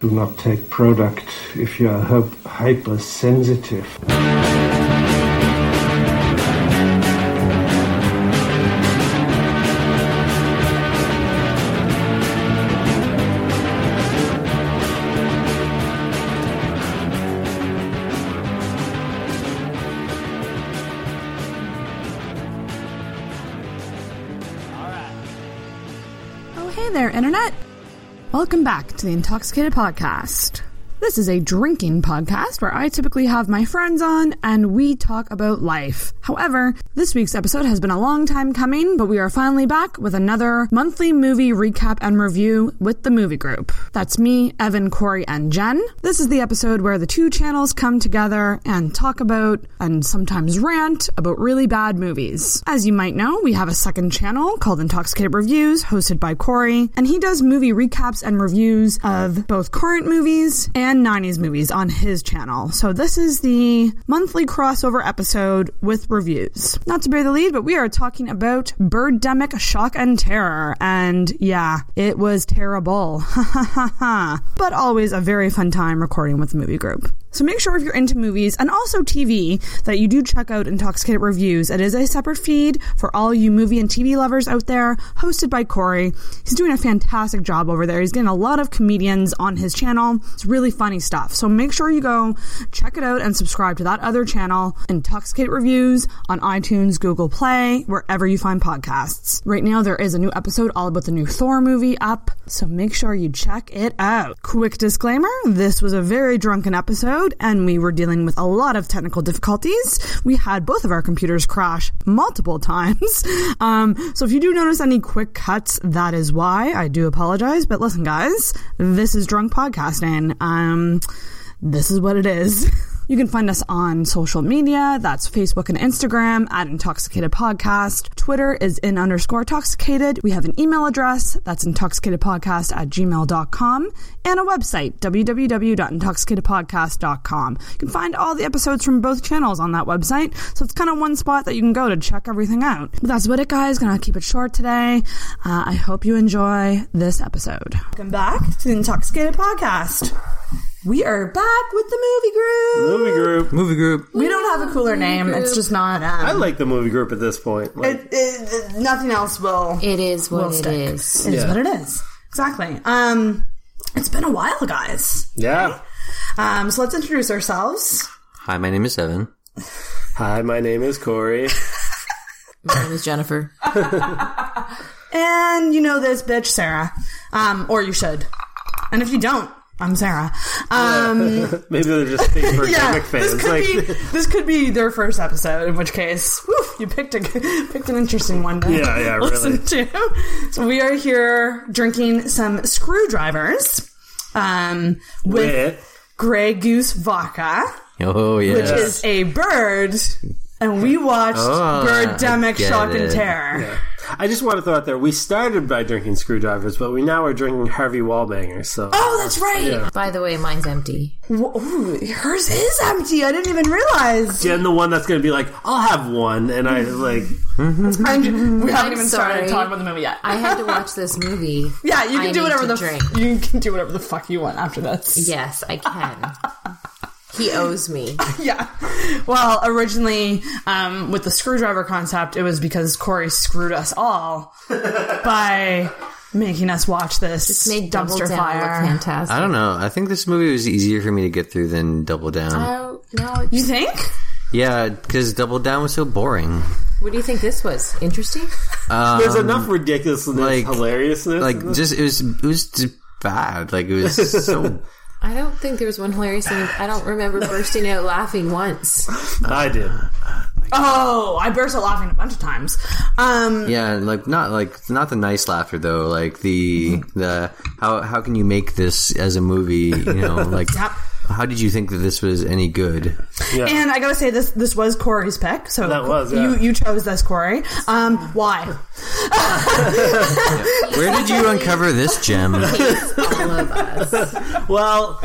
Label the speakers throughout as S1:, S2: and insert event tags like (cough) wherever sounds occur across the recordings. S1: Do not take product if you are hypersensitive.
S2: Oh, hey there, Internet! Welcome back to the Intoxicated Podcast. This is a drinking podcast where I typically have my friends on and we talk about life. However, this week's episode has been a long time coming, but we are finally back with another monthly movie recap and review with the movie group. That's me, Evan, Corey, and Jen. This is the episode where the two channels come together and talk about and sometimes rant about really bad movies. As you might know, we have a second channel called Intoxicated Reviews, hosted by Corey, and he does movie recaps and reviews of both current movies and 90s movies on his channel. So this is the monthly crossover episode with reviews. Not to bear the lead, but we are talking about Birdemic Shock and Terror, and yeah, it was terrible. (laughs) Ha ha ha ha. But always a very fun time recording with the movie group. So make sure if you're into movies and also TV that you do check out Intoxicated Reviews. It is a separate feed for all you movie and TV lovers out there, hosted by Corey. He's doing a fantastic job over there. He's getting a lot of comedians on his channel. It's really funny stuff. So make sure you go check it out and subscribe to that other channel, Intoxicated Reviews, on iTunes, Google Play, wherever you find podcasts. Right now there is a new episode all about the new Thor movie up, so make sure you check it out. Quick disclaimer, this was a very drunken episode and we were dealing with a lot of technical difficulties. We had both of our computers crash multiple times. (laughs) Um, so if you do notice any quick cuts, that is why. I do apologize, but listen guys, this is drunk podcasting. Um, this is what it is. (laughs) You can find us on social media. That's Facebook and Instagram at Intoxicated Podcast. Twitter is in underscore intoxicated. We have an email address. That's intoxicatedpodcast at gmail.com and a website, www.intoxicatedpodcast.com. You can find all the episodes from both channels on that website. So it's kind of one spot that you can go to check everything out. But that's about it, guys. Gonna keep it short today. Uh, I hope you enjoy this episode. Welcome back to the Intoxicated Podcast. We are back with the movie group.
S3: Movie group.
S4: Movie group.
S2: We don't have a cooler name. It's just not.
S3: I
S2: Um,
S3: like the movie group at this point. Like,
S2: it, it, nothing else will. It
S5: It is what it
S2: stick.
S5: is.
S2: is
S3: Yeah.
S2: what it is. Exactly. Um, it's been a while, guys.
S3: yeah.
S2: Um, so let's introduce ourselves.
S4: Hi, my name is Evan.
S3: Hi, my name is Corey.
S5: My name is Jennifer.
S2: And you know this bitch, Sarah. Um, or you should. And if you don't, I'm Sarah. Um,
S3: Maybe they're just big
S2: (laughs)
S3: for
S2: yeah,
S3: gimmick
S2: this
S3: fans.
S2: could
S3: Like,
S2: be
S3: (laughs)
S2: this could be their first episode. In which case, whew, you picked a picked an interesting one. To
S3: Yeah, yeah,
S2: (laughs) listen
S3: really.
S2: to. So we are here drinking some screwdrivers, um, with
S3: Wait.
S2: Grey Goose vodka,
S4: Oh yeah.
S2: which is a bird, and we watched
S4: Ah,
S2: Birdemic
S4: I get
S2: Shock and
S4: it.
S2: Terror.
S3: I just want to throw out there, we started by drinking screwdrivers, but we now are drinking Harvey Wallbangers. So,
S2: Oh, that's right.
S5: By the way, mine's empty.
S2: Wh- Ooh, hers is empty. I didn't even realize.
S3: Jen, the one that's going to be like, I'll have one. And I like,
S2: And we haven't
S5: (laughs) I'm
S2: even started
S5: sorry.
S2: talking about the movie yet.
S5: I had to watch this movie.
S2: (laughs) yeah, you can
S5: I
S2: do
S5: need
S2: whatever
S5: to
S2: the
S5: drink.
S2: F- you can do whatever the fuck you want after this.
S5: Yes, I can. He owes me.
S2: Yeah. Well, originally, um, with the screwdriver concept, it was because Corey screwed us
S5: (laughs)
S2: all by making us watch this
S5: Made Double
S2: dumpster
S5: Down look
S2: fire.
S5: fantastic.
S4: I don't know. I think this movie was easier for me to get through than Double Down.
S5: Oh, no.
S2: You think?
S4: yeah, because Double Down was so boring.
S5: What do you think this was? Interesting?
S3: there's
S2: Um,
S3: enough ridiculousness,
S4: like-
S3: hilariousness.
S4: Like just it was it was just bad. Like it was so.
S5: I don't think there was one hilarious thing. I don't remember bursting out laughing once.
S3: I did.
S2: Oh, I burst out laughing a bunch of times. Um,
S4: yeah, like not like not the nice laughter though. Like the the how how can you make this as a movie? You know, like
S2: Yep.
S4: how did you think that this was any good?
S2: and I gotta say this this was Corey's pick, so
S3: That was, yeah.
S2: you you chose this, Corey. Um, why?
S4: Where did you uncover this gem?
S5: All of us.
S3: Well,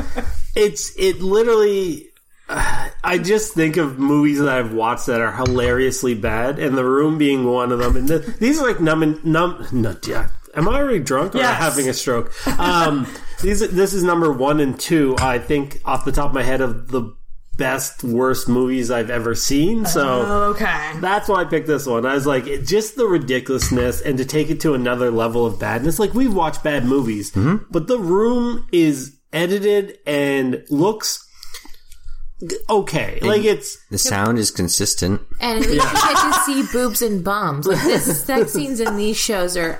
S3: it's it literally. I just think of movies that I've watched that are hilariously bad, and The Room being one of them. And the, these are like numb and numb. No, yeah. Am I already drunk or am I
S2: Yes.
S3: having a stroke? Um, These this is number one and two. I think off the top of my head of the best worst movies I've ever seen. So
S2: Oh. Okay.
S3: that's why I picked this one. I was like, it, just the ridiculousness and to take it to another level of badness. Like, we've watched bad movies, but The Room is edited and looks g- okay. like, it's.
S4: The sound is consistent.
S5: And at least you get to see boobs and bums. Like this sex scenes in these shows are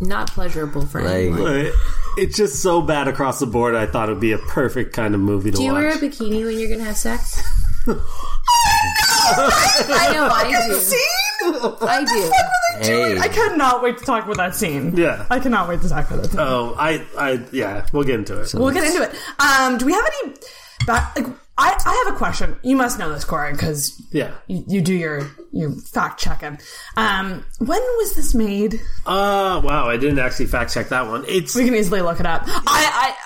S5: not pleasurable for
S4: Like,
S5: anyone.
S3: uh, It's just so bad across the board. I thought it'd be a perfect kind of movie to
S5: Do you
S3: watch.
S5: wear a bikini when you're gonna
S3: (laughs)
S5: have sex? I know I do. I do.
S4: hey,
S2: I cannot wait to talk about that scene.
S3: Yeah.
S2: I cannot wait to talk about that scene.
S3: oh, I, I, yeah, we'll get into it.
S2: we'll get into it. Um, do we have any back? Like, I, I have a question. You must know this, Corey, because
S3: yeah.
S2: you, you do your your fact checking. Um, when was this made?
S3: Uh, wow, I didn't actually fact check that one. It's.
S2: We can easily look it up. I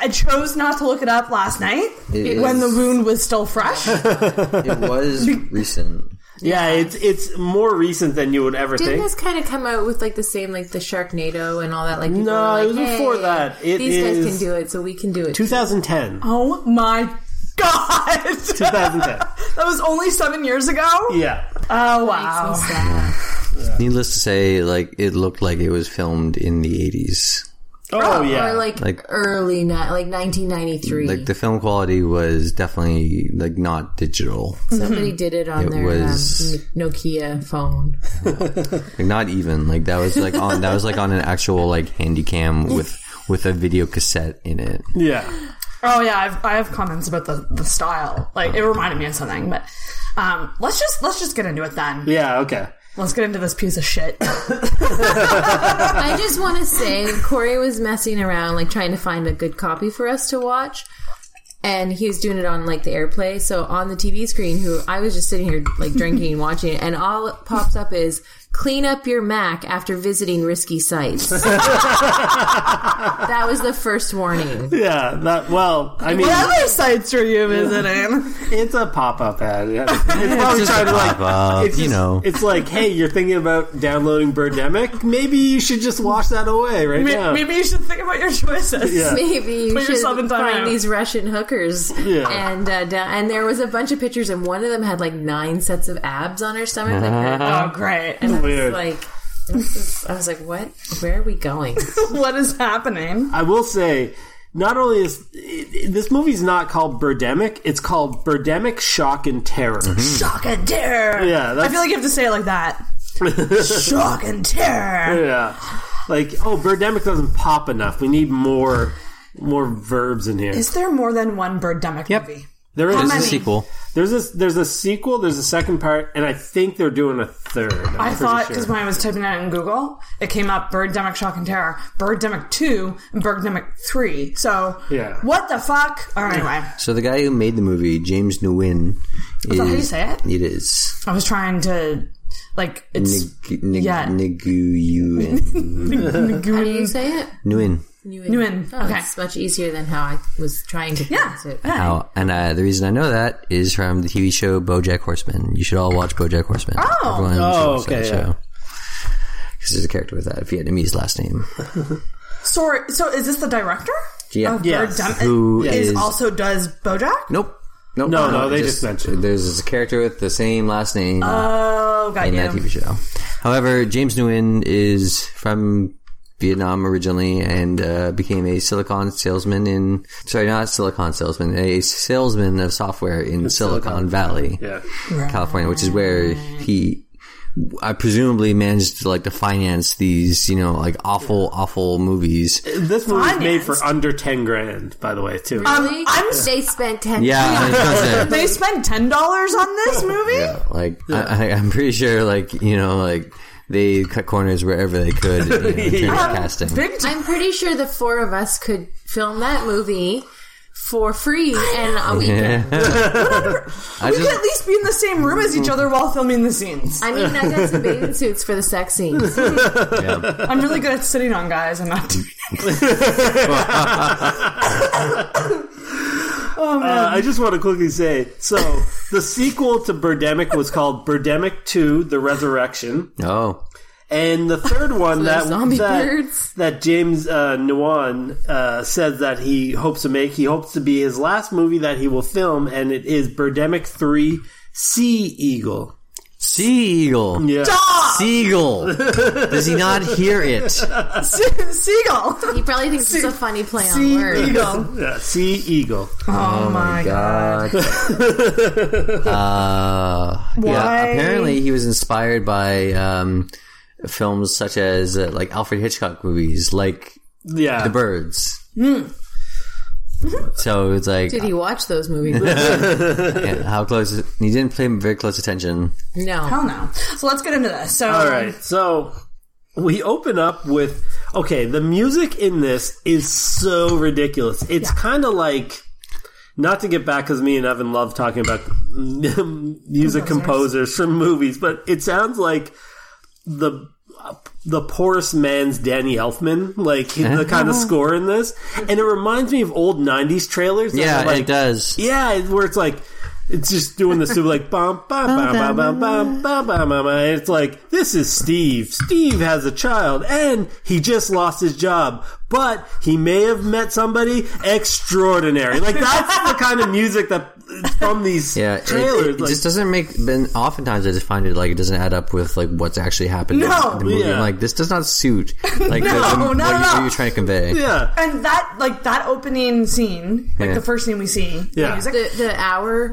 S2: I, I chose not to look it up last night
S4: It
S2: when
S4: is-
S2: the wound was still fresh.
S4: it (laughs) was recent.
S3: Yeah, it's it's more recent than you would ever
S5: Didn't
S3: think.
S5: this kind of come out with like the same like the Sharknado and all that? Like people
S3: No,
S5: were like,
S3: it was before
S5: "Hey,
S3: that. It
S5: these guys
S3: is-
S5: can do it, so we can do it.
S3: 2010.
S2: oh my god! (laughs)
S3: 2010.
S2: that was only seven years ago.
S3: Yeah.
S2: Oh wow!
S5: Makes me sad.
S4: Needless to say, like it looked like it was filmed in the eighties.
S3: Oh, yeah.
S5: Or like,
S4: Like-
S5: early ni- like 1993.
S4: Like the film quality was definitely like not digital,
S5: Somebody did it on
S4: It
S5: their
S4: was-
S5: um, Nokia phone.
S4: like not even like that was like on that was like on an actual like handy cam with with a video cassette in it.
S3: yeah.
S2: Oh yeah, I've, I have comments about the, the style. Like it reminded me of something, but um, let's just let's just get into it then.
S3: Yeah, okay.
S2: Let's get into this piece of
S3: (laughs)
S2: shit.
S5: I just want to say Corey was messing around, like trying to find a good copy for us to watch, and he was doing it on like the AirPlay. So on the TV screen, who I was just sitting here like drinking and watching, it, and all it pops up is "Clean up your Mac after visiting risky sites." that was the first warning.
S3: Yeah, that well, I mean,
S2: other sites are you visiting?
S3: (laughs) it's a pop-up ad. Yeah. It's probably trying to like,
S4: Pop-up,
S3: it's
S4: you
S3: just-
S4: know.
S3: it's like, hey, you're thinking about downloading Birdemic? Maybe you should just wash that away right
S2: Maybe,
S3: now.
S2: maybe you should think about your choices.
S3: Yeah.
S5: Maybe you
S2: Put
S5: should
S2: yourself in
S5: find
S2: time out.
S5: these Russian hookers.
S3: Yeah.
S5: And uh, down, and there was a bunch of pictures, and one of them had like nine sets of abs on her stomach.
S3: (laughs)
S5: Like, her
S2: Oh great!
S5: And I
S3: Weird.
S5: was like, this is- I was like, what? Where are we going?
S2: (laughs) what is happening?
S3: I will say, not only is it, this movie's not called Birdemic, it's called Birdemic Shock and Terror.
S2: Shock and terror.
S3: Mm. Yeah, that's-
S2: I feel like you have to say it like that. Shock and terror.
S3: (laughs) yeah, like oh, Birdemic doesn't pop enough. We need more more verbs in here.
S2: Is there more than one Birdemic
S4: Yep.
S2: movie?
S3: There is
S4: There's a
S2: many?
S4: sequel.
S3: There's this. There's a sequel. There's a second part, and I think they're doing a third. I'm
S2: I
S3: pretty
S2: thought
S3: sure.
S2: because when I was typing out in Google, it came up Birdemic Shock and Terror, Birdemic Two, and Birdemic Three. So
S3: Yeah.
S2: what the fuck? Or anyway,
S4: So the guy who made the movie, James Nguyen, is
S2: that how you say it?
S4: It is
S2: I was trying to like it's
S4: Nig- Nig-
S2: Yeah.
S4: Nguyen.
S5: How do you say it?
S4: Nguyen.
S2: Nguyen.
S5: Oh,
S2: Okay.
S5: It's much easier than how I was trying to
S2: yeah.
S5: pronounce it.
S2: yeah.
S4: Oh, and uh, the reason I know that is from the TV show BoJack Horseman. You should all watch BoJack Horseman.
S2: Oh.
S4: Everyone
S3: Oh,
S4: should watch that
S3: okay, yeah.
S4: show. Because there's a character with that Vietnamese last name.
S2: Sorry. So is this the director?
S4: Yeah.
S2: Of
S3: Yes.
S2: Birdemic?
S4: Who
S2: is,
S4: is-
S2: also does BoJack?
S4: Nope. Nope. Uh,
S3: No, no, they just mentioned.
S4: There's a character with the same last name
S2: Oh, got
S4: in
S2: you. (laughs)
S4: that TV show. However, James Nguyen is from Vietnam originally and uh, became a silicon salesman in sorry, not silicon salesman, a salesman of software in Silicon, Valley.
S3: Yeah.
S4: California, which is where he, I presumably managed to like to finance these, you know, like awful, awful movies.
S3: This movie was made for
S2: Financed.
S3: under ten grand, by the way, too.
S5: Really?
S2: I'm-
S5: they spent ten.
S4: Yeah, I was gonna say,
S3: (laughs)
S2: They spent ten dollars on this movie.
S4: like I, I, I'm pretty sure, like you know, like they cut corners wherever they could you know, in terms of
S3: (laughs)
S4: casting.
S2: Big time.
S5: I'm pretty sure the four of us could film that movie for free and a
S4: (laughs)
S5: weekend.
S4: I
S2: We could at
S4: just,
S2: least be in the same room as each other while filming the scenes.
S5: I mean, I got some bathing suits for the sex scenes.
S4: yeah.
S2: I'm really good at sitting on guys and
S4: (laughs)
S2: not (laughs) doing
S3: Uh, I just want to quickly say, so the sequel to Birdemic was called Birdemic Two: The Resurrection,
S4: Oh,
S3: And the third one that
S5: zombie
S3: that,
S5: birds.
S3: that James uh, Nguyen uh, says that he hopes to make, he hopes to be his last movie that he will film, and it is Birdemic Three: Sea Eagle.
S4: Sea eagle.
S3: Yeah.
S2: Ah,
S4: Seagull.
S3: (laughs)
S4: Does he not hear it?
S6: Seagull.
S5: He probably thinks it's a funny play on
S6: Sea
S5: words.
S6: eagle.
S3: Yeah, sea Eagle.
S6: Oh, my
S4: God. (laughs) uh,
S6: Why?
S4: Yeah, apparently he was inspired by um, films such as uh, like Alfred Hitchcock movies, like
S3: Yeah.
S4: The Birds.
S6: Hmm.
S4: Mm-hmm. So it's like
S5: Did he watch those movies?
S4: yeah, how close? is- He didn't pay very close attention.
S5: No.
S6: Hell no. So let's get into this. So,
S4: Um,
S3: All right. So we open up with okay, the music in this is so ridiculous. It's kind of like not to get back because me and Evan love talking about (laughs) music composers. from movies, but it sounds like the the poorest man's Danny Elfman,
S4: (laughs)
S3: like the kind of score in this, and it reminds me of old '90s trailers. that
S4: Yeah,
S3: are like,
S4: it
S3: (laughs)
S4: does.
S3: yeah, where it's like it's just doing the stupid like bum bum bum bum bum bum bum bum bum. And it's like this is Steve. Steve has a child, and he just lost his job, but he may have met somebody extraordinary. Like that's the kind of music that is from these
S4: Yeah, it,
S3: trailers.
S4: it
S3: like,
S4: just doesn't make. Then oftentimes I just find it like it doesn't add up with like what's actually happened
S6: No.
S4: in the movie.
S3: Yeah.
S4: I'm like this does not suit
S6: (laughs)
S4: like
S6: No,
S4: the, the,
S6: not
S4: what,
S6: at
S4: you, what
S6: all.
S4: you're trying to convey.
S3: yeah,
S6: And that, like, that opening scene, like
S4: Yeah.
S6: the first scene we see, the
S3: Yeah.
S6: music-
S5: The, the hour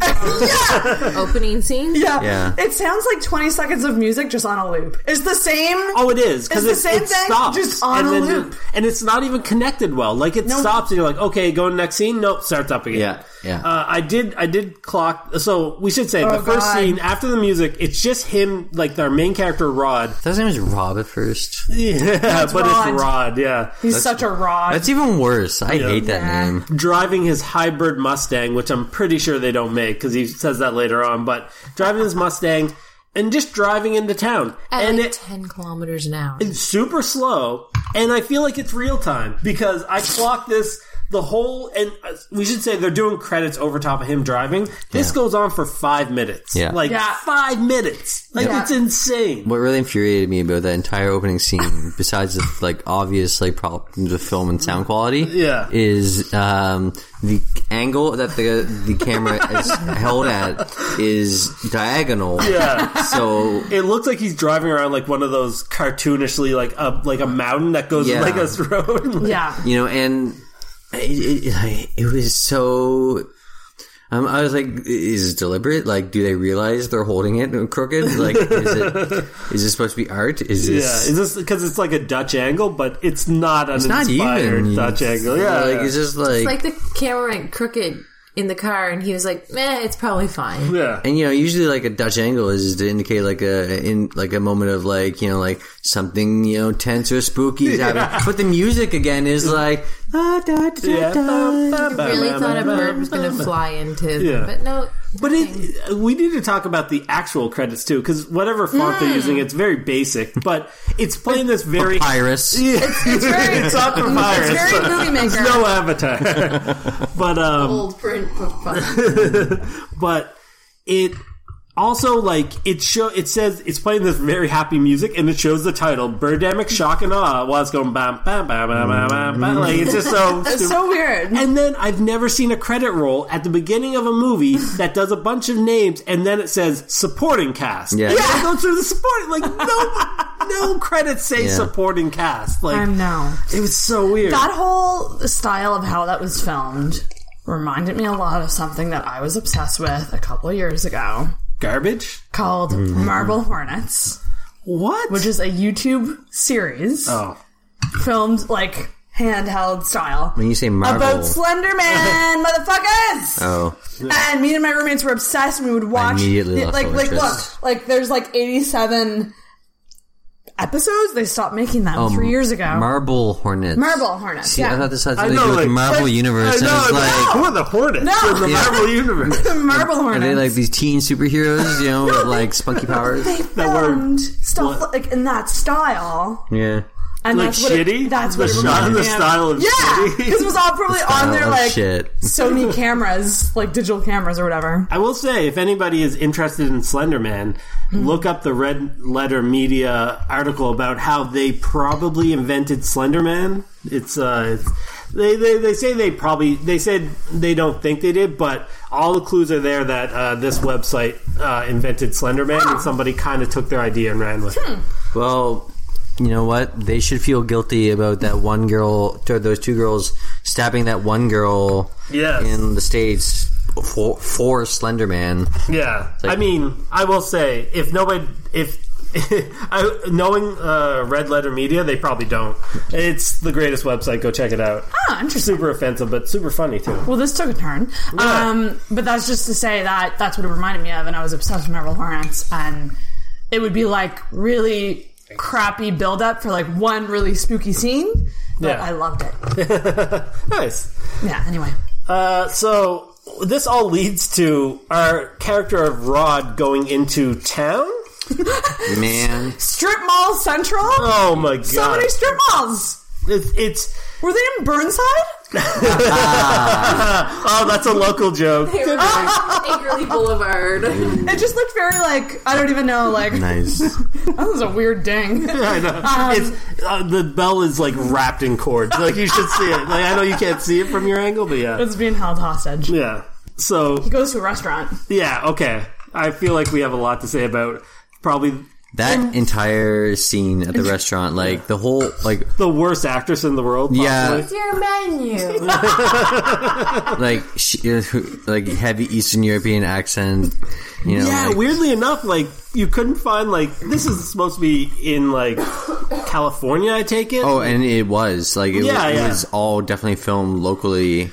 S5: opening scene?
S6: yeah.
S4: Yeah.
S6: It sounds like 20 seconds of music just on a loop. It's the same.
S3: Oh, it is because
S6: It's
S3: it,
S6: the same
S3: it
S6: thing,
S3: stops
S6: just on
S3: and
S6: a
S3: then-
S6: loop.
S3: and it's not even connected well. Like it stops, and you're like, okay, go to next scene. Nope, starts up again.
S4: Yeah, yeah.
S3: Uh, I did, I did clock. So we should say
S6: Oh,
S3: the first
S6: God.
S3: scene after the music, it's just him, like our main
S6: (laughs)
S3: character Rod.
S4: That his name is Rob at first.
S3: Yeah, (laughs) but
S6: Rod.
S3: it's Rod. Yeah,
S6: He's such a rod.
S4: That's even worse. I hate that
S6: Nah.
S4: name.
S3: driving his hybrid Mustang, which I'm pretty sure they don't make because he says that later on. But driving his Mustang and just driving into town,
S5: At
S3: and
S5: like
S3: it
S5: 10 kilometers an hour.
S3: It's super slow, and I feel like it's real time because I clocked this the whole. And uh, we should say they're doing credits over top of him driving. This
S4: Yeah.
S3: goes on for five minutes.
S4: Yeah.
S3: like
S6: Yeah.
S3: five minutes. Like
S6: Yeah.
S3: it's insane.
S4: What really infuriated me about that entire
S3: (laughs)
S4: opening scene, besides the like obvious like problems with film and sound quality,
S3: Yeah.
S4: is um, the angle that the the camera
S3: (laughs)
S4: is held at is diagonal.
S3: Yeah.
S4: So
S3: It looks like he's driving around like one of those cartoonishly like up like a mountain that goes
S4: Yeah.
S3: like a (laughs) road.
S6: yeah.
S4: you know, and it, it, it was so. Um, I was like, is it deliberate? Like, do they realize they're holding it crooked? Like, is it is this supposed to be art? Is
S3: Yeah,
S4: this
S3: is this because it's like a Dutch angle, but it's not an
S4: it's not
S3: inspired
S4: even
S3: Dutch angle. Yeah,
S4: like it's just like,
S5: It's like the camera went crooked in the car and he was like, meh, it's
S3: (laughs)
S5: probably fine.
S3: yeah,
S4: and you know, usually like a Dutch angle is to indicate like a in like a moment of like you know like something you know tense or
S3: (laughs)
S4: spooky is happening. But the music again is like da, da, da,
S3: yeah.
S4: da.
S5: I really thought a bird was going to fly into,
S3: Yeah.
S5: but no.
S3: But it, we need to talk about the actual credits too, because whatever font they're using, it's very basic, but it's playing this very. (laughs)
S4: Papyrus.
S3: It's very (laughs) it's not papyrus,
S5: It's
S3: but
S5: very movie maker.
S3: it's no avatar. (laughs) but um,
S5: old print book
S3: (laughs) but it also like it show it says it's playing this very happy music, and it shows the title "Birdemic Shock and Awe" while it's going bam bam bam bam bam bam. bam. Like it's just so
S6: It's
S3: stupid.
S6: so weird.
S3: And then I've never seen a credit roll at the beginning of a movie that does a bunch of names and then it says supporting cast.
S4: Yeah.
S3: And I go through the supporting like no no credits say
S4: Yeah.
S3: supporting cast. Like
S6: I know.
S3: it was so weird.
S6: That whole style of how that was filmed reminded me a lot of something that I was obsessed with a couple of years ago
S3: Garbage?
S6: called Marble Hornets,
S3: What?
S6: which is a YouTube series
S3: oh.
S6: filmed like handheld style.
S4: When you say
S6: About
S4: marble,
S6: Slender
S4: (laughs)
S6: Man, motherfuckers!
S4: oh,
S6: And me and my roommates were obsessed. and We would watch,
S4: immediately
S6: the-
S4: lost
S6: like,
S4: all
S6: like
S4: interest.
S6: look, like there's like 87 episodes. They stopped making them three years ago.
S4: um, marble hornets.
S6: Marble Hornets,
S4: See,
S6: yeah.
S4: I thought this had something to do with the Marvel
S3: like-
S4: universe.
S3: I know,
S4: and
S3: I'm
S4: it's like,
S3: who are the Hornets
S6: No.
S3: in the
S6: Yeah.
S3: Marvel universe?
S6: the (laughs) Marble
S4: are
S6: Hornets.
S4: they like these teen superheroes? You
S6: (laughs)
S4: know, with like spunky powers.
S6: they
S3: That word-
S6: filmed stuff
S3: what?
S6: like in that style.
S4: Yeah.
S2: And
S3: Like
S2: that's what it-
S3: shitty?
S2: that's
S3: the,
S2: what it
S3: shot-
S2: reminded
S3: the
S2: me of.
S3: style of
S2: Yeah,
S3: shitty.
S2: because it was all probably on their
S4: Oh,
S2: like
S4: shit.
S2: Sony cameras, like digital cameras or whatever.
S3: I will say, if anybody is interested in Slenderman, look up the Red Letter Media article about how they probably invented Slenderman. It's, uh, it's they, they they say they probably they said they don't think they did, but all the clues are there that uh, this website uh, invented Slenderman, and somebody kind of took their idea and ran with it.
S4: Well, you know what? They should feel guilty about that one girl, or those two girls stabbing that one girl
S3: Yes.
S4: in the States for, for Slender Man.
S3: Yeah,
S4: like-
S3: I mean, I will say if nobody, if (laughs) I, knowing uh, Red Letter Media, they probably don't. It's the greatest website. Go check it out.
S2: Ah, interesting.
S3: Super offensive, but super funny too.
S2: Well, this took a turn.
S3: Yeah.
S2: Um, but that's just to say that that's what it reminded me of, and I was obsessed with Marvel Lawrence, and it would be like really crappy build up for like one really spooky scene. But
S3: Yeah.
S2: I loved it.
S3: (laughs) Nice.
S2: Yeah. Anyway,
S3: Uh, so this all leads to our character of Rod going into town.
S4: Man.
S2: strip mall central.
S3: Oh my god!
S2: so many strip malls.
S3: it's, it's
S2: Were they in Burnside?
S3: (laughs) oh, that's a local joke.
S5: They were on (laughs) Angrily Boulevard.
S2: It just looked very like I don't even know. Like (laughs)
S4: (laughs) Nice.
S2: that was a weird
S3: (laughs)
S2: ding.
S3: I know. it's, uh, the bell is like wrapped in cords. Like you should see it. Like I know you can't see it from your angle, but yeah,
S2: It's being held hostage.
S3: yeah. So
S2: Goes to a restaurant.
S3: Yeah, okay. I feel like we have a lot to say about probably
S4: That entire scene at the restaurant, like the whole, like,
S3: the worst actress in the world.
S4: yeah,
S5: It's your menu.
S4: like, she, uh, like heavy Eastern European accent, you know,
S3: Yeah,
S4: like,
S3: weirdly enough, like you couldn't find like this is supposed to be in like California, I take it.
S4: Oh, and it was like it,
S3: Yeah,
S4: was,
S3: yeah.
S4: it was all definitely filmed locally.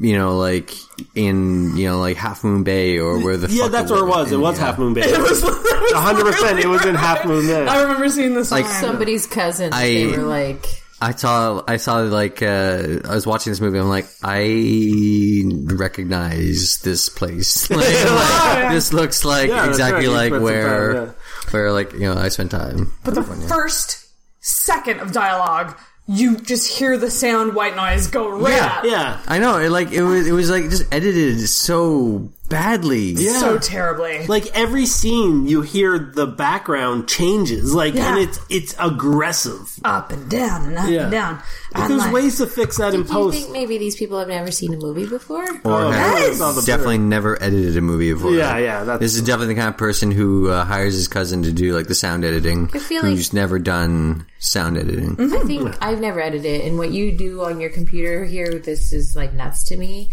S4: You know, like in you know, like Half Moon Bay or where the
S3: yeah,
S4: fuck
S3: that's where it was. It was
S4: yeah.
S3: Half Moon Bay.
S2: (laughs) It was. it was
S3: 100%, it was in Half Moon Bay.
S2: I remember seeing this.
S4: Like-
S2: sign.
S5: Somebody's cousin.
S4: I-
S5: they were like,
S4: I saw. I saw. Like uh, I was watching this movie. I'm like, I recognize this
S3: (laughs)
S4: place. (laughs) Like, This looks like
S3: Yeah, that's right.
S4: exactly
S3: You
S4: like
S3: spent some
S4: where
S3: time,
S4: where like you know I spent time.
S2: But the first second of dialogue, you just hear the sound white noise go right
S4: Yeah,
S2: up.
S3: Yeah.
S4: I know. It like it was. It was like just edited so badly.
S3: Yeah.
S2: So terribly.
S3: Like every scene you hear the background changes. Like and
S2: Yeah.
S3: it's it's aggressive.
S2: up and down and up
S3: Yeah.
S2: and down. And
S3: There's
S2: like,
S3: ways to fix that in
S5: do you
S3: post.
S5: think maybe these people have never seen a movie before?
S4: or
S3: Oh,
S4: have
S3: yes. Saw the bird.
S4: definitely never edited a movie before.
S3: Yeah, yeah, that's-
S4: this is definitely the kind of person who uh, hires his cousin to do like the sound editing.
S5: I feel
S4: who's
S5: like-
S4: never done sound editing.
S5: I think I've never edited it, and what you do on your computer here, this is like nuts to me.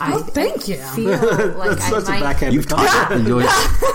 S5: I
S2: Oh, thank you.
S3: (laughs)
S5: feel like I
S3: That's a
S5: might.
S3: backhand.
S4: You've taught (laughs)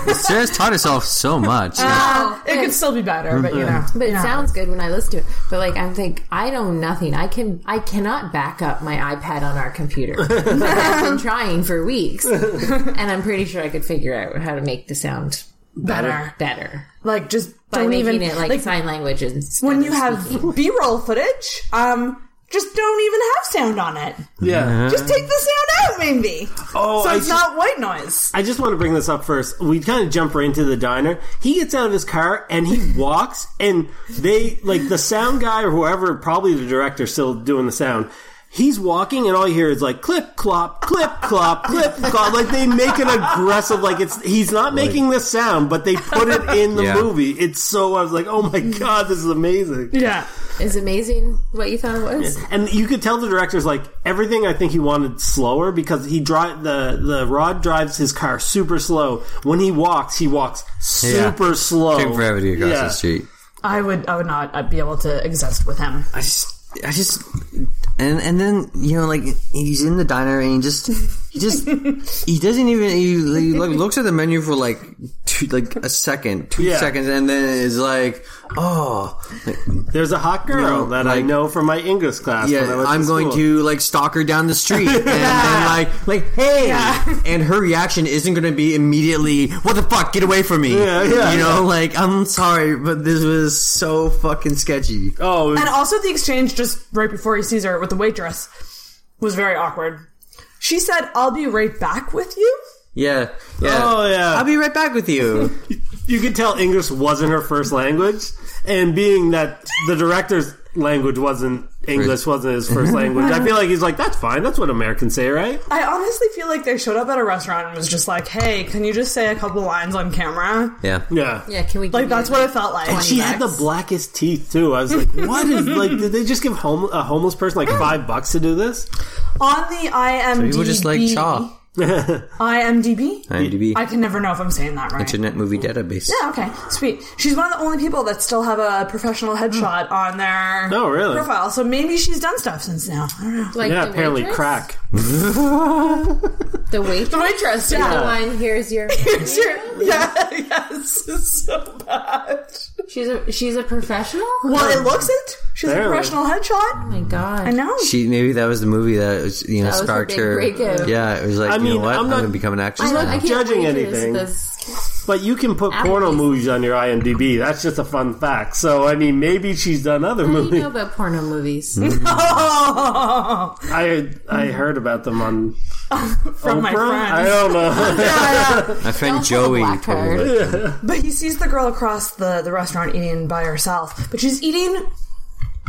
S4: You're- Sarah's taught herself so much.
S2: Uh, it could still be better, but
S3: Mm-hmm.
S2: you know.
S5: But it
S2: you know.
S5: sounds good when I listen to it. But like I'm think I know nothing. I can I cannot back up my iPad on
S2: (laughs)
S5: our computer. I've been trying for weeks, and I'm pretty sure I could figure out how to make the sound
S2: better.
S5: better
S2: Like just
S5: by
S2: don't
S5: making
S2: even
S5: it like, sign language and
S2: (laughs) when you have B-roll footage, um, just don't even have sound on it.
S3: yeah.
S2: Just take the sound out, maybe.
S3: Oh,
S2: so
S3: I
S2: it's
S3: see.
S2: not white noise.
S3: I just want to bring this up first. We kind of jump right into the diner. He gets out of his car and he walks, and they like the sound guy or whoever, probably the director, still doing the sound. He's walking, and all you hear is like clip clop, clip clop, clip clop. Like they make an aggressive, like it's he's not making this sound, but they put it in the
S4: Yeah.
S3: movie. It's so I was like, oh my god, this is amazing.
S2: Yeah.
S5: is amazing what you thought it was.
S3: And you could tell the director's like everything. I think he wanted slower because he drive the the Rod drives his car super slow. When he walks, he walks
S4: Yeah.
S3: super slow.
S4: Take gravity across
S3: Yeah.
S4: the street.
S2: I would I would not uh, be able to exist with him.
S4: I just, I just, and and then you know, like he's in the diner and he just, he (laughs) just, he doesn't even he, he like, looks at the menu for like two, like a second, two
S3: Yeah.
S4: seconds, and then is like, oh,
S3: There's a hot girl
S4: No,
S3: that I
S4: like-
S3: know from my English class. when I
S4: yeah,
S3: went
S4: I'm going
S3: school.
S4: to like stalk her down
S3: (laughs)
S4: the street, and then like, like hey, and her reaction isn't going to be immediately, what the fuck, get away from me,
S3: Yeah, yeah,
S4: you know, like I'm sorry, but this was so fucking sketchy.
S3: Oh,
S2: And also the exchange just right before he sees her with the waitress was very awkward. She said, "I'll be right back with you."
S4: Yeah. Yeah.
S3: Oh, yeah.
S4: I'll be right back with you.
S3: you could tell English wasn't her first language, and being that the director's language wasn't English, wasn't his first language, I feel like he's like, that's fine, that's what Americans say, right?
S2: I honestly feel like they showed up at a restaurant and was just like, "Hey, can you just say a couple lines on camera?"
S4: yeah.
S3: (laughs) Yeah.
S5: Yeah, can we?
S2: Like that's what it felt like.
S3: She had the blackest teeth too. I was
S5: (laughs)
S3: like, "What is like? Did they just give home, a homeless person like five bucks to do this?"
S2: on the IMDb.
S4: People just like
S2: (laughs)
S4: Shaw.
S2: IMDb.
S4: IMDb.
S2: I can never know if I'm saying that right.
S4: Internet Movie Database.
S2: Yeah, okay, sweet. She's one of the only people that still have a professional headshot on their
S3: Oh, really?
S2: profile, so maybe she's done stuff since now. I don't know.
S5: Like
S3: Yeah,
S5: the
S3: apparently
S5: waitress? (laughs)
S3: crack.
S5: The waitress. The
S2: waitress, yeah.
S5: The line. Here's your.
S2: yeah, yes, it's so bad.
S5: She's a she's a professional. Oh
S2: Well, it looks it. She's a
S3: Barely.
S2: professional headshot.
S5: my god.
S2: I know. (laughs)
S4: She maybe that was the movie that was, you know
S5: That was her
S4: sparked
S5: big
S4: her.
S5: breakout.
S4: Yeah, it was like
S3: I
S4: you
S3: mean,
S4: know what?
S3: I'm
S4: I'm,
S3: not-
S4: gonna become an actress.
S5: I,
S4: now.
S5: I can't
S3: judging
S5: wait for
S3: anything.
S5: This, this,
S3: But you can put
S5: Actress.
S3: porno movies on your IMDb. That's just a fun fact. So I mean, maybe she's done other
S5: what do you
S3: movies.
S5: know about porno movies?
S3: Hmm?
S2: Oh,
S3: I I heard about them on
S2: from my
S3: Oprah?
S2: friend.
S3: I don't know.
S5: (laughs)
S4: My
S5: Don't
S4: friend
S5: pull the
S4: Joey
S5: black
S4: told me
S5: card.
S4: that.
S2: But he sees the girl across the, the restaurant eating by herself, but she's eating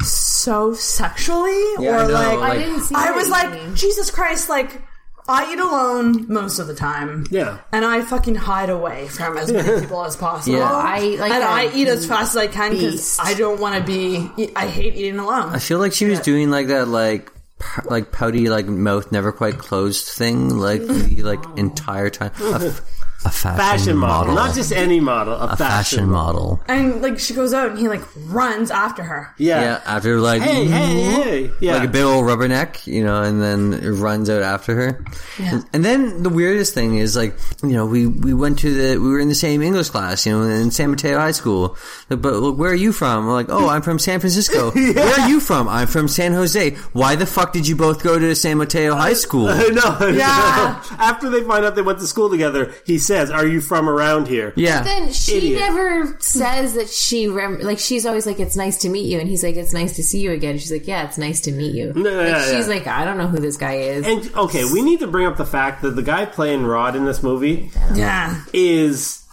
S2: so sexually,
S4: Yeah, I
S2: or
S4: know,
S2: like,
S4: like-
S5: I didn't see.
S2: I
S5: her
S2: was like,
S5: eating.
S2: Jesus Christ, like I eat alone most of the time.
S3: Yeah.
S2: And I fucking hide away from as many people as possible.
S4: Yeah.
S5: I eat like
S2: and
S5: a
S2: I eat as fast as I can because
S5: beast.
S2: I don't want to be. I hate eating alone.
S4: I feel like she was doing like that, like p- like pouty, like mouth never quite closed thing, like the like entire time. A, f- a fashion,
S3: fashion model,
S4: model,
S3: not just any model, a,
S4: a fashion model.
S2: (laughs) And like she goes out and he like runs after her.
S3: Yeah. (laughs)
S4: Yeah, after like
S3: Hey, hey, hey! Yeah.
S4: like a big old rubberneck, you know, and then it runs out after her. And, and then the weirdest thing is like, you know, we, we went to the, we were in the same English class, you know, in San Mateo High School. But look, where are you from? We're like, oh, I'm from
S3: (laughs)
S4: San Francisco. Where are you from? I'm from San Jose. Why the fuck did you both go to San
S3: (laughs)
S4: Mateo High School?
S3: I know.
S2: Yeah.
S3: After they find out they went to school together, he says, "Are you from around here?"
S4: Yeah.
S5: Then she
S3: Idiot.
S5: never says that she rem- like she's always like it's nice to meet you, and he's like it's nice to see you again. She's like yeah, it's nice to meet you.
S3: No,
S5: like,
S3: yeah,
S5: she's
S3: yeah.
S5: like I don't know who this guy is.
S3: And okay, we need to bring up the fact that the guy playing Rod in this movie
S2: Yeah.
S3: is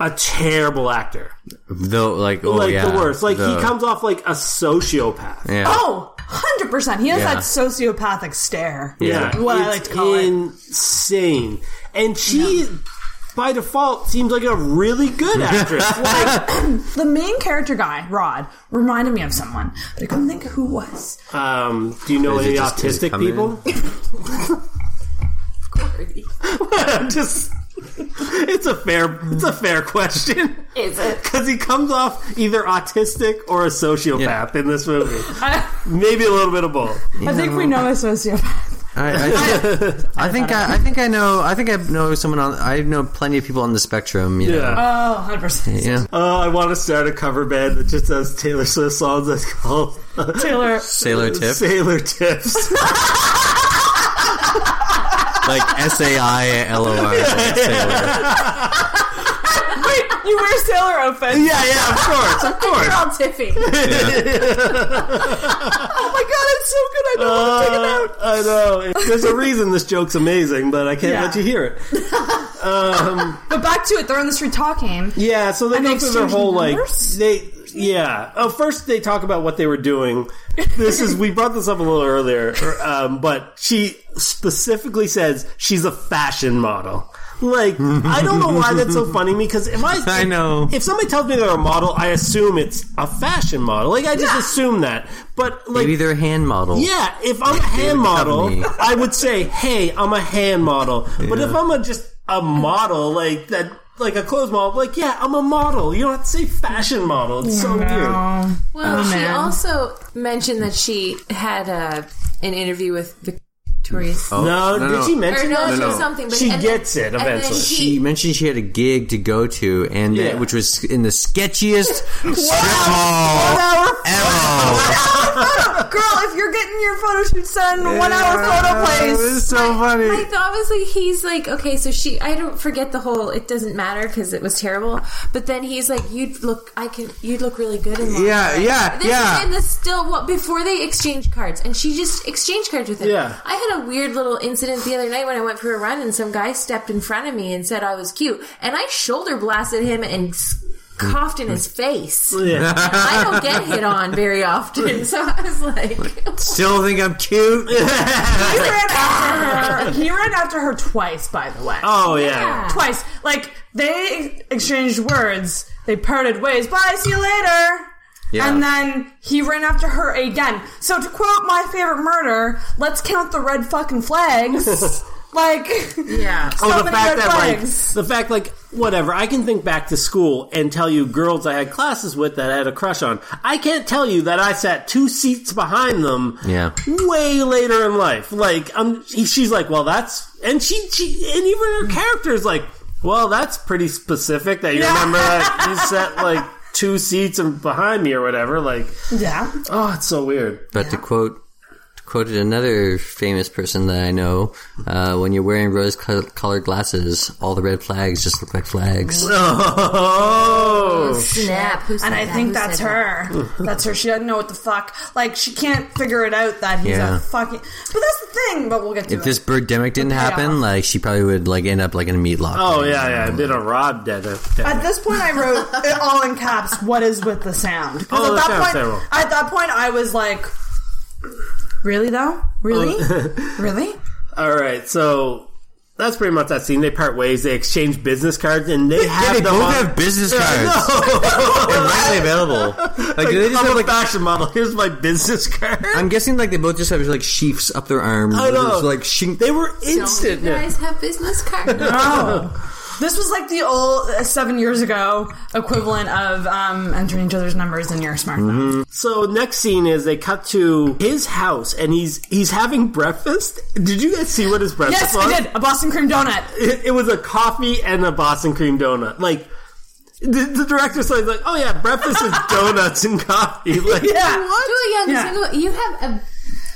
S3: a terrible actor,
S4: Though, like, oh
S3: like
S4: yeah.
S3: the worst. Like
S4: The-
S3: he comes off like a sociopath.
S4: Yeah.
S2: Oh, 100%. He has
S4: Yeah.
S2: that sociopathic stare.
S4: Yeah.
S2: What I like to call it.
S3: insane. And she, by default, seems like a really
S4: (laughs)
S3: good actress. like,
S2: (clears throat) The main character guy, Rod, reminded me of someone, but I couldn't think of who it was. (laughs)
S3: um, do you know
S4: Is it
S3: any
S4: just- is
S3: autistic
S4: it coming (laughs)
S3: people? (laughs) Just. It's a fair, it's a fair question
S5: Is it?
S3: because he comes off either autistic or a sociopath in this movie. Maybe a little bit of both.
S2: I think we know a sociopath.
S4: I,
S3: (laughs)
S4: I, I think I, I think I know I think I know someone on I know plenty of people on the spectrum. You know?
S3: Yeah.
S2: Oh, (laughs) 100%.
S4: Yeah.
S3: Oh, I want to start a cover band that just has Taylor Swift songs that's called uh,
S2: Taylor. (laughs)
S4: Sailor tip.
S3: Sailor Tips. (laughs)
S4: like S A I L O
S2: (laughs)
S4: R.
S2: Wait, you wear sailor outfits.
S3: yeah, yeah, of course, of course.
S5: You're all
S3: (laughs)
S5: tiffy.
S2: Oh my god, it's so good. I don't want to take it out.
S3: Uh, I know. There's a reason this joke's amazing, but I can't
S2: Yeah.
S3: let you hear it.
S2: But back to it. They're on the street talking.
S3: Yeah, so they
S2: And
S3: go
S2: they
S3: through their
S2: exchange
S3: whole
S2: numbers?
S3: like they. Yeah. Oh, first they talk about what they were doing. This is we brought this up a little earlier, er, um, but she specifically says she's a fashion model. Like I don't know why that's so funny because if
S4: (laughs)
S3: I
S4: I know.
S3: if somebody tells me they're a model, I assume it's a fashion model. Like I just assume that. But like
S4: Maybe they're hand models.
S3: Yeah, if I'm a hand model,
S4: Company.
S3: (laughs) I would say, "Hey, I'm a hand model." But
S4: Yeah.
S3: if I'm a just a model like that, like a clothes model, like yeah, I'm a model. You don't have to say fashion model. It's so weird.
S5: Well, she
S2: man.
S5: also mentioned that she had uh, an interview with Victoria's.
S4: Oh,
S3: No, did she
S5: Or
S3: mention?
S5: no,
S3: that?
S5: she
S4: no.
S5: was something. But
S3: She
S5: and
S3: gets it
S5: then, and then
S3: eventually.
S5: he-
S4: She mentioned she had a gig to go to, and that-
S3: Yeah.
S4: which was in
S2: (laughs)
S4: the sketchiest strip mall
S2: Hour
S4: ever.
S2: photo. Girl, if you're getting your photo shoots done, one hour photo
S3: (laughs)
S4: This
S2: place.
S4: is so funny.
S5: Like obviously he's like okay, so she. I don't forget the whole. It doesn't matter because it was terrible. But then he's like, you'd look. I could. You'd look really good in. Long
S4: Yeah,
S5: hair."
S4: yeah,
S5: This is
S4: yeah.
S5: in the still what before they exchange cards, and she just exchanged cards with him.
S3: Yeah.
S5: I had a had a weird little incident the other night when I went for a run and some guy stepped in front of me and said I was cute, and I shoulder blasted him and s- coughed in his
S3: (laughs)
S5: face.
S3: Yeah.
S5: I don't get hit on very
S3: (laughs)
S5: often, so I was like,
S4: Still think
S2: (laughs)
S4: I'm cute.
S2: He ran after her. He ran after her twice, by the way.
S3: Oh yeah.
S2: Twice. Like, they ex- exchanged words, they parted ways. Bye, see you later.
S4: Yeah.
S2: And then he ran after her again. So, to quote my favorite murder, let's count the red fucking
S3: (laughs)
S2: flags. like, (laughs)
S5: yeah.
S2: so
S3: Oh, the
S2: many
S3: fact
S2: red
S3: that
S2: flags.
S3: like the fact like whatever I can think back to school and tell you girls I had classes with that I had a crush on. I can't tell you that I sat two seats behind them.
S4: Yeah.
S3: way later in life. Like I'm, she's like, well, that's and she she and even her character is like, well, that's pretty specific that you remember that you sat like two seats in- behind me or whatever. Like,
S2: yeah.
S3: oh, it's so weird. (laughs)
S4: But to quote to quote another famous person that I know, uh, when you're wearing rose co- colored glasses, all the red flags just look like flags.
S3: Oh,
S5: Snap. Who said
S2: And I
S5: that?
S2: think
S5: Who
S2: that's
S5: said that?
S2: her.
S3: (laughs)
S2: That's her. She doesn't know what the fuck. Like she can't figure it out that he's
S4: Yeah.
S2: a fucking. But that's the thing. But we'll get to
S4: If
S2: it.
S4: this birdemic didn't happen,
S2: payoff.
S4: like she probably would like end up like in a meat locker.
S3: oh yeah, yeah. I did a Rob dead.
S2: At this point, I wrote it all in caps. What is with the sound? 'Cause
S3: Oh, the
S2: at
S3: sound,
S2: that
S3: terrible.
S2: point, at that point, I was like, really though,
S3: (laughs)
S2: really, really.
S3: All right, so. That's pretty much that scene. They part ways. They exchange business cards, and they have
S4: they
S3: them
S4: both
S3: on-
S4: have business cards
S3: No.
S4: (laughs) and
S3: (laughs)
S4: readily available. Like, do they just
S3: I'm
S4: have,
S3: a
S4: like,
S3: fashion model. (laughs) Here's my business card.
S4: I'm guessing like they both just have like sheaths up their arms.
S3: I know.
S4: It's like shink.
S3: They were
S5: Don't you
S3: instant.
S5: guys have
S3: (laughs)
S5: business cards?
S2: Oh, this was like the old uh, seven years ago equivalent of um, entering each other's numbers in your
S3: Mm-hmm.
S2: smartphone.
S3: So next scene is they cut to his house and he's he's having breakfast. Did you guys see what his breakfast
S2: Yes,
S3: was?
S2: I did a Boston cream
S3: (laughs)
S2: donut.
S3: It, it was a coffee and a Boston cream donut. Like the, the director says, like, oh yeah, breakfast
S5: (laughs)
S3: is donuts and coffee. Like,
S2: Yeah.
S5: Julia,
S2: Yeah.
S5: single, you have a.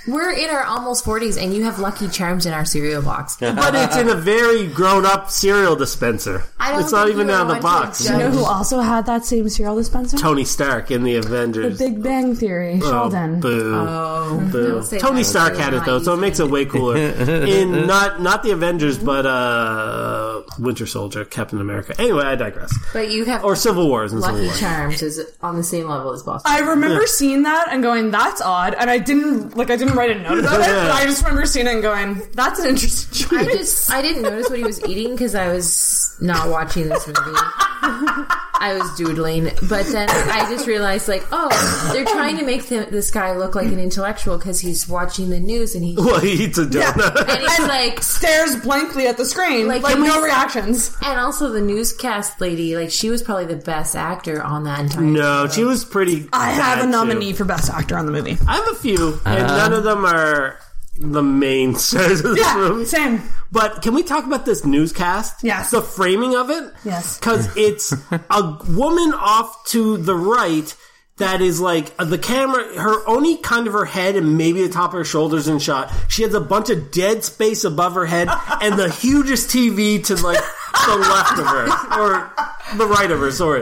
S5: We're in our almost forties, and you have Lucky Charms in our cereal box.
S3: But it's in a very grown up cereal dispenser.
S5: I don't
S3: it's not
S5: think
S3: even
S5: you
S3: out of the
S5: would want to
S3: box.
S5: judge-
S2: You know who also had that same cereal dispenser?
S3: Tony Stark in the Avengers.
S2: Big Bang Theory,
S3: Oh,
S2: Sheldon.
S3: boo.
S5: Oh, Don't say
S3: Tony
S5: that.
S3: Stark
S5: That's
S3: had it
S5: not
S3: though, so it
S5: easy.
S3: makes it way
S5: (laughs)
S3: cooler. In not not the Avengers, but uh, Winter Soldier, Captain America. Anyway, I digress.
S5: But you have
S3: Or Civil War isn't Civil
S5: Lucky
S3: War.
S5: Charms is on the same level as Boston.
S2: I remember seeing that and going, "That's odd," and I didn't like I didn't write a note about it.
S3: Yeah.
S2: But I just remember seeing it and going, "That's an interesting
S5: I
S2: choice."
S5: just I didn't notice what he was eating because I was not watching this movie. I was doodling, but then I just realized, like, oh, they're trying to make th- this guy look like an intellectual because he's watching the news and he
S3: (laughs) Well, he eats a donut.
S5: and he's like,
S2: (laughs) stares blankly at the screen,
S5: Like,
S2: like,
S5: can
S2: no
S5: we-
S2: reactions.
S5: and also the newscast lady, like, she was probably the best actor on that
S3: (laughs)
S5: entire.
S3: No, she was pretty.
S2: I have a
S3: bad,
S2: nominee
S3: too.
S2: for best actor on the movie.
S3: I have a few, and none of them are the main (laughs) stars of this
S2: Yeah,
S3: movie.
S2: same.
S3: But can we talk about this newscast?
S2: Yes.
S3: The framing of it?
S2: Yes.
S3: Because it's a woman off to the right that is like uh, the camera, her only kind of her head and maybe the top of her shoulders in shot. She has a bunch of dead space above
S2: (laughs)
S3: her head and the hugest TV to like the left of her or the right of her, sorry.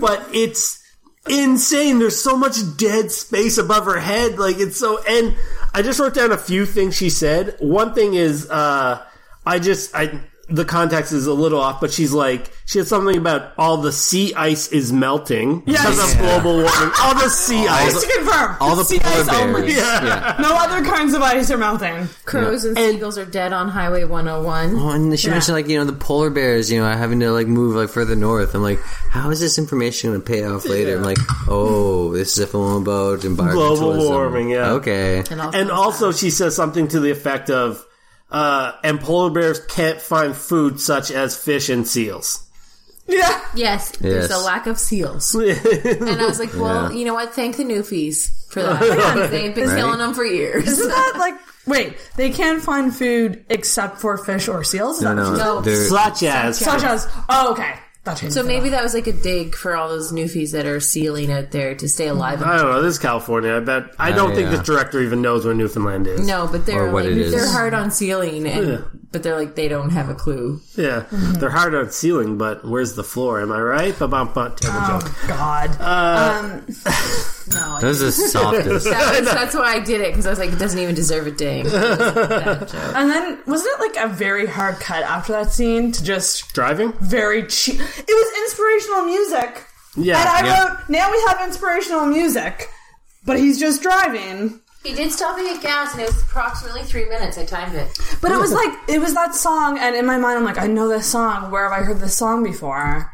S3: But it's insane. There's so much dead space above her head. Like it's so. And I just wrote down a few things she said. One thing is, uh, I just I the context is a little off, but she's like she had something about all the sea ice is melting because of global warming. All the sea
S2: Just
S3: ice.
S2: to confirm,
S3: (laughs)
S4: all the
S2: sea
S4: polar
S2: ice
S4: bears.
S2: only.
S4: Yeah.
S2: No other kinds of ice are melting.
S5: Crows and seagulls are dead on Highway 101.
S4: Oh, and she mentioned like you know the polar bears, you know, having to like move like further north. I'm like, how is this information going to pay off later? I'm like, oh, this is a film about environmentalism.
S3: warming, yeah.
S4: Okay.
S5: And,
S3: And
S5: also,
S3: also, she says something to the effect of, uh, "And polar bears can't find food such as fish and seals."
S2: Yeah,
S5: yes, there's
S4: Yes.
S5: a lack
S3: (laughs)
S5: of seals. and I was like, well,
S4: Yeah.
S5: you know what? Thank the Newfies
S3: (laughs)
S5: for that. 'cause They've been
S4: Right.
S5: killing them for years.
S2: isn't that like? Wait, they can find food except for fish or seals. Is
S4: No,
S2: that what
S4: no,
S2: she said?
S5: No.
S4: they're-
S3: Such as
S2: Such as, oh, okay, that changes.
S5: So
S2: it.
S5: maybe that was like a dig for all those newfies that are sealing out there to stay alive.
S3: I don't know. This is California. I bet. I don't think
S4: yeah.
S3: this director even knows where Newfoundland is.
S5: No, but they're
S4: Or what
S5: like,
S4: it is.
S5: they're hard on sealing, and but they're like they don't have a
S3: (laughs)
S5: clue.
S3: Yeah,
S2: Mm-hmm.
S3: they're hard on ceiling, but
S2: Oh. Um,
S3: where's the floor? Am I right? Ba-bum-bum, table joke.
S2: God.
S5: No,
S4: That was the softest.
S5: That was- that's why I did it because I was like, it doesn't even deserve
S3: (laughs)
S5: a ding. It was a bad joke.
S2: And then wasn't it like a very hard cut after that scene to just
S3: Driving?
S2: very cheap? It was inspirational music,
S3: Yeah.
S2: and I
S4: yeah.
S2: wrote, "Now we have inspirational music," but he's just driving.
S5: He did stop and get gas, and it was approximately three minutes. I timed it.
S2: But it was like it was that song, and in my mind, I'm like, I know this song. Where have I heard this song before?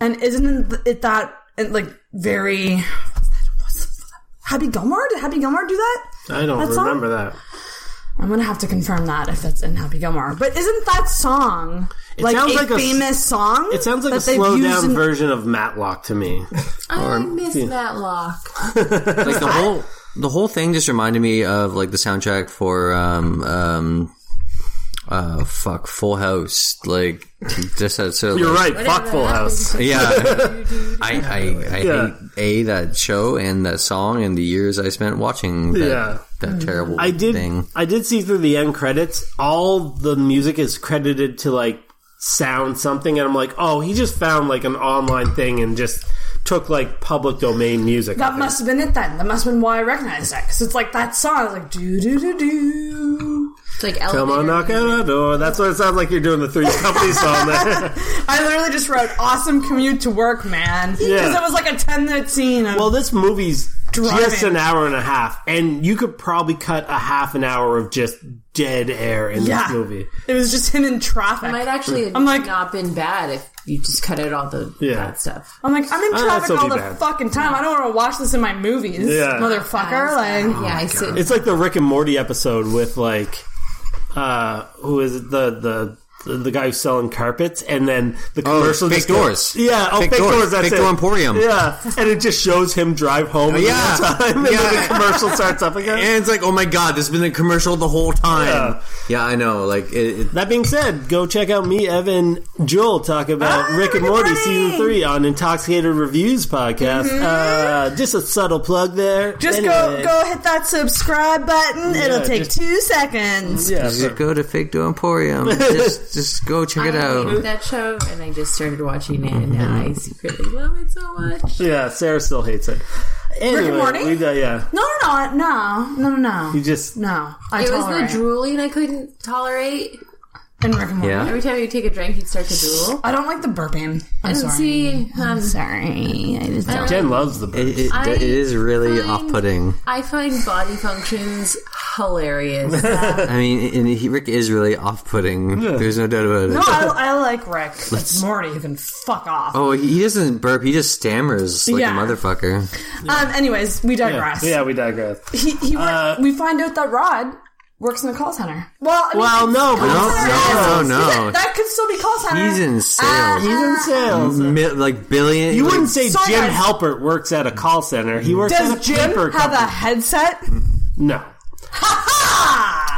S2: And isn't it that it like very? what's that- Happy Gilmore? Did Happy Gilmore do that?
S3: I don't
S2: That's all?
S3: remember that.
S2: I'm gonna have to confirm that if that's in Happy Gilmore. But isn't that song like
S3: sounds
S2: a
S3: like a s-
S2: famous song?
S3: It sounds like
S2: that
S3: a
S2: they've
S3: slowed
S2: used
S3: down
S2: in-
S3: version of Matlock
S2: (laughs)
S3: to me.
S5: I miss Matlock.
S4: like the whole the whole thing just reminded me of like the soundtrack for um um uh fuck Full House like just that sort of
S3: You're
S4: like-
S3: right. Fuck Full House.
S4: yeah
S3: (laughs)
S4: I I, I
S3: Yeah.
S4: hate a that show and that song and the years I spent watching that,
S3: Yeah.
S4: that
S5: Mm-hmm.
S4: terrible
S3: I did.
S4: thing
S3: I did see through the end credits. All the music is credited to like sound something, and I'm like, oh, he just found like an online thing and just took like public domain music. I
S2: That
S3: think.
S2: must have been it then. That must have been why I recognized that because it's like that song. It's like do do do do.
S5: It's like
S3: Come on, knock at our door. That's what it sounds like you're doing the Three (laughs) Companies song. There.
S2: I literally just wrote "awesome commute to work, man" because
S3: Yeah.
S2: it was like a ten minute scene. Of,
S3: Well, this movie's just
S2: Driving.
S3: an hour and a half, and you could probably cut a half an hour of just dead air in
S2: yeah,
S3: this movie.
S2: it was just him in traffic.
S5: might actually have
S2: I'm like-
S5: not been bad if you just cut out all the
S3: Yeah.
S5: bad stuff.
S2: I'm like, I'm in
S3: Oh, that's
S2: traffic
S3: not
S2: all
S3: too
S2: the
S3: bad.
S2: fucking time. I don't want to watch this in my movies,
S3: Yeah.
S2: motherfucker. Like,
S5: yeah,
S3: Oh,
S5: I sit.
S3: It's like the Rick and Morty episode with like, uh, who is it? The the the guy who's selling carpets, and then the
S4: Oh,
S3: commercial
S4: fake
S3: just go-
S4: doors.
S3: Yeah, oh, fake,
S4: Fake
S3: doors.
S4: doors.
S3: That's
S4: Fake
S3: it.
S4: door emporium.
S3: Yeah, and it just shows him drive home. in
S4: yeah.
S3: real time, and then
S4: Yeah.
S3: the commercial starts up again.
S4: and it's like oh my god this has been a commercial the whole time yeah, I know like it, it
S3: That being said, go check out me, Evan, Joel talk about
S2: Ah,
S3: Rick
S2: Rick
S3: and
S2: and
S3: Morty,
S2: Morty.
S3: season three on Intoxicated Reviews podcast. Uh, just a subtle plug there.
S2: Mm-hmm. just go
S3: Anyway.
S2: go hit that subscribe button. It'll take
S3: just-
S2: two seconds.
S3: Yeah,
S4: just go to Fake Do Emporium just (laughs) just go check it
S5: I hated
S4: out
S5: that show, and I just started watching it, and now I secretly love it so much.
S3: yeah. Sarah still hates it. Anyway,
S2: Morty?
S3: we got- yeah,
S2: No, no, no, no, no, no,
S3: you
S2: no.
S3: just
S2: no. I
S5: It was
S2: tolerate.
S5: the drooling I couldn't tolerate.
S2: and Rick and Morty.
S4: yeah
S5: Every time you take a drink, you'd start to drool.
S2: I don't like the burping. I'm
S5: And
S2: sorry.
S5: see, um,
S2: sorry. I just don't.
S3: Jen loves the bird.
S4: it, it,
S5: I
S4: it is really
S5: find-
S4: off-putting
S5: I find body functions
S4: (laughs)
S5: hilarious.
S4: I mean, and he, Rick is really off-putting. There's no doubt about it.
S2: No, I, I like Rick. Like Morty, you can fuck off.
S4: Oh, he doesn't burp. He just stammers like
S2: Yeah.
S4: a motherfucker.
S2: Um. Anyways, we
S3: Yeah,
S2: digress.
S3: yeah, we digress.
S2: He, he work-
S3: Uh,
S2: we find out that Rod works in a call center. Well, I mean,
S3: Well, no, but
S4: No, no, no, no.
S2: that could still be call center.
S4: He's in sales,
S3: he's in sales.
S4: Mi- like billion.
S3: You
S4: like,
S3: wouldn't say
S2: Sorry,
S3: Jim
S2: guys.
S3: Halpert works at a call center. He works at a
S2: Does Jim
S3: paper
S2: have
S3: company. Mm.
S2: a headset?
S3: no.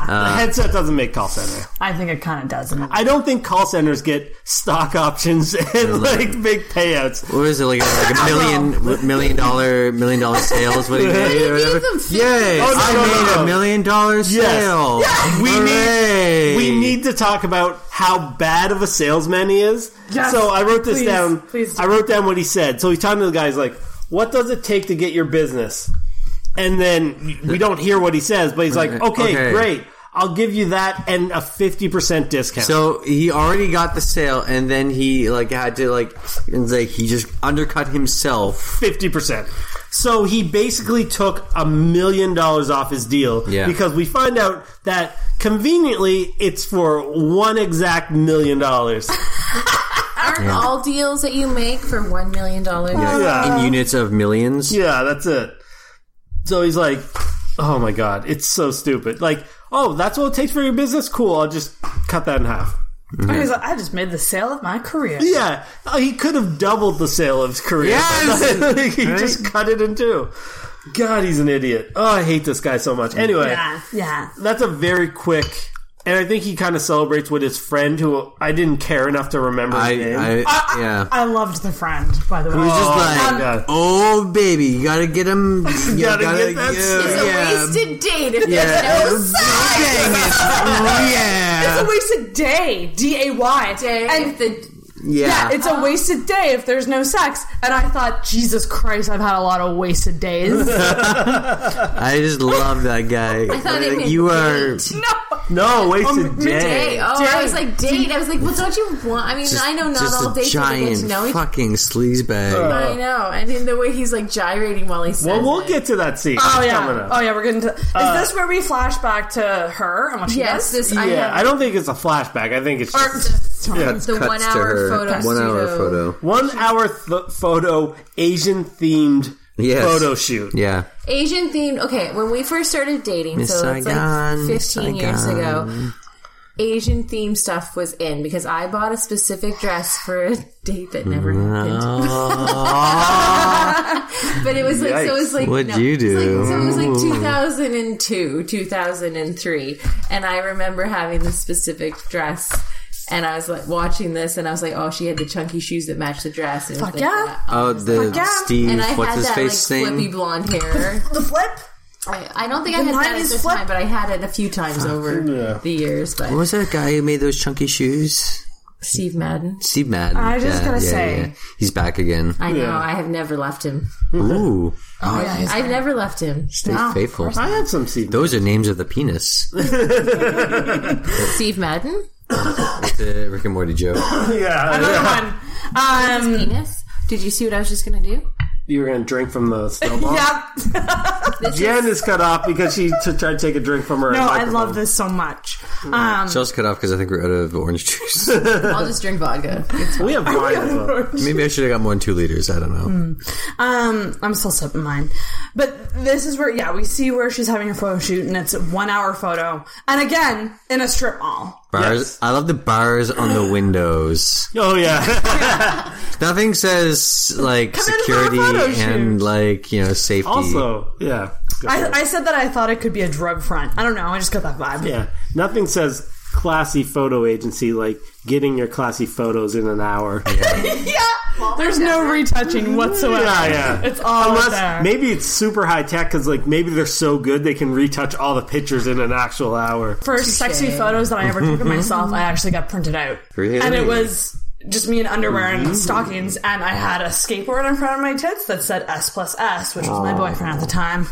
S3: the headset doesn't make call center.
S2: I think it kind of does.
S3: I don't think call centers get stock options (laughs) and like big payouts.
S4: What is it like? A, like a million, million dollar, million dollar sales? What do you
S5: They
S4: made
S5: gave
S4: or whatever?
S5: them fifty-
S4: Yes,
S3: Oh, no,
S4: I
S3: no,
S4: made
S3: no.
S4: a million dollar sale.
S3: We
S4: Hooray.
S3: need we need to talk about how bad of a salesman he is.
S2: Yes.
S3: so I wrote this
S2: Please,
S3: down.
S2: please do.
S3: I wrote down what he said. So he's talking to the guys like, "What does it take to get your business?" And then we don't hear what he says, but he's like, "Okay,
S4: Okay.
S3: great. I'll give you that and a 50% discount."
S4: So he already got the sale, and then he like had to like, it's like he just undercut himself.
S3: fifty percent. So he basically took a million dollars off his deal
S4: Yeah.
S3: because we find out that conveniently it's for one exact million dollars.
S5: Aren't all deals that you make for one million dollars?
S3: Yeah.
S4: in units of millions.
S3: (laughs) Uh, yeah, that's it. So he's like, "Oh my god, it's so stupid!" Like, "Oh, that's what it takes for your business? Cool, I'll just cut that in half."
S2: He's like, I just made the sale of my career.
S3: Yeah, oh, he could have doubled the sale of his career.
S4: Yes!
S3: (laughs) Like, he just cut it in two. God, he's an idiot. Oh, I hate this guy so much. Anyway,
S2: Yeah, yeah.
S3: that's a very quick and I think he kind of celebrates with his friend who I didn't care enough to remember his name.
S4: I, I yeah.
S2: I loved the friend, by the way.
S4: It was just
S3: Oh,
S4: like,
S3: my God.
S4: oh baby, you gotta get him. You
S3: Gotta get that
S5: It's a
S4: yeah,
S5: wasted date if
S4: yeah. Oh,
S5: there's no
S4: Dang Oh, it.
S2: It's a
S4: yeah.
S2: wasted day. D A Y.
S5: day.
S2: And
S5: if the
S4: Yeah.
S2: it's a wasted day if there's no sex. And I thought, Jesus Christ, I've had a lot of wasted
S3: (laughs)
S2: days. no,
S4: I just love that guy.
S5: I thought it
S4: Like,
S5: meant
S4: you are.
S5: date.
S2: Oh,
S3: No, wasted
S2: Um,
S5: Day.
S3: day.
S5: Oh,
S2: Day.
S5: I was like date. I was like, well, don't you want? I mean,
S4: Just,
S5: I know not
S4: just
S5: all
S4: a
S5: dates are
S4: giant
S5: get to know each other.
S4: fucking sleazebag.
S5: I know, and in the way he's like gyrating while he says.
S3: Well, we'll
S5: it.
S3: get to that scene.
S2: Oh
S3: coming
S2: yeah.
S3: up.
S2: Oh yeah, we're getting to Is this where we flash back to her and what she
S5: Yes,
S2: does?
S5: this I
S3: Uh, yeah, I
S5: have
S3: don't think it's a flashback. I think it's
S2: Or-
S3: just
S5: the
S4: Cuts
S5: one
S4: to her.
S5: hour photo.
S4: One hour
S5: studio.
S4: photo.
S3: one hour th- photo, Asian themed
S4: Yes.
S3: photo shoot.
S4: Yeah.
S5: Asian themed. Okay, when we first started dating,
S4: Miss
S5: so it's
S4: Saigon,
S5: like
S4: Miss
S5: 15 years ago, Asian themed stuff was in because I bought a specific dress for a date that never happened. (laughs) but it was like, so it was like,
S4: What'd
S5: it
S4: you
S5: was
S4: do?
S5: like- so it was like 2002, 2003. And I remember having this specific dress. And I was like watching this, and I was like, "Oh, she had the chunky shoes that matched the dress." And it was
S2: Fuck
S5: like,
S2: yeah.
S5: that. (laughs)
S4: Oh, the
S2: yeah.
S4: Steve,
S5: And I
S4: what's
S5: had
S4: his
S5: that like
S4: face
S5: flippy
S4: thing?
S5: blonde hair.
S2: the flip?
S5: I, I don't think I
S2: The
S5: had that at
S2: 90s
S5: the
S2: flip-
S5: time, but I had it a few times over the years. But
S4: What was that guy who made those chunky shoes?
S5: Steve Madden,
S4: Steve Madden.
S2: I just gotta say.
S4: He's back again.
S5: I know I have never left him.
S4: Ooh. Oh,
S5: I've never left him.
S4: Stay faithful.
S3: I had some scene.
S4: Those are names of the penis.
S5: Steve Madden,
S4: the Rick and
S2: (laughs)
S4: Morty joke.
S3: yeah,
S2: Another
S3: (laughs)
S2: one. Um
S5: penis. Did you see what I was just gonna do?
S3: you were gonna drink from
S2: (laughs)
S3: the snowball.
S2: Yeah.
S3: Jen is cut off because she t- tried to take a drink from her.
S2: No, I
S3: microphone.
S2: love this so much. Um
S4: Shell's cut off because I think we're out of orange juice. (laughs)
S5: I'll just drink vodka. It's
S3: We
S2: (laughs)
S3: have wine as well.
S4: Maybe I should have got more than two liters. I don't know.
S2: Hmm. Um, I'm still sipping mine. But this is where, yeah, we see where she's having her photo shoot, and it's a one hour photo. And again, in a strip mall.
S4: Bars.
S3: Yes.
S4: I love the bars on the windows.
S3: Oh yeah, (laughs)
S4: Nothing says
S2: in
S4: like
S2: for a
S4: security
S2: photo
S4: and
S2: shoot.
S4: like you know safety.
S3: also yeah, Go for it.
S2: I, I said that I thought it could be a drug front. I don't know. I just got that vibe. (laughs)
S3: yeah. Nothing says classy photo agency like getting your classy photos in an hour.
S2: There's no retouching whatsoever.
S3: Yeah, yeah.
S2: It's all
S3: Unless
S2: there.
S3: maybe it's super high tech because like maybe they're so good they can retouch all the pictures in an actual hour.
S2: First sexy photos that I ever took of myself, I actually got printed out.
S4: Really?
S2: And it was just me in underwear and stockings, and I had a skateboard in front of my tits that said S plus S, which was my boyfriend at the time.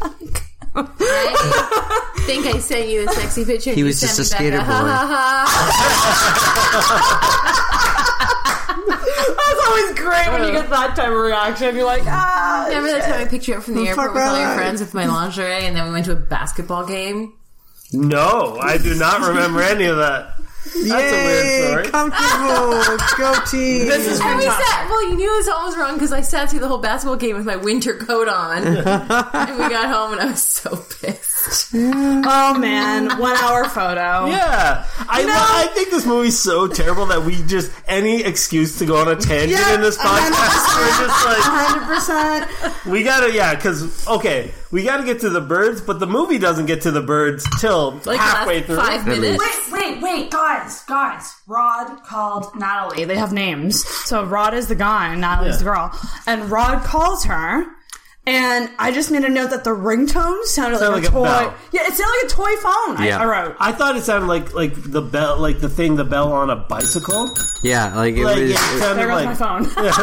S2: (laughs)
S5: I (laughs) think I sent you the sexy picture. and
S4: He
S5: you
S4: was
S5: sent
S4: just a
S5: me
S4: skater
S5: back ha, ha, ha.
S4: boy.
S2: That's always great when you get that type of reaction. You're like, ah.
S5: (laughs) Remember that time I picked you up from the airport
S4: fuck
S5: with all
S4: my
S5: your
S4: life.
S5: friends with my lingerie, and then we went to a basketball game.
S3: No, I do not remember any of that. That's a weird story.
S4: Comfortable. Go
S2: (laughs)
S4: team.
S2: This is
S5: And we
S2: fantastic.
S5: sat. Well, you knew it was almost wrong because I sat through the whole basketball game with my winter coat
S4: (laughs)
S5: on, and we got home and I was so pissed.
S2: Oh man, one hour photo.
S3: Yeah, I lo- I think this movie's so terrible that we just any excuse to go on a tangent in this podcast. We're just like
S4: Hundred percent.
S3: We gotta, yeah, because okay, we gotta get to the birds, but the movie doesn't get to the birds till
S5: Like
S3: halfway
S5: last
S3: through.
S5: five minutes.
S2: Wait, wait, guys, guys. Rod called Natalie. They have names. So Rod is the guy and Natalie's
S3: Yeah.
S2: the girl. And Rod calls her. And I just made a note that the ringtone sounded like,
S3: Sounded
S2: a
S3: like a
S2: toy.
S3: bell.
S2: yeah, it sounded like a toy phone. I-
S4: Yeah.
S2: I, wrote.
S3: I thought it sounded like like the bell, like the thing, the bell on a bicycle.
S4: Yeah, like it
S3: Like
S4: was.
S3: yeah, it
S2: There
S4: It,
S3: sounded
S2: goes
S3: like
S2: my phone. (laughs)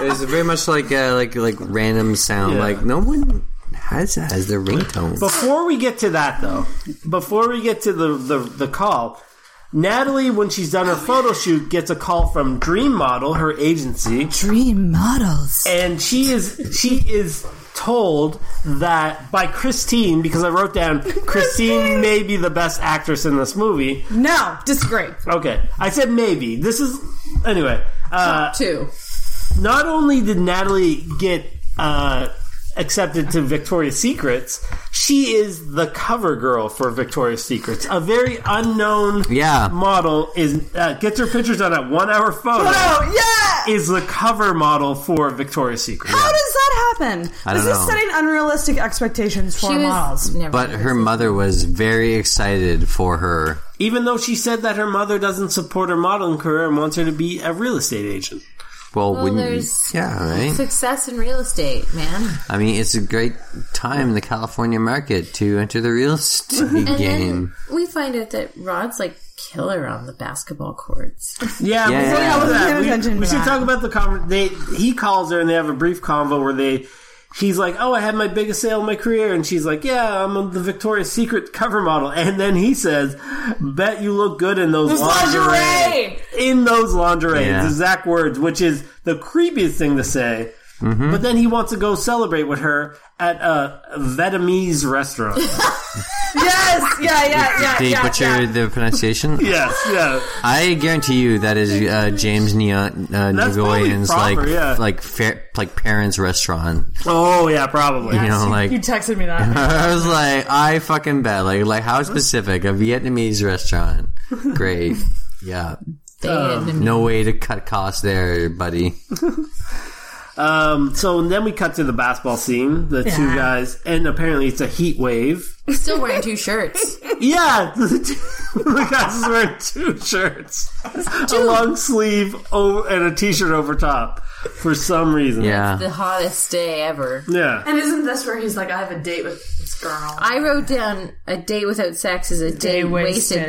S4: it was very much like uh, like like random sound.
S3: Yeah.
S4: Like no one has that as their ringtone.
S3: Before we get to that, though, before we get to the the, the call, Natalie, when she's done her photo shoot, gets a call from Dream Model, her agency,
S6: Dream models.
S3: and she is she is told that by Christine because I
S6: (laughs)
S3: wrote down Christine may be the best actress in this movie.
S2: no, disagree.
S3: Okay, I said maybe. This is anyway. Uh,
S5: Two.
S3: not only did Natalie get uh, accepted to Victoria's Secrets, she is the cover girl for Victoria's Secrets. A very unknown
S4: Yeah.
S3: model is uh, gets her pictures on that one hour photo.
S2: Oh yeah.
S3: Is the cover model for Victoria's Secret?
S2: How does that happen?
S4: I
S2: this
S4: don't
S2: is
S4: know.
S2: setting unrealistic expectations for
S5: She (laughs)
S2: models.
S5: was never.
S4: But her mother was very excited for her.
S3: Even though she said that her mother doesn't support her modeling career and wants her to be a real estate agent.
S4: Well,
S5: Well,
S4: wouldn't you?
S5: there's
S4: Yeah, right.
S5: success in real estate, man.
S4: I mean, it's a great time in the California market to enter the
S2: (laughs)
S4: real estate
S5: And
S4: game.
S5: then we find out that Rod's like killer on the basketball courts.
S3: Yeah,
S4: Yeah,
S3: before we
S4: yeah,
S3: go
S4: yeah.
S3: to that,
S2: Pay
S3: we-
S2: attention
S3: we,
S2: to
S3: should
S2: that.
S3: talk about the conver- they he calls her and they have a brief convo where they he's like, "Oh, I had my biggest sale of my career." And she's like, "Yeah, I'm the Victoria's Secret cover model." And then he says, "Bet you look good in those
S2: Those
S3: lingerie."
S2: lingerie!
S3: In those lingerie.
S4: Yeah.
S3: His exact words, which is the creepiest thing to say.
S4: Mm-hmm.
S3: But then he wants to go celebrate with her at a Vietnamese
S4: (laughs)
S3: restaurant.
S2: Yes, yeah, yeah, yeah,
S4: Did you
S2: yeah,
S4: butcher
S2: yeah.
S4: the pronunciation?
S3: yes, yeah.
S4: I guarantee you that is uh, James Neon uh,
S3: That's probably
S4: Nguyen's
S3: proper,
S4: like
S3: yeah.
S4: like fa- like parents' restaurant.
S3: Oh, yeah, probably.
S4: You know, like
S2: You texted
S4: (laughs)
S2: me that.
S4: I was like, I fucking bet. Like, like how specific? A Vietnamese restaurant.
S2: (laughs)
S4: Great. Yeah.
S5: They
S4: No way to cut costs there, buddy.
S3: Um, so then we cut to the basketball scene, the two
S2: Yeah.
S3: guys, and apparently it's a heat wave.
S5: (laughs) still wearing two shirts.
S3: Yeah, (laughs) the, two, the guys is wearing two shirts, a long sleeve over, and a t-shirt over top for some reason.
S5: the
S4: Yeah.
S5: hottest day ever.
S3: yeah.
S2: And isn't this where he's like, I have a date with this girl?
S5: I wrote down a day without sex is a day, wasted,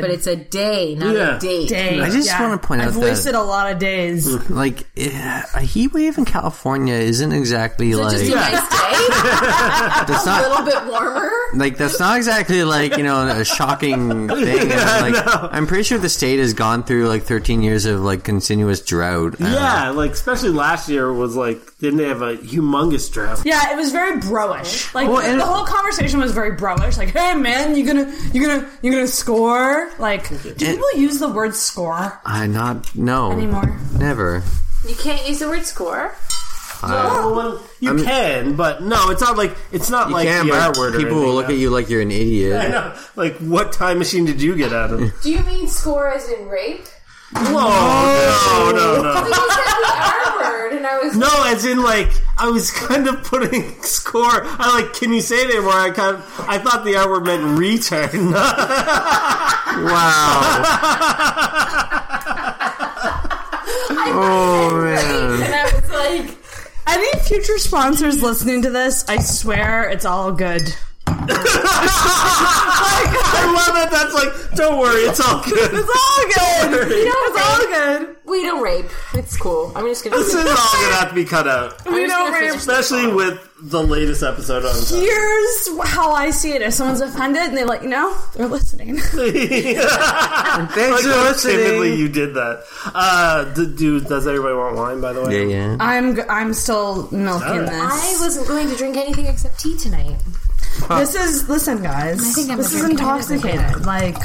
S2: wasted.
S5: but it's a day, not
S3: Yeah.
S5: a date.
S2: Day.
S4: I just
S2: yeah.
S4: wanna point out
S2: I've
S4: that-
S2: wasted a lot of days.
S4: Like eh, a heat wave in California isn't exactly like
S5: Just a nice day,
S4: (laughs) that's
S5: a
S4: not
S5: little bit warmer.
S4: like that's not exactly like you know
S3: (laughs)
S4: a shocking thing. I mean, like, I'm pretty sure the state has gone through like 13 years of like continuous drought. Uh, I don't know.
S3: Yeah, like especially last year was like didn't they have a humongous drought?
S2: Yeah, it was very broish. Like
S4: Well, and-
S2: the whole conversation was very broish. Like, hey man, you gonna you gonna you gonna score? Like, do people use the word score
S4: I not no
S2: anymore?
S4: never. Uh,
S5: You can't use the word score.
S3: Oh, well, you can, but no, it's not like it's not like
S4: Damn,
S3: the R
S4: but
S3: word. or
S4: people will look at
S3: anything,
S4: you like you're an idiot.
S3: no. I know. Like, what time machine did you get out of?
S4: (laughs)
S5: Do you mean score as in rape?
S4: Oh,
S3: Whoa, no, no, no.
S5: You said the R word, and I was
S3: No, as in like I was (laughs) kind of putting (laughs) score. I like, can you say it anymore? I kind of, I thought the R word meant return. (laughs)
S4: Wow. oh
S3: (laughs)
S4: man.
S5: and I was like,
S2: Any future sponsors listening to this, I swear it's all good.
S3: I love it. That's like, don't worry, it's all good.
S2: It's all good. Yeah, it's all good.
S5: we don't rape. It's cool. I'm just
S3: (laughs)
S5: gonna.
S3: This is all gonna have to be cut out,
S5: I'm
S2: We
S5: just
S2: don't
S5: gonna
S2: rape.
S5: finish this.
S3: especially with the latest episode
S4: (laughs)
S3: on.
S2: Here's how I see it. If someone's offended and they let you know, they're listening.
S4: Thanks for
S3: Like, timidly
S4: listening.
S3: you did that. Uh, d- dude, does everybody want wine? By the way,
S4: Yeah, yeah.
S2: I'm g- I'm still milking
S3: Alright.
S5: I
S2: this.
S5: wasn't going to drink anything except tea tonight.
S2: This is listen, guys. I
S5: think I'm
S2: this is
S5: drinking it every day.
S2: intoxicated. Like.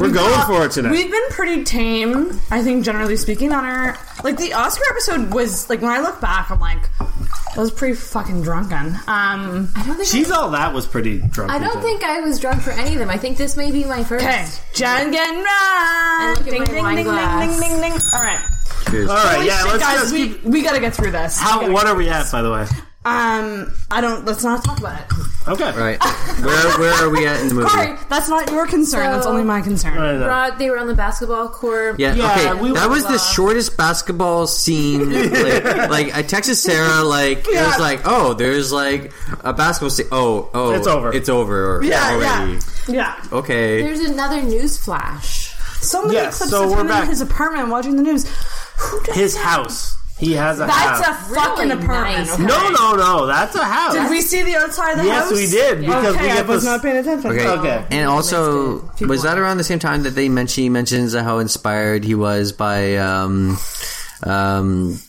S3: we're going for it tonight.
S2: We've been pretty tame, I think, generally speaking, on our like the Oscar episode was like when I look back, I'm like, I was pretty fucking drunken. Um,
S5: I don't think.
S3: She's all that was pretty drunk.
S5: I, I don't
S3: today.
S5: think I was drunk for any of them. I think this may be my first.
S2: okay, Jen getting run.
S5: look at
S2: Ding,
S5: my
S2: ding,
S5: wine
S2: ding, ding,
S5: glass.
S2: ding, ding, ding. All right,
S3: All right,
S2: Holy
S3: yeah,
S2: shit,
S3: let's
S2: guys,
S3: just
S2: we,
S3: keep.
S2: we gotta get through this.
S3: How? What are we at, by the way?
S2: Um, I don't. Let's not talk about it.
S3: Okay.
S4: All right. Where where are we at in the movie?
S2: Sorry, that's not your concern.
S5: So-
S2: that's only my concern.
S3: I know.
S5: Rod, they were on the basketball court.
S4: Yeah,
S3: Yeah,
S4: okay.
S3: we
S4: that
S3: were
S4: was the shortest basketball scene. like, like, I texted Sarah, like, it was like, oh, there's like a basketball scene. Oh, oh.
S3: It's over.
S4: It's over.
S2: Yeah,
S4: already.
S2: Yeah.
S4: Okay.
S5: There's another news flash.
S2: So many
S3: Yes,
S2: clips
S3: so
S2: of
S3: we're
S2: him
S3: back.
S2: in his apartment watching the news. Who does
S3: His
S2: that?
S3: house. He has a house.
S2: That's a fucking
S5: Really
S2: apartment.
S5: nice
S2: okay?
S3: No, no, no. That's a house.
S2: Did we see the outside of the
S3: yes,
S2: house?
S3: we did because
S2: okay,
S3: we
S2: I
S3: get
S2: was
S3: this.
S2: not paying attention.
S4: Okay.
S3: Okay.
S4: And also, was that around the same time that they mentioned he mentions how inspired he was by um, um,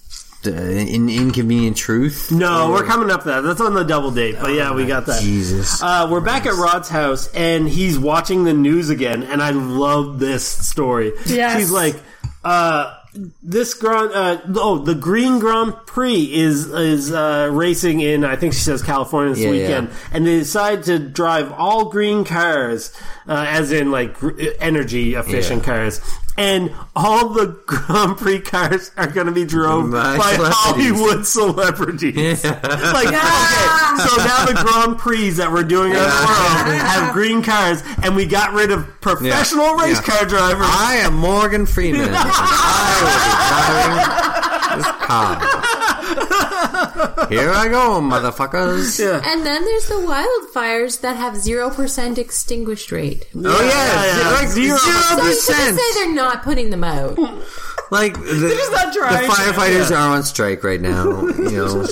S4: the in, inconvenient truth?
S3: No, we're coming up to that. That's on the double date. But yeah, we got that.
S4: Oh, Jesus.
S3: Uh, we're back at Rod's house, and he's watching the news again, and I love this story.
S2: Yes.
S3: She's like, uh, this Grand, uh, oh, the Green Grand Prix is is uh, racing in, I think she says California this
S4: Yeah, yeah.
S3: weekend, and they decide to drive all green cars, uh, as in like gr- energy efficient
S4: Yeah.
S3: cars. And all the (laughs) Grand Prix cars are going to be
S4: (laughs)
S3: drove
S4: By
S3: by,
S4: celebrities.
S3: Hollywood celebrities. Like, ah, okay, so now the Grand Prix that we're doing around the world have green cars, and we got rid of professional
S4: Yeah. Ah,
S3: race car drivers. (laughs)
S4: I am Morgan Freeman. I will be driving Here I go, motherfuckers.
S5: And then there's the wildfires that have 0% extinguished rate.
S4: Oh yeah,
S3: yeah,
S4: like
S3: zero
S4: zero
S5: So you
S4: percent.
S5: can say they're not putting them out.
S4: Like the,
S2: not trying.
S4: the firefighters are on strike right now. You know,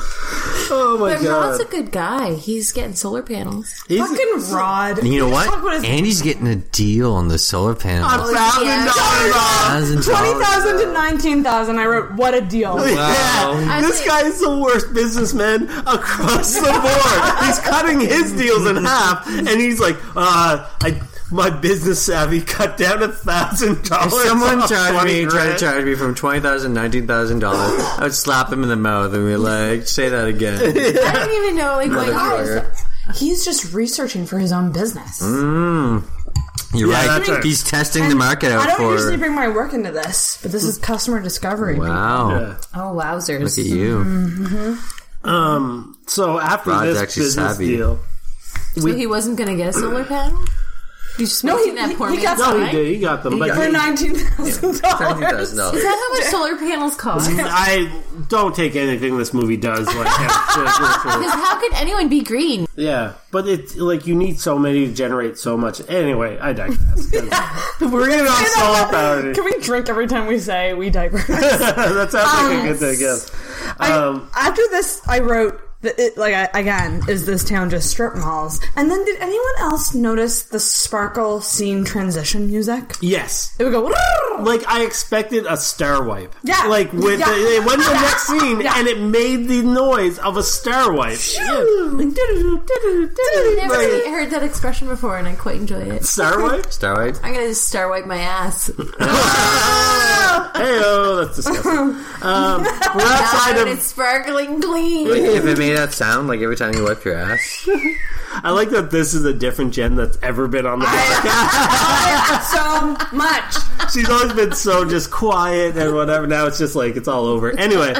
S3: Oh my
S5: But Rod's
S3: god.
S5: a good guy. He's getting solar panels.
S3: He's-
S2: Fucking Rod.
S4: you know
S2: Fuck what
S4: what?
S2: is-
S4: Andy's getting a deal on the solar panels.
S3: A thousand
S5: yeah.
S3: dollars off.
S4: Thousand
S2: Twenty
S4: dollars.
S2: thousand to nineteen thousand. I wrote, what a deal.
S3: Oh, Yeah.
S5: I
S3: This
S5: think-
S3: guy is the worst businessman across the board. he's cutting his deals in half, and he's like, uh, I, my business savvy cut down a thousand
S4: If
S3: dollars.
S4: someone
S3: (laughs) off
S4: charged
S3: 20
S4: me, tried to
S3: grand.
S4: charge me from twenty thousand, nineteen thousand dollars, I would slap him in the mouth and be like, "Say that again."
S5: I don't even know like what
S4: Motherfucker.
S2: He's just researching for his own business.
S3: Mm,
S4: Hmm. You're
S3: Yeah,
S4: right.
S3: that's right.
S4: He's testing the market out
S2: I don't
S4: for.
S2: usually bring my work into this, but this is customer discovery.
S4: wow.
S3: Yeah.
S5: Oh,
S4: Look at
S5: wowzers.
S4: you.
S3: Um. So after
S4: Rod's
S3: this
S4: actually
S3: business
S4: savvy.
S3: deal,
S5: So he wasn't going to get a solar panel? He's just
S2: No,
S5: no,
S2: he-
S5: that poor
S2: he- he
S5: man's
S2: got-
S3: no,
S5: time?
S3: he did. He got them. But
S2: For nineteen thousand dollars.
S4: $19,000.
S5: Is that how much solar panels cost? Because
S3: I don't take anything this movie does. Like, yeah,
S5: how could anyone be green?
S3: (laughs) yeah, but it's like you need so many to generate so much. Anyway,
S2: (laughs)
S3: I digress. We're getting off solar power.
S2: Can we drink every time we say we digress?
S3: (laughs) that sounds like a good thing. Yes.
S2: I-
S3: Um,
S2: after this, I wrote. that It, like I, again, is this town just strip malls? And then, did anyone else notice the sparkle scene transition music?
S3: Yes.
S2: It would go.
S3: Like I expected a star wipe.
S2: Yeah.
S3: Like with
S2: Yeah.
S3: it went to the
S2: Yeah.
S3: next scene
S2: Yeah.
S3: and it made the noise of a star wipe.
S5: I've never really heard that expression before, and I quite enjoy it.
S3: Star wipe?
S4: Starlight.
S5: I'm gonna just star wipe
S3: (laughs)
S5: my ass.
S3: Hey oh, that's disgusting.
S2: (laughs)
S3: Um, we're outside
S5: Out
S3: of
S5: and it's sparkling clean.
S4: If it made that sound like every time you wipe your ass,
S3: I like that this is a different Jen that's ever been on the podcast.
S2: so much.
S3: (laughs) She's always been so just quiet and whatever. Now it's just like it's all over. Anyway,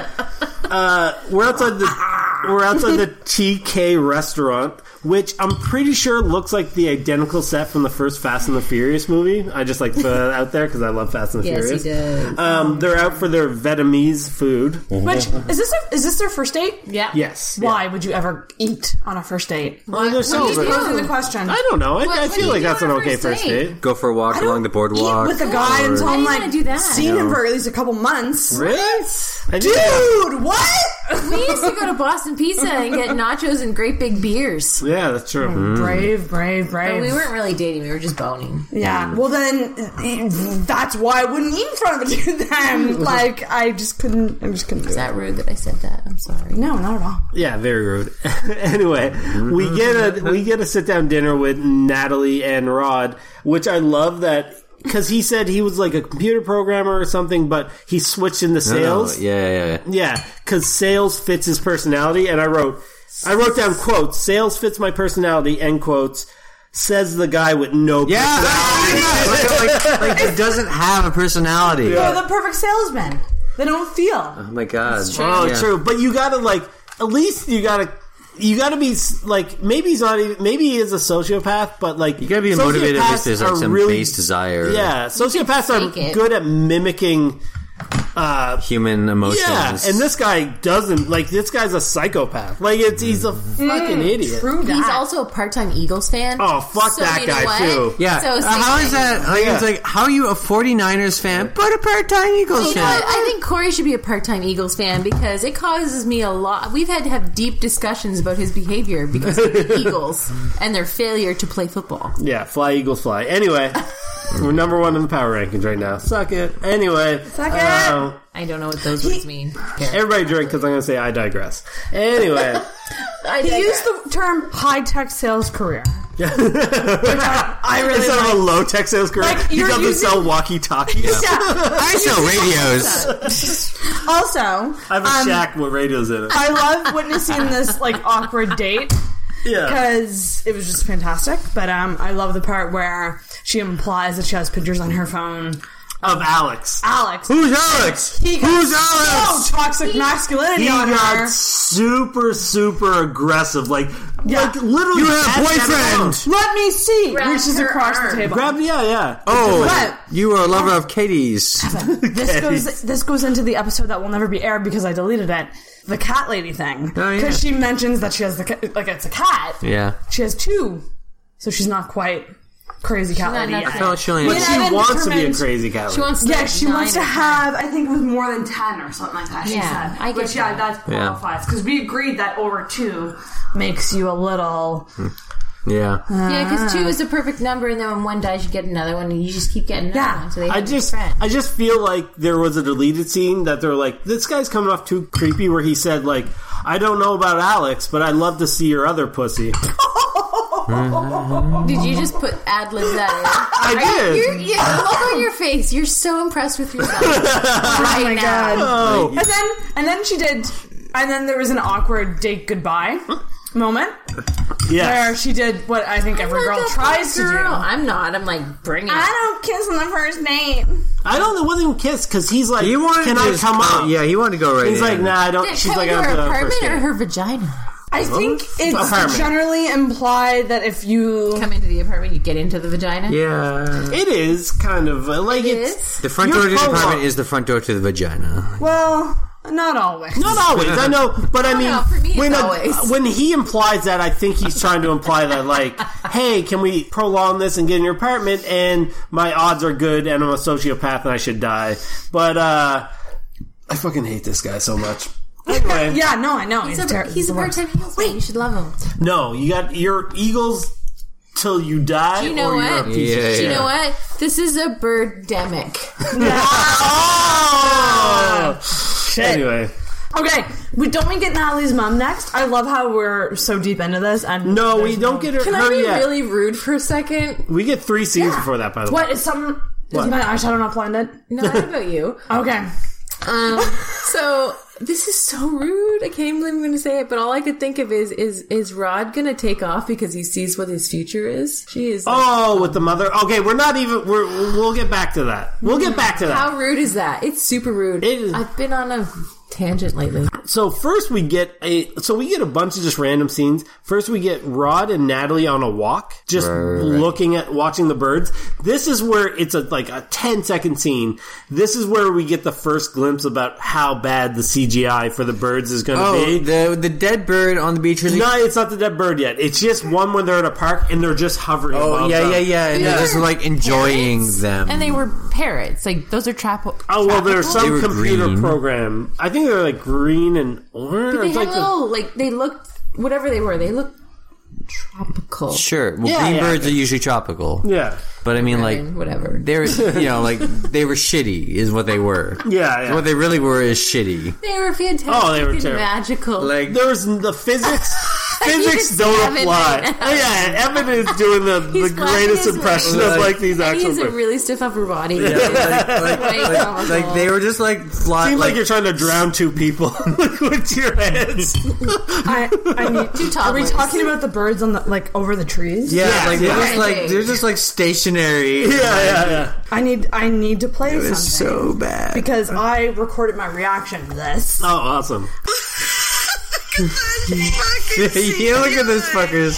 S3: uh, we're outside the we're
S2: (laughs)
S3: outside the TK restaurant, which I'm pretty sure looks like the identical set from the first Fast and the Furious movie. I just like to throw that out there because I love Fast and
S2: (laughs)
S3: the
S5: Yes, he
S3: Furious.
S5: does.
S3: Um, they're out for their Vietnamese food.
S2: Which is this? A, is this their first date?
S5: Yeah.
S3: Yes.
S2: Why would you ever eat on a first date?
S3: Well, they're
S5: do
S3: celebrating.
S5: you do?
S2: Posing the question.
S3: I don't know. I,
S5: What-
S3: I
S5: what do
S3: feel
S5: you
S3: like
S5: do
S3: that's an
S5: on a
S3: okay
S5: first
S3: first
S5: date?
S3: date.
S4: go for a walk
S2: don't
S4: along the boardwalk.
S2: eat with a guy
S4: or-
S2: until
S5: Why do
S2: I'm
S5: you wanna
S2: like
S5: do that?
S2: seen him for at least a couple months.
S3: Really? I just-
S2: Dude, what?
S5: We used to go to Boston Pizza and get nachos and great big beers.
S3: Yeah, that's true.
S2: Hmm. brave, brave, brave.
S5: But we weren't really dating, we were just boning.
S2: yeah. Well, then that's why I wouldn't eat in front of the two of
S5: (laughs)
S2: them. Like I just couldn't. I just couldn't do
S5: Is
S2: that.
S5: that rude that I said that? I'm sorry.
S2: No, not at all.
S3: Yeah, very rude. (laughs) anyway, we get a we get a sit down dinner with Natalie and Rod, which I love that because he said he was like a computer programmer or something, but he switched into
S4: No, no,
S3: sales.
S4: Oh, yeah, yeah, yeah.
S3: Yeah, because sales fits his personality, and I wrote I wrote down quotes: "Sales fits my personality." End quotes. Says the guy with no
S4: Yeah, like, like, like he doesn't have a personality.
S2: They're the perfect salesman. They don't feel.
S5: Uh-huh.
S4: Oh my god!
S3: Oh,
S4: Yeah.
S3: true. But you gotta like at least you gotta you gotta be s- like maybe he's not even maybe he is a sociopath, but like
S4: You gotta be motivated if there's like some base desire,
S3: Yeah, sociopaths
S5: fake
S3: are
S5: it.
S3: good at mimicking. Uh,
S4: human emotions.
S3: yeah, and this guy doesn't like this guy's a psychopath. Like it's he's a
S4: Mm-hmm.
S3: fucking idiot.
S5: He's also a part time Eagles fan.
S3: Oh, fuck
S5: So
S3: that
S5: you know
S3: guy,
S5: what?
S3: too.
S4: Yeah.
S5: So
S4: Uh,
S5: same
S4: how
S5: thing.
S4: is that? Like, it's like, how are you a 49ers fan, but a part-time Eagles
S5: You know what?
S4: fan?
S5: I think Corey should be a part-time Eagles fan because it causes me a lot. We've had to have deep discussions about his behavior because of the Eagles and their failure to play football.
S3: Yeah, fly eagles fly.
S4: (laughs)
S3: Anyway, we're number one in the power rankings right now. Suck it. Anyway,
S2: Suck it.
S3: um,
S5: I don't know what those words mean.
S3: everybody drink because I'm gonna say I digress. Anyway.
S2: He used the term high tech sales career. (laughs) I really
S3: Instead
S2: like.
S3: of a low tech sales career,
S2: Like,
S3: you
S2: you're
S3: got to
S2: using-
S3: sell walkie talkies.
S4: I sell
S2: (laughs)
S4: radios.
S2: Also,
S3: I have a
S2: um,
S3: shack with radios in it.
S2: I love witnessing this like awkward date
S3: Yeah.
S2: because it was just fantastic. But um, I love the part where she implies that she has pictures on her phone
S3: of Alex.
S2: Alex.
S4: Who's Alex?
S2: He got
S4: Who's
S2: so
S4: Alex?
S2: toxic masculinity
S3: He
S2: on
S3: got
S2: her.
S3: super, super aggressive. Like,
S2: Yeah.
S3: like literally,
S4: You have
S3: that's that
S4: boyfriend.
S3: alone.
S2: Let me see.
S5: Grab
S2: Reaches
S5: her
S2: across
S5: arm.
S2: the table.
S3: Grab, yeah, yeah.
S4: Oh,
S2: What?
S4: you are a lover of Katie's.
S2: this goes this goes into the episode that will never be aired because I deleted it. The cat lady thing.
S4: Oh, yeah.
S2: Because she mentions that she has the ca- like it's a cat.
S4: Yeah.
S2: She has two, so she's not quite crazy cat
S5: not
S2: lady.
S5: nuts.
S2: yet.
S4: I felt she only
S3: But
S4: had-
S2: Yeah,
S3: she
S2: then
S3: wants to be a
S2: determined-
S3: crazy cat.
S5: She
S3: lady.
S5: wants.
S2: Yeah,
S5: like
S2: she
S5: nine
S2: wants to
S5: or ten.
S2: have, I think, with more than ten or something like that. She
S5: Yeah,
S2: said,
S5: I get
S2: which yeah, that
S4: Yeah.
S2: qualifies because we agreed that over two makes you a little.
S4: Yeah.
S5: Yeah, because two is the perfect number, and then when one dies, you get another one, and you just keep getting another
S2: Yeah.
S5: one. So they
S3: I
S5: have
S3: just,
S5: friend.
S3: I just feel like there was a deleted scene that they're like, this guy's coming off too creepy. Where he said like, I don't know about Alex, but I'd love to see your other pussy.
S5: Did you just put ad lib (laughs) that?
S3: I
S5: In?
S3: did.
S5: You're, yeah, look on your face. You're so impressed with yourself right
S2: my
S5: now.
S2: God.
S3: oh,
S2: And then, and then she did, and then there was an awkward date goodbye moment where
S3: yes.
S2: she did what I think every girl
S5: Not that
S2: tries
S5: girl.
S2: to do.
S5: I'm not. I'm like, bring it.
S2: don't kiss on the first name.
S3: I don't know. Wasn't even kiss because he's like,
S4: He wanted
S3: can
S4: to
S3: I
S4: just-
S3: come up?
S4: Yeah, he wanted to go right
S3: He's
S4: in.
S3: like, nah, I don't.
S5: Did it
S3: she's
S5: come
S3: like,
S5: into
S3: I'm
S5: her
S3: gonna
S5: apartment
S3: first
S5: or
S3: date.
S5: her vagina?
S2: I think it's
S3: Affirmative.
S2: generally implied that if you
S5: Come into the apartment, you get into the vagina.
S4: Yeah.
S3: It is kind of uh, like
S5: It
S3: it's
S5: is.
S4: The front
S3: Your
S4: door to the
S3: prologue.
S4: apartment is the front door to the vagina.
S2: well, not always.
S4: (laughs)
S3: Not always, I know, but I mean,
S5: no, for me it's
S3: when a-
S5: always.
S3: when he implies that, I think he's trying to imply that,
S5: (laughs)
S3: like, hey, can we prolong this and get in your apartment? And my odds are good, and I'm a sociopath, and I should die. But uh, I fucking hate this guy so
S5: (laughs)
S3: much. Anyway,
S2: Yeah, no, I know. He's,
S5: He's a,
S2: ter-
S5: he's a part-time Eagles fan. You should love him.
S3: no, you got your Eagles till you die.
S5: Do you know
S3: or you're a
S5: what?
S3: piece of
S4: Yeah,
S5: Do you
S4: yeah.
S5: know what? This is a
S3: (laughs)
S5: birdemic.
S3: Oh! Anyway,
S2: Okay, we don't we get Natalie's mom next? I love how we're so deep into this and
S3: no, we don't get her,
S5: Can I
S3: her
S5: be
S3: yet.
S5: really rude for a second?
S3: we get three scenes before that, by the way.
S2: What is something? Is
S3: What?
S2: my eyeshadow not blinded?
S3: (laughs)
S5: No, not about you.
S2: Okay,
S5: Um, so this is so rude. I can't believe I'm going to say it, but all I could think of is is is Rod going to take off because he sees what his future is? She is.
S3: Oh, with the mother. Okay, we're not even. We're, we'll get back to that. We'll get back to that.
S5: Mm. How rude is that? It's super rude.
S3: It is-
S5: I've been on a tangent lately.
S3: So first we get a so we get a bunch of just random scenes. First we get Rod and Natalie on a walk, just looking at watching the birds. This is where it's a like a 10 second scene. This is where we get the first glimpse about how bad the CGI for the birds is going to
S4: Oh,
S3: be.
S4: the the dead bird on the beach was.
S3: no, it's not the dead bird yet. It's just one when they're in a park and they're just hovering.
S4: oh
S3: above
S4: yeah,
S3: them.
S4: yeah, yeah. And they're
S5: Yeah.
S4: just like enjoying
S5: Parrots?
S4: them.
S7: And they were parrots. Like those are trap.
S3: Um, Oh well, there's
S4: They
S3: some
S4: were
S3: computer
S4: green.
S3: program. I think they're like green and orange.
S5: They
S3: It's
S5: had
S3: like the-
S5: little like they looked whatever they were. They looked tropical.
S4: sure. Well,
S3: Yeah,
S4: green
S3: yeah.
S4: birds are usually tropical,
S3: yeah,
S4: but I mean,
S5: I
S4: like
S5: mean, whatever.
S4: they were, you know, like they were shitty, is what they were.
S3: yeah, yeah.
S4: What they really were is shitty.
S5: They were fantastic.
S3: Oh, they were
S5: and
S3: terrible.
S5: magical.
S4: Like
S3: There's the
S5: (laughs)
S3: physics. physics
S5: just
S3: don't
S5: Evan
S3: apply. Oh,
S5: right now.
S3: yeah, Evan is doing the,
S5: He's
S3: the
S5: clapping
S3: greatest
S5: his
S3: impression
S4: legs.
S3: of like these
S5: And
S3: actual.
S5: he's a
S3: things.
S5: really stiff upper body.
S4: like, like,
S5: Way
S4: like,
S5: comical.
S4: like, they were just like fly,
S3: Seems like, you're trying to drown two people (laughs) with your
S4: (laughs)
S3: heads.
S2: I,
S3: (laughs)
S2: I need Are
S5: Two
S2: we
S5: toddlers.
S2: talking about the birds on the like over the trees?
S4: yeah, like they're
S3: yeah.
S4: just like they're just like
S3: (laughs)
S4: stationary. (laughs)
S3: Yeah, yeah, yeah.
S2: I need I need to play something
S4: It's so bad.
S2: because I recorded my reaction to this.
S3: Oh, awesome.
S4: yeah, look at those fuckers.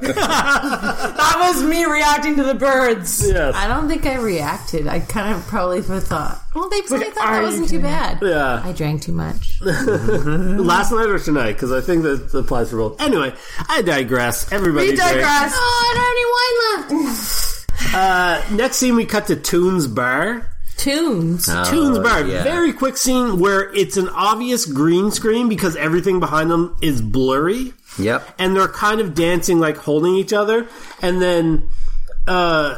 S2: That was me reacting to the birds.
S3: Yes.
S5: I don't think I reacted. I kind of probably thought, well, they probably
S2: Like,
S5: thought
S2: are
S5: that
S2: you
S5: wasn't too bad.
S3: Yeah.
S5: I drank too
S4: (laughs)
S5: much.
S3: Last night or tonight? Because I think that applies for both. Anyway, I digress. Everybody
S2: We digress.
S5: Oh, I don't have any wine left.
S3: Uh, next scene, we cut to Toons Bar.
S5: Tunes.
S3: Toons Bar.
S4: Oh, yeah.
S3: Very quick scene where it's an obvious green screen because everything behind them is blurry.
S4: Yep.
S3: and they're kind of dancing, like holding each other, and then uh,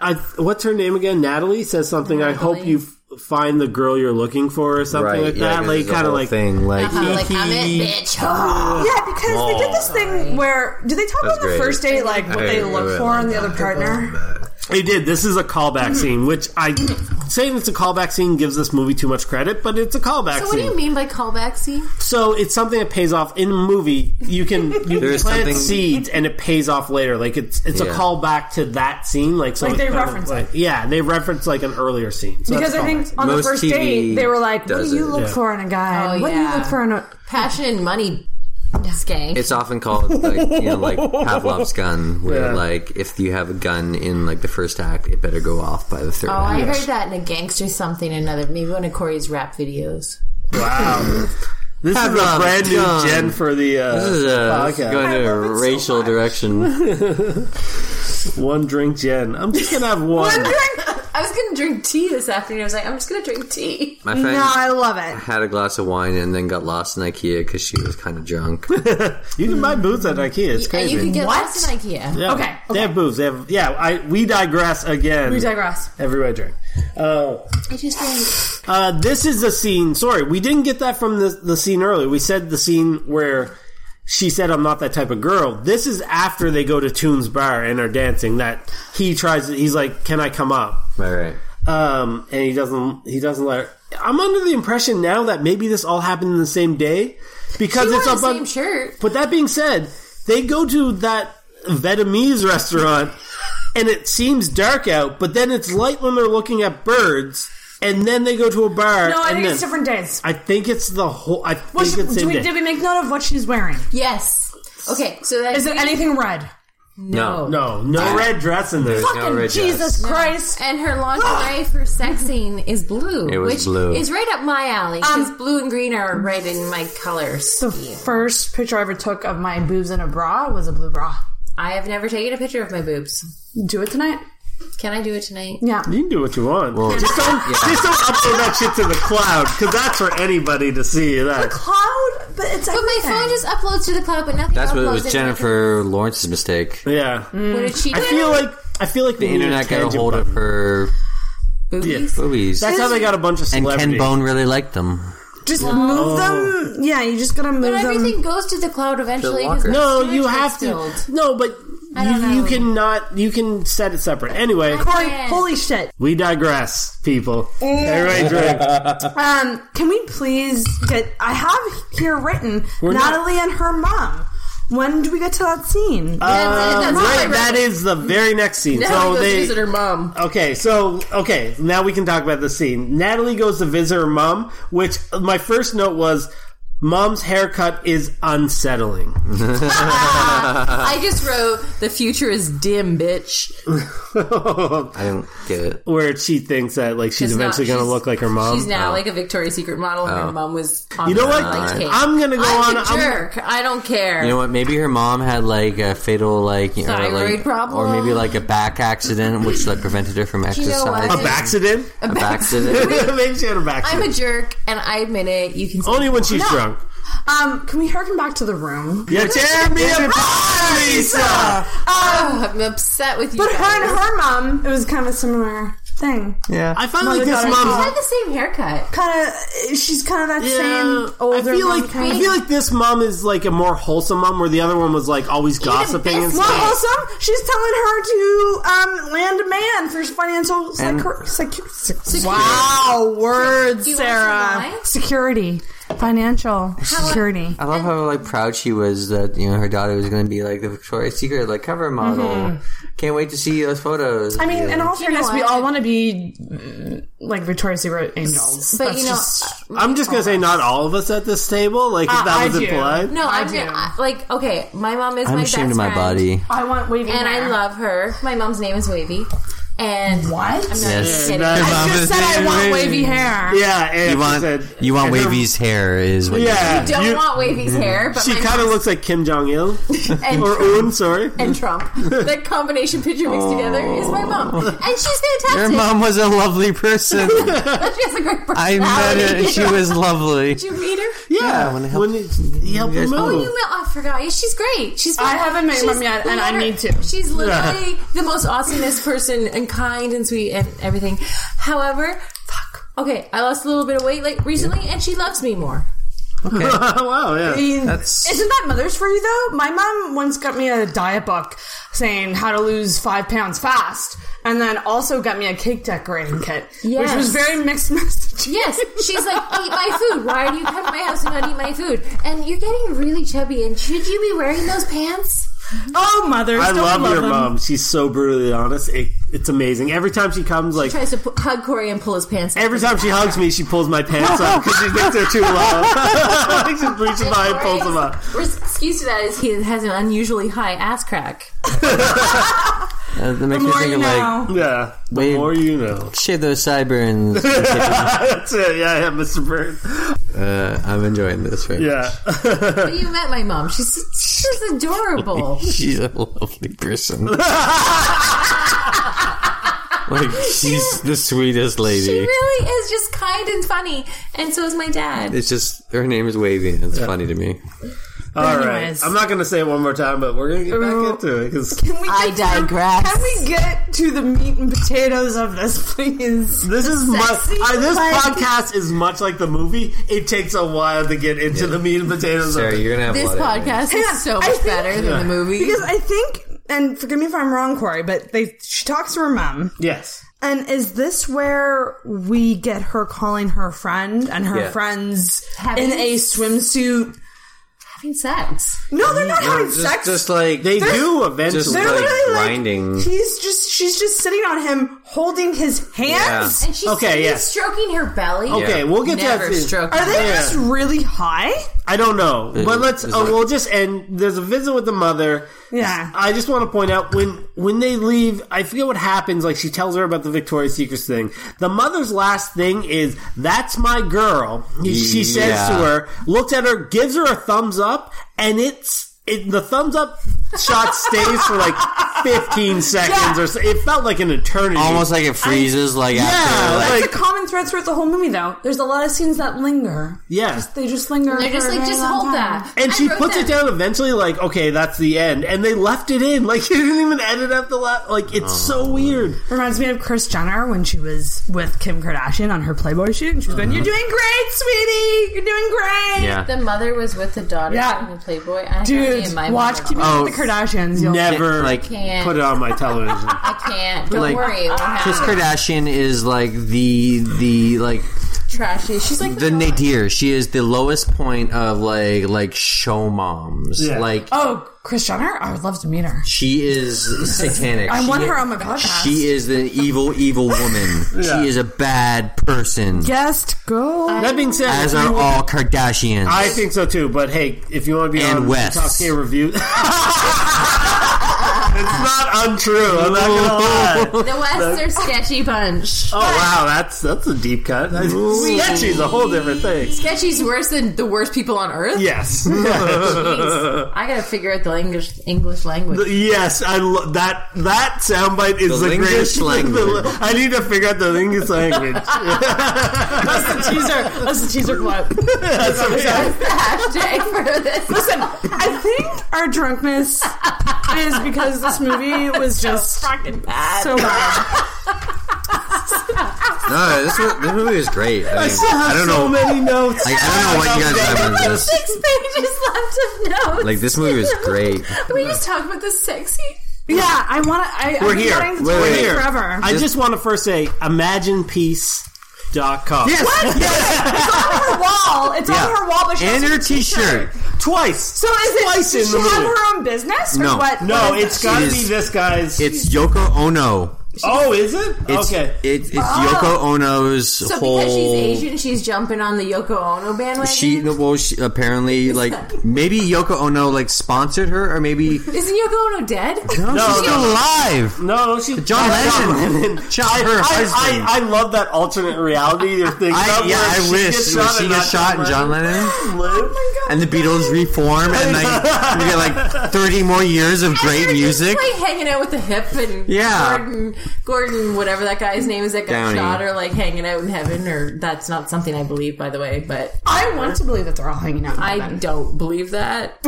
S3: I what's her name again? Natalie says something. I hope you f- find the girl you're looking for, or something like
S4: yeah,
S3: that.
S4: 'cause
S3: like
S4: there's a
S3: kind of
S4: whole
S3: like Uh-huh.
S4: thing like
S5: Uh, like, I'm it, bitch.
S2: Yeah, because they did this thing where do they talk
S4: That's
S2: about the
S4: great.
S2: first date like what
S4: I
S2: they look
S4: really
S2: for in
S4: like
S2: the other partner?
S5: (laughs)
S3: they did. This is a callback scene, which I saying it's a callback scene gives this movie too much credit, but it's a callback
S5: So
S3: scene.
S5: what do you mean by callback scene?
S3: So it's something that pays off in a movie. You can you
S4: (laughs) There is
S3: plant
S4: something-
S3: seeds and it pays off later. Like it's it's
S4: Yeah.
S3: a callback to that scene. Like so
S2: Like
S3: it's
S2: they
S3: kind of
S2: reference
S3: like, yeah, they reference like an earlier scene. So
S2: Because
S3: that's a
S2: I
S3: callback
S2: think
S3: scene.
S2: on the
S4: Most
S2: first
S4: TV
S2: date they were like, "What
S4: does
S2: do you
S4: it,
S2: look
S3: yeah.
S2: for in a guy?
S5: Oh,
S2: what do
S5: yeah.
S2: you look for in a?"
S5: Passion, money, skank.
S4: It's often called like you know like Pavlov's gun, where
S3: Yeah.
S4: like if you have a gun in like the first act, it better go off by the third.
S5: oh, I
S4: act.
S5: heard that in a gangster something or another. Maybe one of Corey's rap videos.
S4: (laughs)
S3: wow, this is a
S4: Pavlov's
S3: brand new
S4: gun.
S3: gen for the uh,
S4: This is, uh,
S3: podcast.
S4: going to a racial direction.
S3: One drink gen. I'm just gonna have one.
S5: I was gonna drink tea this afternoon. I was like, I'm just gonna drink tea.
S4: My friend
S2: No, I love it.
S4: had a glass of wine and then got lost in IKEA because she was kind
S3: (laughs)
S4: of drunk.
S3: you can buy booze at IKEA. It's
S5: And
S3: crazy.
S5: you could get
S2: What?
S5: lost in IKEA.
S3: yeah.
S2: okay,
S3: They have booze. They have yeah. I we digress again.
S2: We digress.
S3: Everybody drink. Uh,
S5: I just drank.
S3: Uh, this is the scene. Sorry, we didn't get that from the, the scene earlier. We said the scene where she said, "I'm not that type of girl." This is after they go to Toon's bar and are dancing. That he tries. He's like, "Can I come up?"
S4: right, right.
S3: Um, and he doesn't. He doesn't let her. I'm under the impression now that maybe this all happened in the same day because
S5: You
S3: it's
S5: wore
S3: up
S5: the same
S3: on.
S5: shirt.
S3: But that being said, they go to that Vietnamese restaurant and it seems dark out, but then it's light when they're looking at birds. And then they go to a bar.
S2: No, I
S3: and
S2: think it's
S3: then-
S2: different days.
S3: I think it's the whole. I think
S2: What she-
S3: it's
S2: do
S3: same
S2: we,
S3: day.
S2: did we make note of what she's wearing?
S5: Yes. Okay, so that
S2: Is it anything red?
S4: No.
S3: no, no red dress in there.
S4: There's no red
S2: Jesus
S4: dress.
S2: Christ!
S5: And her lingerie for sexing is blue.
S4: It was
S5: which
S4: blue.
S5: is right up my alley because blue and green are right in my colors.
S2: The first picture I ever took of my boobs in a bra was a blue bra.
S5: I have never taken a picture of my boobs.
S2: Do it tonight.
S5: Can I do it tonight?
S2: Yeah.
S3: You can do what you want.
S4: Well,
S3: just don't, just don't upload that shit to the cloud because that's for anybody to see. That
S2: Cloud, but it's
S5: But my phone just uploads to the cloud, but nothing.
S4: That's what
S5: uploads
S4: it was.
S5: into
S4: Jennifer Lawrence's mistake.
S3: yeah.
S2: Mm.
S5: my- What did she do?
S3: I feel like I feel like
S4: The internet got a hold of her
S5: Boobies?
S4: boobies,
S3: That's how they got a bunch of
S4: and
S3: celebrities.
S4: Ken Bone really liked them.
S2: just move them. Yeah, you just gotta move
S5: But
S2: them.
S5: everything goes to the cloud eventually.
S4: Walker.
S5: 'cause
S3: um, No,
S5: storage
S3: you
S5: gets
S3: have to.
S5: filled.
S3: No, but
S5: I don't
S3: you, you
S5: know.
S3: cannot. You can set it separate. Anyway,
S2: Corey,
S5: Yeah.
S2: holy shit.
S3: we digress, people. Everybody
S5: (laughs)
S3: drink.
S2: Um, can we please get? I have here written
S3: not-
S2: Natalie and her mom. When do we get to that scene?
S3: Uh,
S5: That's it, that's
S3: Right,
S5: all I
S3: that is the very next scene.
S5: (laughs)
S3: so they
S5: her mom.
S3: Okay, so okay, now we can talk about the scene. Natalie goes to visit her mom, which my first note was mom's haircut is unsettling.
S4: Mm-hmm.
S5: I just wrote, "The future is dim, bitch."
S4: I don't get it.
S3: Where she thinks that like she's
S5: It's not-
S3: eventually going to
S5: she's-
S3: look like her mom.
S5: She's
S4: Oh.
S5: now like a Victoria's Secret model, and her mom was. On
S3: you know
S5: the
S3: what?
S5: Lions King.
S3: I'm going to go
S5: I'm
S3: on
S5: a jerk. I don't care.
S4: You know what? Maybe her mom had like a fatal like you know,
S5: Thyroid
S4: like,
S5: problem.
S4: or maybe like a back accident, which like prevented her from
S5: you know what?
S4: exercise.
S3: I'm, a accident.
S4: A back accident.
S3: Maybe she had a back.
S5: I'm a jerk, and I admit it. You can say
S3: Only when she's drunk.
S2: Um, can we harken back to the room?
S3: You tear me apart, Lisa.
S5: Oh, I'm upset with you.
S2: But Uh, her
S5: guys.
S2: and her mom, it was kind of a similar thing.
S4: yeah.
S3: I find like this
S2: daughter
S5: She
S3: mom's
S5: had the same haircut.
S2: Kind of, she's kind of that
S3: Yeah,
S2: same older.
S3: I feel
S2: mom
S3: like
S2: kind
S3: I feel like this mom is like a more wholesome mom, where the other one was like always gossiping and
S5: best
S2: Well,
S3: stuff.
S2: wholesome. She's telling her to um, land a man for financial secu- secu- secu- Wow, words,
S5: Do you want some
S2: Sarah.
S5: wine?
S2: Security, financial security.
S4: I love how like proud she was that you know her daughter was going to be like the Victoria's Secret like cover model.
S5: Mm-hmm.
S4: Can't wait to see those photos.
S2: I mean, in all fairness, we
S5: what?
S2: all want to be mm, like Victoria's Secret angels.
S5: But
S2: That's
S5: you know, uh,
S2: just-
S3: I'm just gonna say not all of us at this table. Like if
S2: Uh,
S3: that
S2: I
S3: was
S2: do.
S3: implied.
S5: no,
S2: I
S5: I'm
S2: do.
S5: gonna, I- like okay. My mom is
S4: I'm
S5: my best
S4: ashamed of my
S5: friend,
S4: body.
S2: I want wavy
S5: and I
S2: hair.
S5: love her. My mom's name is Wavy, and
S2: What?
S5: I'm not
S4: Yes.
S5: kidding. (laughs)
S3: Yeah,
S2: I just said I want wavy hair.
S3: uh, Yeah, and
S4: You want
S3: said,
S4: you want
S3: and her-
S4: Wavy's hair is what
S3: Yeah,
S5: I don't
S3: you-
S5: want
S4: (laughs)
S5: Wavy's hair, but
S3: She
S5: my
S3: kind of
S5: mom's-
S3: looks like Kim Jong Il
S5: and
S3: or Un. Sorry,
S5: and Trump. That combination picture mixed together is my mom, and she's
S4: You
S5: fantastic.
S4: your mom was a lovely
S5: (laughs)
S4: person.
S5: she has a great personality.
S4: I met her and she was
S5: (laughs)
S4: lovely.
S5: Did you meet her?
S3: yeah.
S4: I wanna help-
S3: when you, you help
S4: you guys
S3: him
S4: help
S5: Oh,
S3: out.
S5: you met? I forgot. Yeah, she's great. She's.
S2: I haven't met
S5: she's
S2: mom yet, and I
S5: liter-
S2: need to.
S5: She's literally the most awesomest person, and kind and sweet, and everything. However, fuck. Okay, I lost a little bit of weight like recently, and she loves me more.
S2: Oh,
S3: (laughs) wow, yeah.
S4: That's
S2: Isn't that mothers for you though? My mom once got me a diet book saying how to lose five pounds fast, and then also got me a cake decorating kit,
S5: Yes.
S2: which was very mixed message. (laughs)
S5: Yes, she's like, eat my food. Why do you come to my house and not eat my food? And you're getting really chubby. And should you be wearing those pants?
S2: Oh, mothers,
S3: I
S2: don't
S3: love, your
S2: them.
S3: mom. She's so brutally honest. It, it's amazing. Every time she comes, like
S5: Tries to pu- hug Corey and pull his pants. up.
S3: every time she hugs me, she pulls my pants up because she thinks they're too low. (laughs) she just reaches by and pulls them up.
S5: Corey's excuse to that is he has an unusually high ass crack.
S4: Uh, that makes me
S2: More
S4: think
S2: you
S4: of like
S2: know.
S3: Yeah, the
S4: Wait.
S3: more you know. (laughs)
S4: shave those sideburns. (laughs)
S3: That's it. Yeah, yeah, Mr. Bird.
S4: uh, I'm enjoying this. Right?
S3: Yeah,
S5: But
S2: (laughs)
S5: you met my mom. She's she's adorable.
S4: (laughs) She's a lovely (laughs) person. like she's the sweetest lady.
S5: She really is just kind and funny, and so is my dad.
S4: it's just her name is Wavy. and It's funny to me.
S3: All right.
S2: Anyways.
S3: I'm not going to say it one more time, but we're going to get
S2: Ooh.
S3: back into it because
S2: Can we
S7: I
S2: get through-
S7: digress.
S2: Can we get to the meat and potatoes of this, (laughs) please?
S3: this is much.
S2: sexy
S3: Uh, this
S2: part.
S3: podcast is much like the movie. It takes a while to get into the meat and potatoes. of
S4: Sarah,
S3: it.
S4: you're gonna have
S7: This
S4: a lot Of
S7: podcast
S2: Yeah,
S7: is so
S2: I
S7: much
S2: think-
S7: better than the movie.
S2: Because I think, and forgive me if I'm wrong, Corey, but they she talks to her mom.
S3: yes.
S2: And is this where we get her calling her friend and her
S4: Yeah.
S2: friends
S5: Having-
S2: in a swimsuit?
S5: Having sex.
S2: No, they're not having
S4: just,
S2: sex.
S4: just like
S3: They
S2: There's-
S3: do eventually.
S4: Just
S2: they're
S4: like
S2: literally like
S4: grinding.
S2: he's just she's just sitting on him, holding his hands.
S5: And she's
S3: Okay,
S5: he's
S3: yeah.
S5: stroking her belly.
S3: okay, we'll get to
S7: Never
S3: that.
S7: stroke.
S2: Are they
S3: Yeah.
S2: just really high?
S3: I don't know, but let's.
S4: it's
S3: Uh,
S4: like-
S3: we'll just end. There's a visit with the mother.
S2: Yeah.
S3: I just want to point out when when they leave, I forget what happens. Like she tells her about the Victoria's Secret thing. The mother's last thing is, "That's my girl." He- She says to
S4: Yeah.
S3: her, looks at her, gives her a thumbs up, and it's. It, the thumbs up shot stays for like 15 seconds or so. It felt like an eternity.
S4: almost like it freezes. like after,
S3: yeah,
S4: like,
S2: That's
S3: like-
S2: the common thread throughout the whole movie, though. There's a lot of scenes that linger.
S3: yeah.
S2: They just linger.
S5: They're just
S2: for a
S5: like,
S2: very
S5: just
S2: long
S5: hold
S2: time.
S5: that.
S3: And
S5: I
S3: she
S5: wrote
S3: puts it
S5: that.
S3: down eventually, like, okay, that's the end. And they left it in. (laughs) Like, you didn't even edit up the last. Like, it's so weird.
S2: Reminds me of Kris Jenner when she was with Kim Kardashian on her Playboy shoot, and she was going, "You're doing great, sweetie. You're doing great."
S4: yeah.
S5: The mother was with the daughter
S2: Yeah.
S5: in the Playboy. I
S2: Dude,
S5: my
S2: watch
S5: mom-
S2: Keeping
S4: Oh,
S2: Up with the Kardashians. You'll
S3: Never, like,
S4: like-
S5: Can't.
S3: put it on my television.
S5: (laughs) I can't. Don't
S4: Like,
S5: worry. it won't
S4: Chris
S5: happen.
S4: Kardashian is like the the like
S5: Trashy. She's like
S4: the nadir. She is the lowest point of like like show moms.
S3: Yeah.
S4: Like
S2: Oh, Kris Jenner? I would love to meet her.
S4: she is satanic.
S2: I
S4: She
S2: want her
S4: is-
S2: on my podcast.
S4: She is an evil, evil woman.
S3: Yeah.
S4: She is a bad person.
S2: Guest go.
S3: that being said,
S4: As are all Kardashians.
S3: I think so too. But hey, if you want to be
S4: And
S3: on
S4: Wes.
S3: the top tier review, (laughs) it's not untrue. I'm not gonna lie.
S5: the West are sketchy bunch.
S3: Oh wow, that's that's a deep cut. Sketchy's a whole different thing.
S5: Sketchy's worse than the worst people on earth.
S3: (laughs) Yes,
S5: Jeez. I gotta figure out the English English language.
S3: yes. I lo- that that soundbite is the,
S4: The
S3: greatest. (laughs)
S4: linguist language.
S3: I need to figure out the linguist language.
S2: That's the teaser. That's the teaser clip.
S5: That's the hashtag for this.
S2: Listen, I think our drunkenness is because this movie was just fucking bad. So bad.
S4: no, this, was, this movie is great. I,
S3: I
S4: mean,
S3: still have
S4: I don't
S3: so
S4: know.
S3: many notes.
S4: Like, I don't know what you guys have on this.
S5: Six pages left of notes.
S4: Like, this movie was great.
S5: We just talked about the sexy.
S2: Yeah, I want to.
S3: We're here.
S2: Waiting
S4: We're
S2: wait,
S4: here.
S2: forever.
S3: I just want to first say, imaginepeace.com. Yes,
S4: (laughs)
S2: what? it's on her wall. It's on her wall. But she
S4: And
S2: has
S4: her
S2: a
S4: t-shirt.
S3: twice.
S2: So is it?
S3: twice
S2: does
S3: in
S2: she
S3: the
S2: have
S3: movie?
S2: her own business? Or
S4: No.
S2: What?
S3: No,
S2: what is
S3: it's got to
S4: She's-
S3: be this guy's.
S4: It's Yoko Ono.
S3: oh, is it?
S4: It's,
S3: okay.
S4: It, it's Yoko Ono's
S5: So
S4: whole.
S5: because she's Asian, she's jumping on the Yoko Ono bandwagon.
S4: She well, she, apparently, like maybe Yoko Ono like sponsored her, or maybe no,
S5: Isn't Yoko Ono dead?
S4: she's still
S3: no.
S4: alive.
S3: No, she (laughs)
S4: John Lennon. (laughs) Shot
S3: I,
S4: her
S3: I,
S4: husband.
S3: I, I love that alternate reality they're thinking
S4: I,
S3: about
S4: yeah,
S3: where
S4: I
S3: she
S4: wish
S3: gets
S4: when
S3: shot
S4: she
S3: and
S4: gets
S3: not
S4: shot and John Lennon
S3: Lennon.
S4: and the Beatles reform, and like we get
S3: (laughs)
S4: like thirty more years of (laughs) great
S5: They're just,
S4: music.
S5: like hanging out with the hip and
S4: Yeah.
S5: Gordon, Gordon, whatever that guy's name is that got
S4: Downey.
S5: shot, or like hanging out in heaven, or that's not something I believe, by the way. But
S2: I want to believe that they're all hanging out. in
S5: I
S2: heaven.
S5: don't believe that.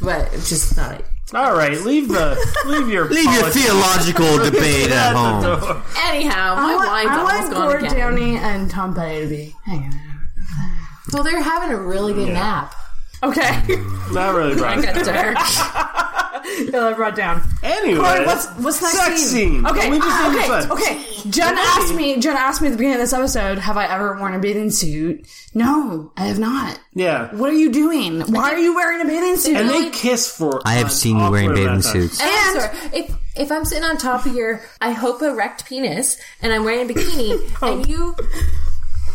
S5: But it's just not.
S3: All right, leave the leave your
S4: Leave your
S3: politics (laughs)
S4: theological debate
S3: at
S4: at
S3: the
S4: home.
S3: door.
S5: Anyhow, my
S2: I want,
S5: wine's
S2: I
S5: almost
S2: want
S5: gone
S2: Gord
S5: again. (laughs)
S2: Downey and Tom Petty to be hanging out.
S5: Well, they're having a really good nap.
S2: Okay. (laughs)
S3: Not really. Brian.
S5: Got dark.
S2: I brought down.
S3: Anyway,
S2: Corey, what's what's next
S3: sex scene.
S2: Okay,
S3: we just
S2: ah,
S3: did
S2: okay,
S3: fun.
S2: okay. Jen asked me. Jen asked me at the beginning of this episode, "Have I ever worn a bathing suit?" No, I have not.
S3: Yeah,
S2: What are you doing? Why are you wearing a bathing suit?
S3: and they kiss for.
S4: I have
S3: an
S4: seen you wearing
S3: awkward amount
S4: bathing
S3: of time.
S4: suits.
S5: And I'm sorry, if if I'm sitting on top of your, I hope erect penis, and I'm wearing
S2: (laughs)
S5: a bikini,
S2: Oh.
S5: and you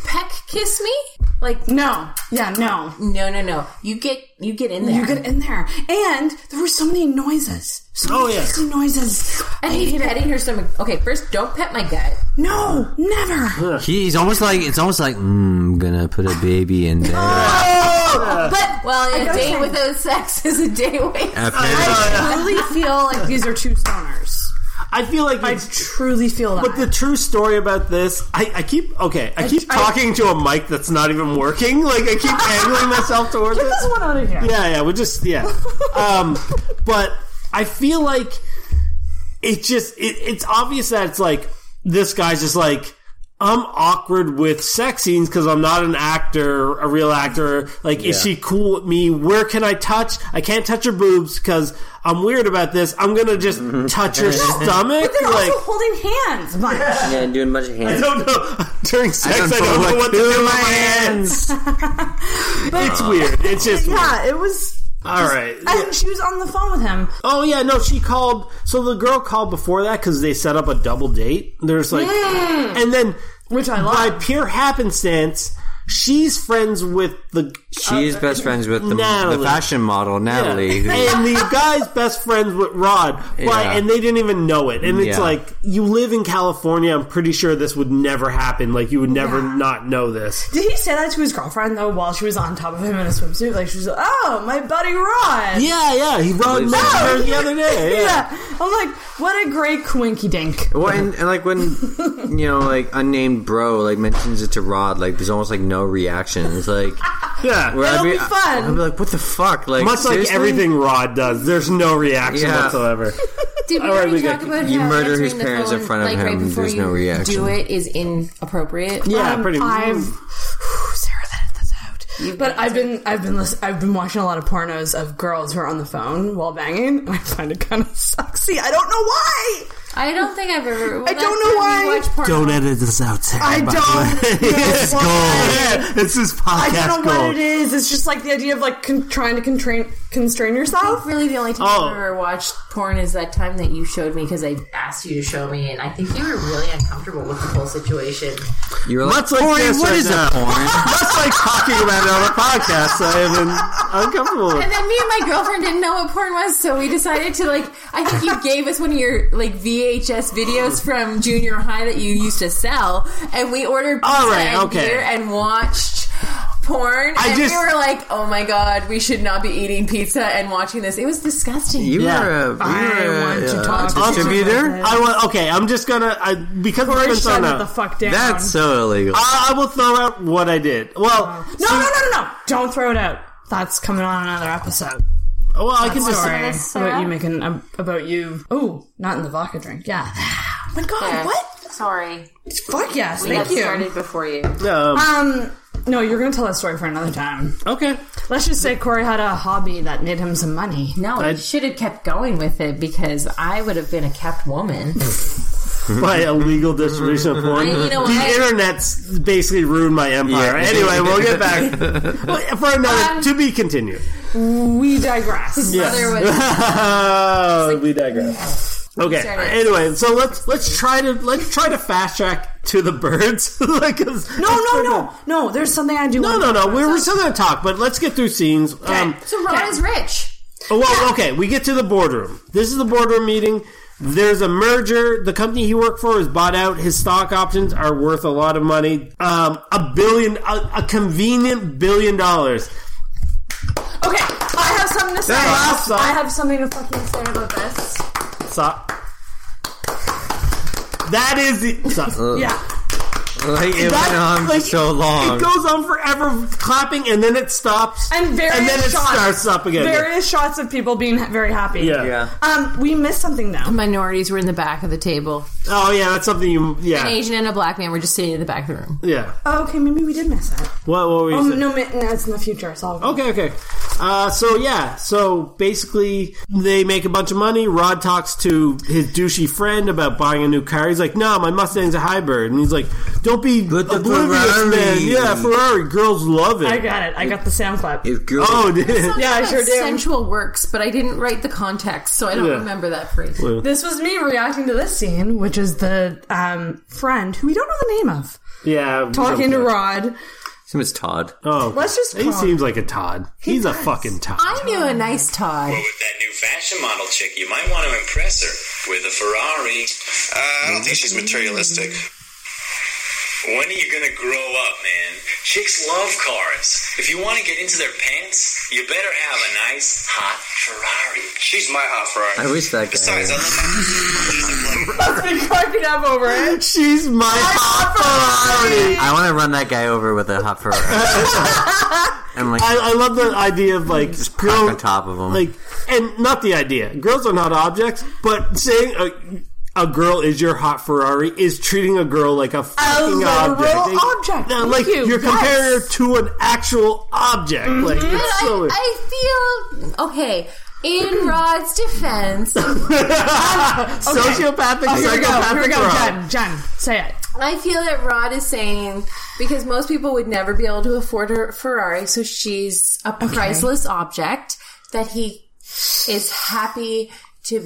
S5: peck kiss me, like
S2: no, yeah, no.
S5: no, no, no, you get you get in there.
S2: You get in there, and there were so many noises. So many
S3: Oh, yeah.
S2: nasty noises.
S5: I hate petting her stomach. Okay, first don't pet my
S2: (laughs)
S5: gut.
S2: No, never.
S4: He's almost like it's almost like mm, I'm gonna put a baby in there. Uh,
S5: But well, a
S2: gotta
S5: day
S2: say-
S5: without sex is a day (laughs) wasted.
S4: Apparently,
S3: (laughs)
S2: Truly feel like these are two stoners.
S3: I feel like
S2: I
S3: it's
S2: truly feel that.
S3: But the true story about this, I, I keep okay. I keep talking to a mic that's not even working. Like I (laughs) keep angling myself towards it.
S2: this one out of here.
S3: Yeah, yeah. We
S2: (laughs)
S3: just yeah. Um, but I feel like it just it, it's obvious that it's like this guy's just like I'm awkward with sex scenes because I'm not an actor, a real actor. Like, is she cool with me? Where can I touch? I can't touch her boobs because I'm weird about this. I'm gonna just touch (laughs) her stomach.
S2: They're
S3: like,
S2: also holding hands. a bunch.
S4: yeah, doing a bunch of hands.
S3: don't know. During sex, I
S4: don't
S3: don't,
S4: know
S3: know what to do with my hands. it's weird. It's just weird.
S2: yeah, it was.
S3: all right.
S2: And she was on the phone with him.
S3: Oh yeah, no, she called. So the girl called before that because they set up a double date. There's like, and
S2: Mm.
S3: then
S2: Which I
S3: by
S2: love.
S3: pure happenstance, she's friends with the
S4: She's best friends with the, the
S3: Natalie.
S4: fashion model Natalie.
S3: (laughs)
S4: who-
S3: and the guy's best friends with Rod, but,
S4: Yeah.
S3: and they didn't even know it. And it's
S4: Yeah.
S3: like you live in California. I'm pretty sure this would never happen. Like you would never not know this.
S2: Did he say that to his girlfriend though? While she was on top of him in a swimsuit, like she was like, "Oh, my buddy Rod."
S3: Yeah, yeah. He Rod
S4: Lives
S3: met
S4: in-
S3: her the other day. yeah.
S2: (laughs) I'm like, what a great coinky dink.
S4: (laughs) Well, and, and like when you know, like unnamed bro, like mentions it to Rod, like there's almost like no reaction. It's like
S3: Yeah.
S4: where I'd
S2: It'll be fun.
S4: I'd be like, what the fuck? Like
S3: Much like
S4: seriously?
S3: everything Rod does, there's no reaction
S2: (laughs)
S4: Yeah.
S3: whatsoever.
S5: Did we
S3: All right,
S5: already
S3: we
S5: talk
S3: got-
S5: about
S4: you
S5: how
S4: murder
S5: answering
S4: his
S5: the
S4: parents in
S5: phone,
S4: front of
S5: like,
S4: him,
S5: Right before
S4: there's no
S5: you
S4: reaction.
S5: Do it is inappropriate.
S3: Yeah,
S2: Um,
S3: pretty much.
S2: I've whew, Sarah that this out. But I've been I've been listen, I've been watching a lot of pornos of girls who are on the phone while banging, (laughs) and I find it kind of sexy. I don't know why.
S5: I don't think I've ever. well,
S2: I don't
S5: last
S2: know
S5: time we
S2: why.
S5: watched porn-
S3: edit this out, Sarah.
S2: I don't. know why.
S3: (laughs) This is
S2: I
S3: podcast
S2: don't know what
S3: gold.
S2: it is. It's just like the idea of like con- trying to constrain constrain
S5: I
S2: yourself.
S5: think really the only time
S3: Oh.
S5: I've ever watched porn is that time that you showed me because I asked you to show me, and I think you were really uncomfortable with the whole situation.
S4: You were like,
S3: Much like
S4: porn,
S3: this
S4: what
S3: right
S4: is
S3: now."
S4: a porn?
S3: That's like talking about it on a podcast. I am uncomfortable.
S5: And
S3: With.
S5: then me and my girlfriend didn't know what porn was, so we decided to like. I think you gave us one of your like VHS videos from junior high that you used to sell, and we ordered pizza
S3: All right,
S5: and
S3: okay.
S5: beer and watched porn.
S3: I
S5: and
S3: just-
S5: we were like, "Oh my god, we should not be eating pizza and watching this." It was disgusting.
S4: You
S3: Yeah.
S4: were a, you
S2: I
S4: were
S2: want
S4: a,
S2: to
S4: uh,
S2: talk to you
S4: distributor.
S3: I want. Okay, I'm just gonna I, because
S2: Or
S3: it's
S2: shut
S3: been
S2: it
S3: thrown
S2: the
S3: out.
S2: fuck down.
S4: That's so illegal.
S3: I, I will throw out what I did. Well,
S2: no, no, no, no, no! Don't throw it out. That's coming on another episode.
S3: well, I can just.
S2: Sorry
S5: this
S2: about
S5: Sarah?
S2: you making um, about you. Oh, not in the vodka drink. Yeah. (sighs) Oh my god!
S5: Yeah.
S2: What?
S5: Sorry,
S2: Fuck yes!
S5: Got
S2: thank you.
S5: Started before you.
S3: Um,
S2: Um, no, you're gonna tell that story for another time.
S3: okay.
S2: Let's just say Corey had a hobby that made him some money.
S5: No,
S3: I-
S5: you should have kept going with it because I would have been a kept woman.
S3: (laughs) By illegal distribution of porn,
S5: You know
S3: the
S5: what?
S3: internet's basically ruined my empire.
S4: Yeah.
S3: Anyway, we'll get back Well, for another
S5: Um,
S3: to be continued.
S2: We digress.
S3: Yeah.
S5: There
S3: (laughs)
S5: was-
S3: we digress. Okay.
S5: Sorry.
S3: Anyway, so let's let's try to let's try to fast track to the birds. (laughs) like, 'cause-
S2: No, no, no, no. There's something I do.
S3: no,
S2: want
S3: no,
S2: to
S3: no. We're, we're still gonna talk, but let's get through scenes. Um,
S5: so Ron is rich.
S3: oh, well, okay. We get to the boardroom. This is the boardroom meeting. There's a merger. The company he worked for is bought out. His stock options are worth a lot of money. Um, a billion, a, a convenient billion dollars.
S2: Okay, I have something to say.
S3: That last song-
S2: I have something to fucking say about this.
S3: So, that is the. so-
S2: Yeah.
S4: like it
S3: That-
S4: went on
S3: like,
S4: for so long.
S3: It goes on forever, clapping, and then it stops,
S2: And various
S3: then it
S2: shots.
S3: starts up again.
S2: Various shots of people being very happy.
S3: yeah.
S4: yeah.
S2: Um, we missed something though.
S5: (laughs) Minorities were in the back of the table.
S3: Oh yeah, that's something you.
S5: An
S3: Yeah.
S5: Asian and a black man were just sitting in the back of the room.
S3: Yeah.
S2: Oh, okay, maybe we did miss it.
S3: What? What were you?
S2: Um,
S3: saying?
S2: no, mi- no, it's in the future. It's all
S3: Okay. Okay. Uh, so yeah, so basically they make a bunch of money. Rod talks to his douchey friend about buying a new car. He's like, "No, my Mustang's a hybrid," and he's like, "Don't be
S4: But the
S3: oblivious,
S4: Ferrari-
S3: man. Yeah, Ferrari girls love it.
S2: I got it. I got the sound clap.
S4: If girls,
S3: (laughs)
S2: (laughs)
S3: oh, dude. (laughs)
S2: Yeah, I sure do.
S5: Sensual works, but I didn't write the context, so I don't
S3: Yeah.
S5: remember that phrase.
S2: This was me reacting to this scene, which is the um, friend who we don't know the name of
S3: yeah, we
S2: talking to
S3: don't care.
S2: Rod.
S4: Some it's Todd.
S3: Oh,
S2: Let's just
S3: he
S2: call-
S3: seems like a Todd. he's a fucking Todd.
S5: I knew a nice Todd.
S8: with that new fashion model chick, you might want to impress her with a Ferrari. Uh, I don't think she's materialistic. When are you gonna grow up, man? Chicks love cars. If you want to get into their pants, you better have a nice hot Ferrari. She's my hot Ferrari.
S4: I wish that guy.
S8: Besides, I (laughs) love my.
S2: Been cracking up over it.
S3: (laughs) She's my hot Ferrari.
S4: I want to run that guy over with a hot Ferrari. and like
S3: I, I love the idea of like
S4: crack on top of them.
S3: like, and not the idea. Girls are not objects, but saying a, a girl is your hot Ferrari is treating a girl like a fucking
S2: literal
S3: object.
S2: object.
S3: No,
S2: Thank
S3: like
S2: you.
S3: you. are comparing her
S2: Yes. Mm-hmm.
S3: to an actual object. Like
S5: But
S3: it's so.
S5: I, I feel okay.
S2: (clears throat)
S5: In Rod's defense,
S3: (laughs) Sociopathic,
S2: Oh, here we go. Here we
S3: psychopathic
S2: go. Jen,
S3: Rob.
S2: Jen, say it.
S5: I feel that Rod is saying because most people would never be able to afford a Ferrari, so she's a priceless object that he is happy to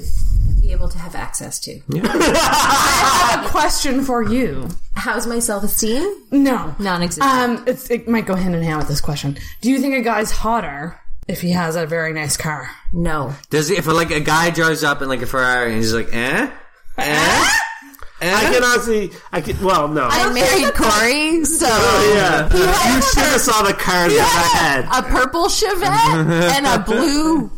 S5: be able to have access to.
S2: I have a question for you.
S5: How's my self esteem?
S2: No,
S5: Non-existent.
S2: Um, it's, it might go hand in hand with this question. Do you think a guy's hotter if he has a very nice car?
S5: No.
S4: does if like a guy drives up in like a Ferrari and he's like, eh, eh, eh?
S3: I can honestly, I can. Well, no. Oh,
S7: I married Corey, so
S3: yeah, you should have saw the car that I had.
S2: Uh,
S5: (laughs)
S7: a purple Chevette and a blue.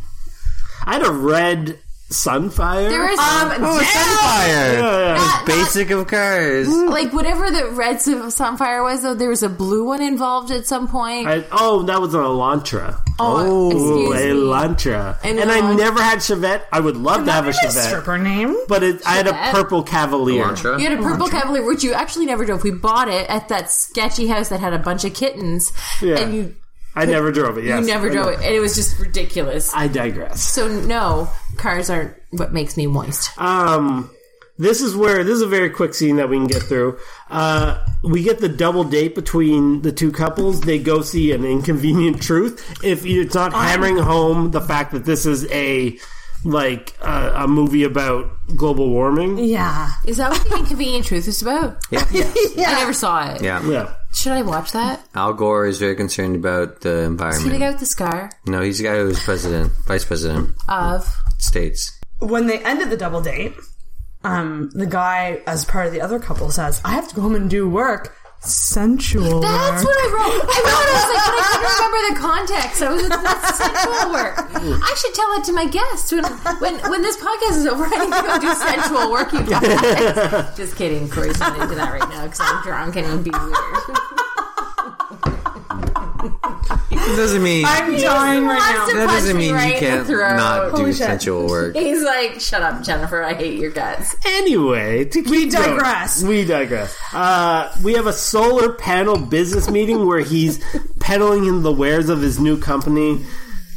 S3: I had a red Sunfire.
S5: There is
S7: Um,
S4: Oh, it's Sunfire.
S5: Not-
S4: Basic of cars.
S5: like whatever the red sun- sunfire was though. There was a blue one involved at some point.
S3: I, oh, that was an Elantra.
S5: oh,
S3: Ooh,
S5: excuse me.
S3: Elantra.
S5: An
S3: And, I
S5: Elantra.
S3: never had Chevette. I would love to have a
S2: Isn't that
S3: Chevette.
S2: stripper name.
S3: But it, I had a
S5: Chevette?
S3: purple Cavalier.
S5: You had a purple cavalier, which you actually never drove. We bought it at that sketchy house that had a bunch of kittens,
S3: Yeah.
S5: and you
S3: I never drove it, yes.
S5: you never
S3: I
S5: drove
S3: know.
S5: it, and it was just ridiculous.
S3: I digress.
S5: So no, cars aren't what makes me moist.
S3: Um, this is where, this is a very quick scene that we can get through. Uh, we get the double date between the two couples. They go see an inconvenient (laughs) truth. If you- it's not
S5: Um,
S3: hammering home the fact that this is a, like, uh, a movie about global warming.
S2: Yeah.
S5: Is that what the inconvenient truth is about? (laughs)
S4: (laughs) Yeah.
S5: I never saw it.
S4: yeah.
S3: Yeah.
S5: Should I watch that?
S4: Al Gore is very concerned about the
S5: See the
S4: environment.
S5: guy with the scar
S4: No, he's the guy who was president, vice president,
S5: of
S4: states.
S2: When they ended the double date, um, the guy, as part of the other couple, says, "I have to go home and do work." Sensual.
S5: That's
S2: work.
S5: what I wrote. I wrote it. I was like, but I couldn't remember the
S4: (laughs)
S5: context. I was like, that's sensual work. I should tell that to my guests when when when this podcast is over. (laughs) I need to go do sensual work, you
S4: (laughs)
S5: guys. Just kidding. Corey's not into that right now because I'm drunk and it would be (laughs) weird.
S4: It doesn't mean
S2: I'm dying right now.
S4: that doesn't mean you can't not do
S2: Holy shit.
S4: sensual work.
S5: He's like, shut up, Jennifer. I hate your guts.
S3: Anyway, to keep going.
S2: digress.
S3: we digress. Uh, we have a solar panel business meeting where he's peddling in the wares of his new company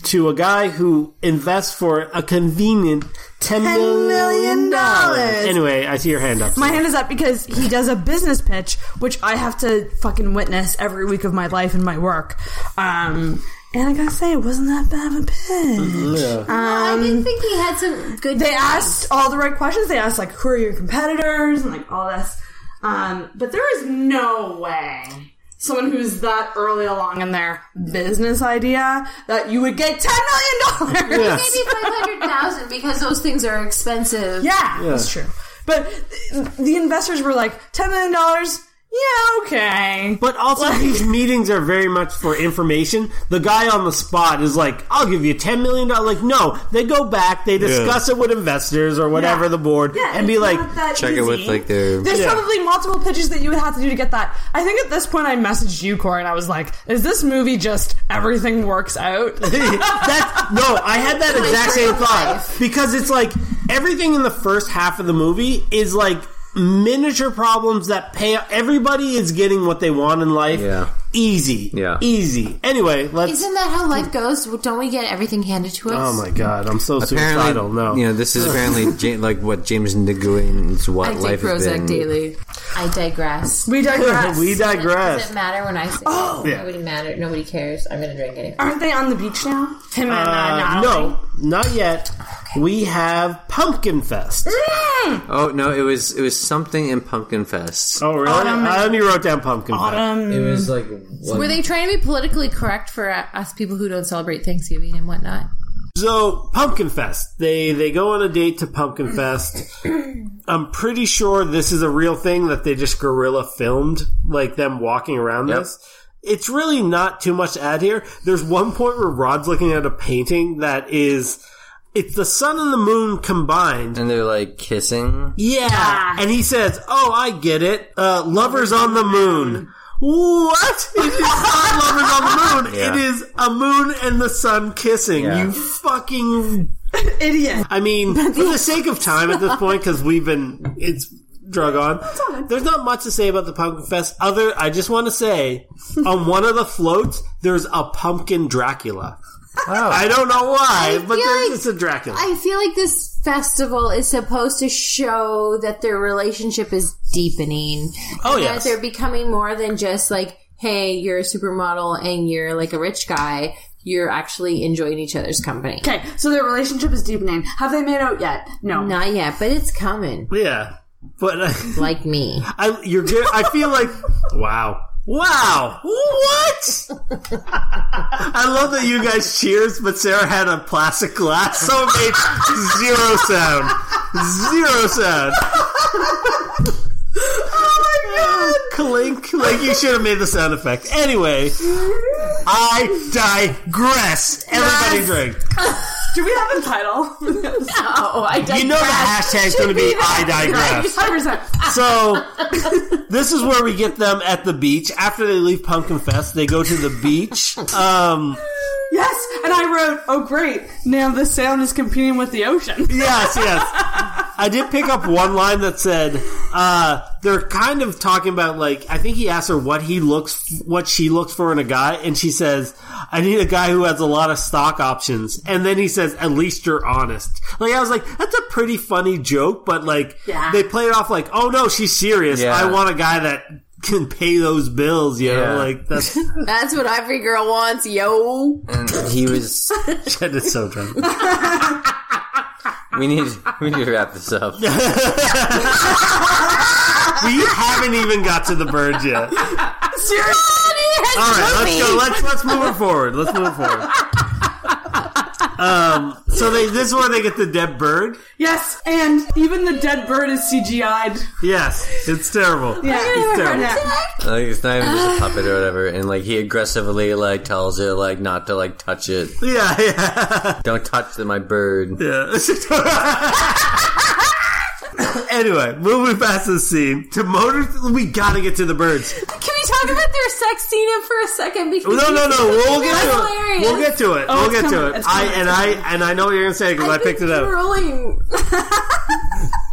S3: to a guy who invests for a convenient ten million
S2: million
S3: dollars. Anyway, I see your hand up.
S2: My hand is up because he does a business pitch, which I have to fucking witness every week of my life and my work. Um, and I gotta say, it wasn't that bad of a pitch.
S5: I
S2: um,
S5: didn't think he had some good.
S2: They asked all the right questions. They asked like, "Who are your competitors?" and like all this. Um, but there is no way someone who's that early along in their business idea that you would get ten million dollars.
S3: Yeah.
S5: Maybe five hundred thousand because those things are
S2: (laughs)
S5: expensive.
S2: Yeah, that's true. But th- the investors were like, ten million dollars. Yeah, okay.
S3: But also, these meetings are very much for information. The guy on the spot is like, I'll give you $10 million. Like, no, they go back, they discuss it with investors or whatever
S2: Yeah.
S3: the board,
S2: Yeah,
S3: and be
S2: it's
S3: like,
S2: not that
S4: Check it with
S2: easy.
S4: like their
S2: There's
S3: Yeah.
S2: probably multiple pitches that you would have to do to get that. I think at this point I messaged you, Corey, and I was like, "Is this movie just everything works out?"
S3: That's no, I had that exact same thought because it's like everything in the first half of the movie is like miniature problems that pay. Everybody is getting what they want in life.
S4: Yeah.
S3: Easy.
S4: Yeah.
S3: Easy. Anyway, let's.
S5: Isn't that how life goes? Don't we get everything handed to us?
S3: oh my god, I'm so
S4: Apparently,
S3: suicidal. No. (laughs)
S4: you know this (laughs) is apparently ja- like what James Nguyen's what
S5: I take
S4: Oh, life has been.
S5: Prozac daily. I
S2: (laughs)
S5: digress.
S2: We digress.
S3: we
S5: Does
S3: digress.
S5: it matter when I say oh, nobody matter? Nobody cares. I'm gonna drink anyway.
S2: Aren't they on the beach now? Him and uh,
S3: Uh, no, not yet. We have Pumpkin Fest.
S4: Oh no, it was it was something in Pumpkin Fest.
S3: Oh, really? I only wrote down Pumpkin
S5: Oh,
S2: Autumn.
S4: It was like
S5: Were they trying to be politically correct for uh, us people who don't celebrate Thanksgiving and whatnot?
S3: Fest. So, Pumpkin Fest. They they go on a date to Pumpkin Fest. I'm pretty sure this is a real thing that they just gorilla filmed, like them walking around
S4: Yep.
S3: this. It's really not too much to add here. There's one point where Rod's looking at a painting that is. It's the sun and the moon combined,
S4: and they're like kissing.
S3: Yeah.
S5: Ah.
S3: And he says, Oh, I get it. Uh, lovers on the moon. What? (laughs) It is not lovers on the moon.
S4: Yeah.
S3: It is a moon and the sun kissing.
S4: Yeah.
S3: You
S5: (laughs)
S3: fucking.
S2: Idiot.
S3: I mean, for the sake of time at this point, because we've been. It's drug on. There's not much to say about the Pumpkin Fest. Other. I just want to say,
S5: (laughs)
S3: on one of the floats, there's a pumpkin Dracula. I don't know why, but
S5: feel
S3: there's
S5: like-
S3: just a Dracula.
S5: I feel like this festival is supposed to show that their relationship is deepening.
S3: Oh,
S5: and
S3: yes.
S5: That they're becoming more than just like, hey, you're a supermodel and you're like a rich guy. You're actually enjoying each other's company.
S6: Okay, so their relationship is deepening. Have they made out yet? No.
S5: Not yet, but it's coming.
S3: yeah. But. uh,
S5: Like me.
S3: I you're good. I feel like wow. Wow. What? I love that you guys cheers, but Sarah had a plastic glass, so it made zero sound. Zero sound. Oh my god. Clink. Like you should have made the sound effect. Anyway, I digress. Everybody drink.
S2: Do we have a
S5: (laughs)
S2: title?
S5: Oh, I
S3: You know the hashtag's going to
S5: (laughs)
S3: be I digress.
S2: 100%.
S3: So this is where we get them at the beach. After they leave Pumpkin Fest, they go to the beach. Um,
S2: Yes, and I wrote, oh great, now the sound is competing with the ocean. (laughs)
S3: yes, yes. I did pick up one line that said uh, they're kind of talking about like I think he asked her what he looks what she looks for in a guy, and she says, "I need a guy who has a lot of stock options." And then he says, "At least you're honest." Like I was like, that's a pretty funny joke, but like they play it off like, "Oh no, she's serious.
S4: Yeah.
S3: I want a guy that." Can pay those bills, you
S4: Yeah.
S3: know, like that's (laughs)
S5: That's what every girl wants, yo.
S4: And he was.
S3: Jen is so drunk.
S4: We need (laughs) we need to wrap this up.
S3: we haven't even got to the birds yet. All right, let's go. Let's let's move it forward. Let's move it forward. Um, so they this is where they get the dead bird.
S2: Yes, and even the dead bird is CGI'd.
S3: Yes, it's terrible. Yeah, it's terrible.
S4: Like it's not even just a puppet or whatever. And like he aggressively like tells it like not to like touch it.
S3: Yeah, yeah.
S4: Don't touch the, my bird.
S3: Yeah. (laughs) anyway, moving past this scene to motor. We gotta get to the birds.
S5: Can we talk about their sex scene in for a second? Because
S3: No, no, no. We'll get
S5: That's
S3: to it.
S5: hilarious.
S3: We'll get to it. we'll
S2: it's
S3: get to
S2: coming.
S3: it.
S2: It's
S3: I
S2: coming.
S3: and I and I know what you're gonna say because I
S5: I've
S3: picked it
S5: been
S3: up.
S5: drooling.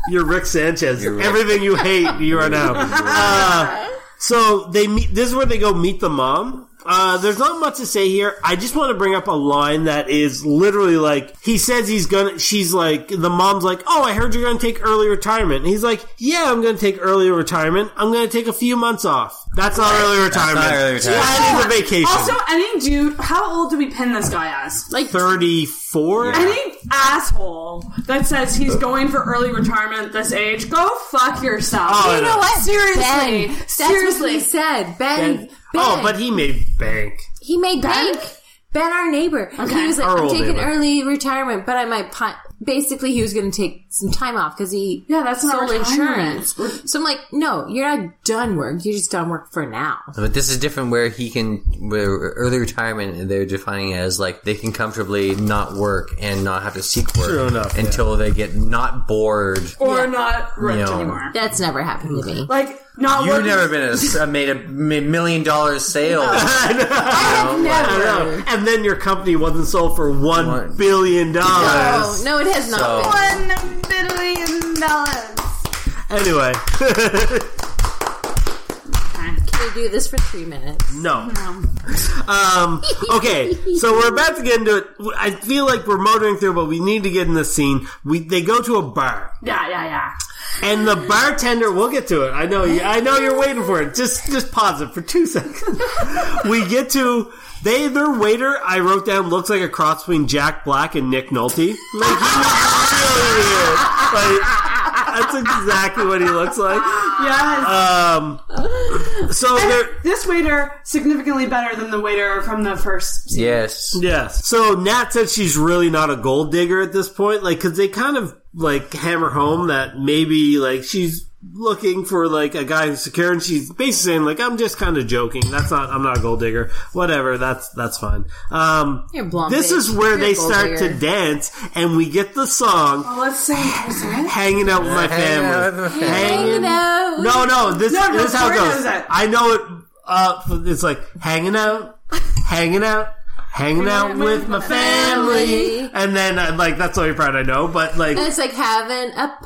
S3: You're Rick Sanchez.
S4: Rick.
S3: Everything you hate, you are now. Uh, so they meet. This is where they go meet the mom. Uh, there's not much to say here. I just want to bring up a line that is literally like he says he's gonna. She's like the mom's like, "Oh, I heard you're gonna take early retirement." And he's like, "Yeah, I'm gonna take early retirement. I'm gonna take a few months off." That's not early retirement.
S4: early retirement.
S3: That is a vacation.
S2: Also, any dude, how old do we pin this guy as? Like,
S3: Thirty-four.
S2: any asshole that says he's going for early retirement this age, go fuck yourself.
S3: Oh,
S5: You know what?
S2: Seriously.
S5: Ben. That's
S2: Seriously.
S5: what he said. Ben.
S3: And-
S5: ben.
S3: oh, but he made bank.
S5: he made bank. Ben, our neighbor. He was like,
S3: Our
S5: I'm
S3: old
S5: taking
S3: neighbor.
S5: early retirement, but I might. Pi-. Basically, he was going to take some time off because he
S2: Yeah, that's not
S5: sold
S2: retirement.
S5: insurance. So I'm like, no, you're not done work. You're just done work for now.
S4: But this is different where he can, where early retirement, they're defining it as like they can comfortably not work and not have to seek work
S3: True enough, yeah.
S4: until they get not bored.
S2: or not rich
S4: No.
S2: anymore.
S5: That's never happened to me.
S2: Like, not
S4: You've
S2: working-
S4: never been a s a made a mi- million dollar sale.
S5: Never.
S3: And then your company wasn't sold for one
S4: One.
S3: billion dollars.
S5: No, no, it Oh, has not.
S4: So-
S5: been.
S2: One million dollars.
S3: Anyway,
S5: Can we do this for three minutes?
S3: no. Um, okay, so we're about to get into it. I feel like we're motoring through, but we need to get in the scene. We they go to a bar,
S2: Yeah, yeah, yeah.
S3: and the bartender. We'll get to it. I know. You, I know you're waiting for it. Just just pause it for two (laughs) seconds. we get to they their waiter. I wrote down looks like a cross between Jack Black and Nick Nolte. Like he looks really weird. Like, that's exactly what he looks like.
S2: Yes.
S3: Um, so they're.
S2: this waiter significantly better than the waiter from the first. season.
S4: (laughs) Yes.
S3: Yes. So Nat said she's really not a gold digger at this point, like because they kind of like hammer home that maybe like she's looking for like a guy who's secure, and she's basically saying like I'm just kind of joking. That's not I'm not a gold digger. Whatever. That's that's fine. Um,
S5: You're blonde.
S3: this
S5: bitch.
S3: is where
S5: You're a
S3: they
S5: gold
S3: start
S5: digger.
S3: to dance, and we get the song
S2: Well, let's say.
S3: "Hanging Out with My Family."
S5: Hanging out.
S3: No, no, this,
S2: No, no,
S3: this is how it
S2: Tori knows
S3: goes.
S2: it.
S3: I know it. Uh, it's like hanging out, hanging out, hanging out with my family,
S5: family.
S3: and then uh, like that's the only part I know. But like,
S5: And it's like having a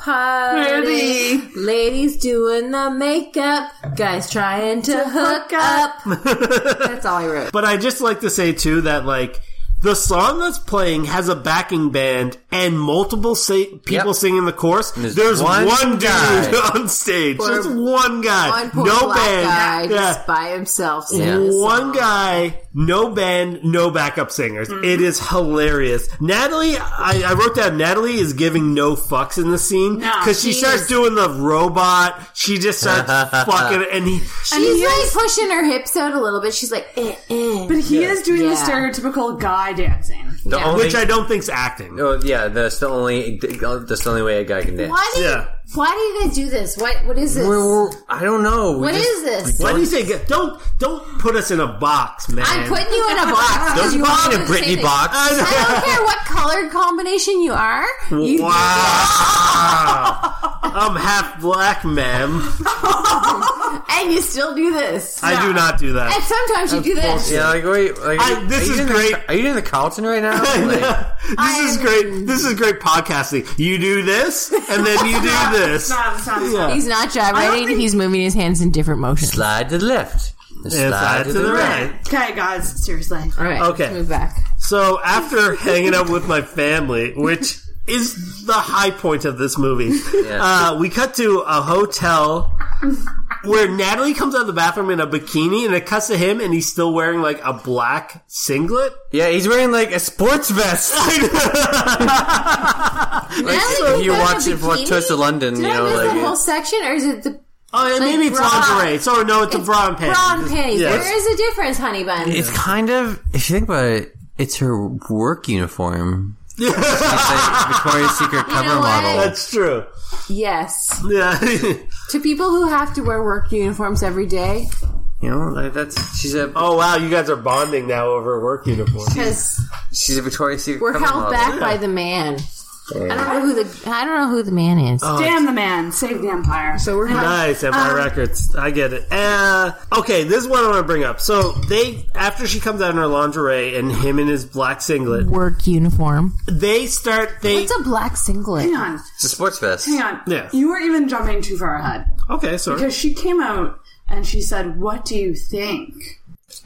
S5: party. Ladies doing the makeup. Guys trying to hook up. That's all I wrote.
S3: but I just like to say too that like the song that's playing has a backing band and multiple sa- people
S4: Yep.
S3: singing the chorus.
S4: There's
S3: There's,
S4: one
S3: one,
S4: guy.
S3: dude (laughs) on stage,
S5: Or
S3: just one guy,
S5: One poor
S3: no
S5: black
S3: band,
S5: guy
S3: Yeah.
S5: just by himself.
S4: Yeah.
S5: singing this
S3: one
S5: song.
S3: guy, no band, no backup singers.
S5: Mm-hmm.
S3: It is hilarious. Natalie, I, I wrote down Natalie is giving no fucks in the scene because she,
S5: she
S3: starts
S5: is-
S3: doing the robot. She just
S5: (laughs)
S3: starts fucking, and he,
S5: She's like pushing her hips out a little bit. She's like, eh, eh.
S2: But he is doing
S5: Yeah.
S2: the stereotypical guy dancing.
S4: The
S5: Yeah.
S4: only,
S3: which I don't think's acting.
S4: oh, yeah, that's the only that's the only way a guy can dance.
S5: Why do you,
S3: Yeah.
S5: why do you guys do this? What what is this?
S4: We're, we're, I don't know.
S5: What
S4: What is
S5: is this?
S3: Why do you say g- don't don't put us in a box, man?
S5: I'm putting you in a box.
S4: (laughs) Don't
S5: because you
S4: put me in a
S5: all do the same
S4: Britney
S5: thing.
S4: box.
S3: (laughs)
S5: I don't care what color combination you
S4: (laughs)
S5: are. You (laughs)
S3: Wow. I'm half black, ma'am.
S5: and you still do this.
S3: I do not do that.
S5: and sometimes you do this.
S4: Yeah, like wait, like
S3: I- this
S4: are you
S3: is
S4: doing the-
S3: great.
S4: are you doing the Carlton right now? Like,
S3: (laughs) this is great. This is great podcasting. You do this, and then you do this.
S2: Nah, that's not-
S3: Yeah.
S7: He's not gyrating. He's moving his hands in different motions.
S4: slide to the left.
S3: And slide to the right.
S2: Okay, guys, seriously.
S7: All right.
S3: Okay.
S7: let's Move back.
S3: So after hanging out with my family, which is the high point of this movie,
S4: Yeah.
S3: uh, we cut to a hotel where Natalie comes out of the bathroom in a bikini, and it cuts to him, and he's still wearing like a black singlet.
S4: Yeah, he's wearing like a sports vest.
S5: Natalie
S4: if
S5: Portman's
S4: you
S5: in a
S4: watch if
S5: bikini?
S4: watch Toast of London,
S5: Did
S4: you
S5: I
S4: know,
S5: miss
S4: like
S5: that
S4: it-
S5: whole section, or is it the
S3: Oh, and
S5: Like
S3: maybe it's
S5: bra.
S3: lingeray. So no, it's, a bra and panties.
S5: brown panties?
S3: Yeah.
S5: There is a difference, honey bun.
S4: it's kind of if you think about it, it's her work uniform. It's like Victoria's Secret cover
S5: know what?
S4: model.
S3: That's true. (laughs)
S5: yes,
S3: Yeah. (laughs)
S5: to people who have to wear work uniforms every day,
S4: You know, like that's she's a
S3: oh wow, you guys are bonding now over work uniforms.
S5: because
S4: she's a Victoria's Secret
S5: we're
S4: cover
S5: held
S4: model.
S5: back by the man. I don't know who the
S7: I don't know who the man is.
S5: Oh.
S2: Damn the man, save the empire. So we're
S3: Nice, Empire Records. I get it. Uh, okay, this is what I want to bring up. So they, after she comes out in her lingerie and him in his black singlet,
S7: Work uniform.
S3: they start. They
S7: It's a black singlet.
S2: hang on,
S4: It's a sports vest.
S2: hang on.
S3: Yeah.
S2: You were even jumping too far ahead
S3: okay, sorry.
S2: because she came out and she said, "What do you think?"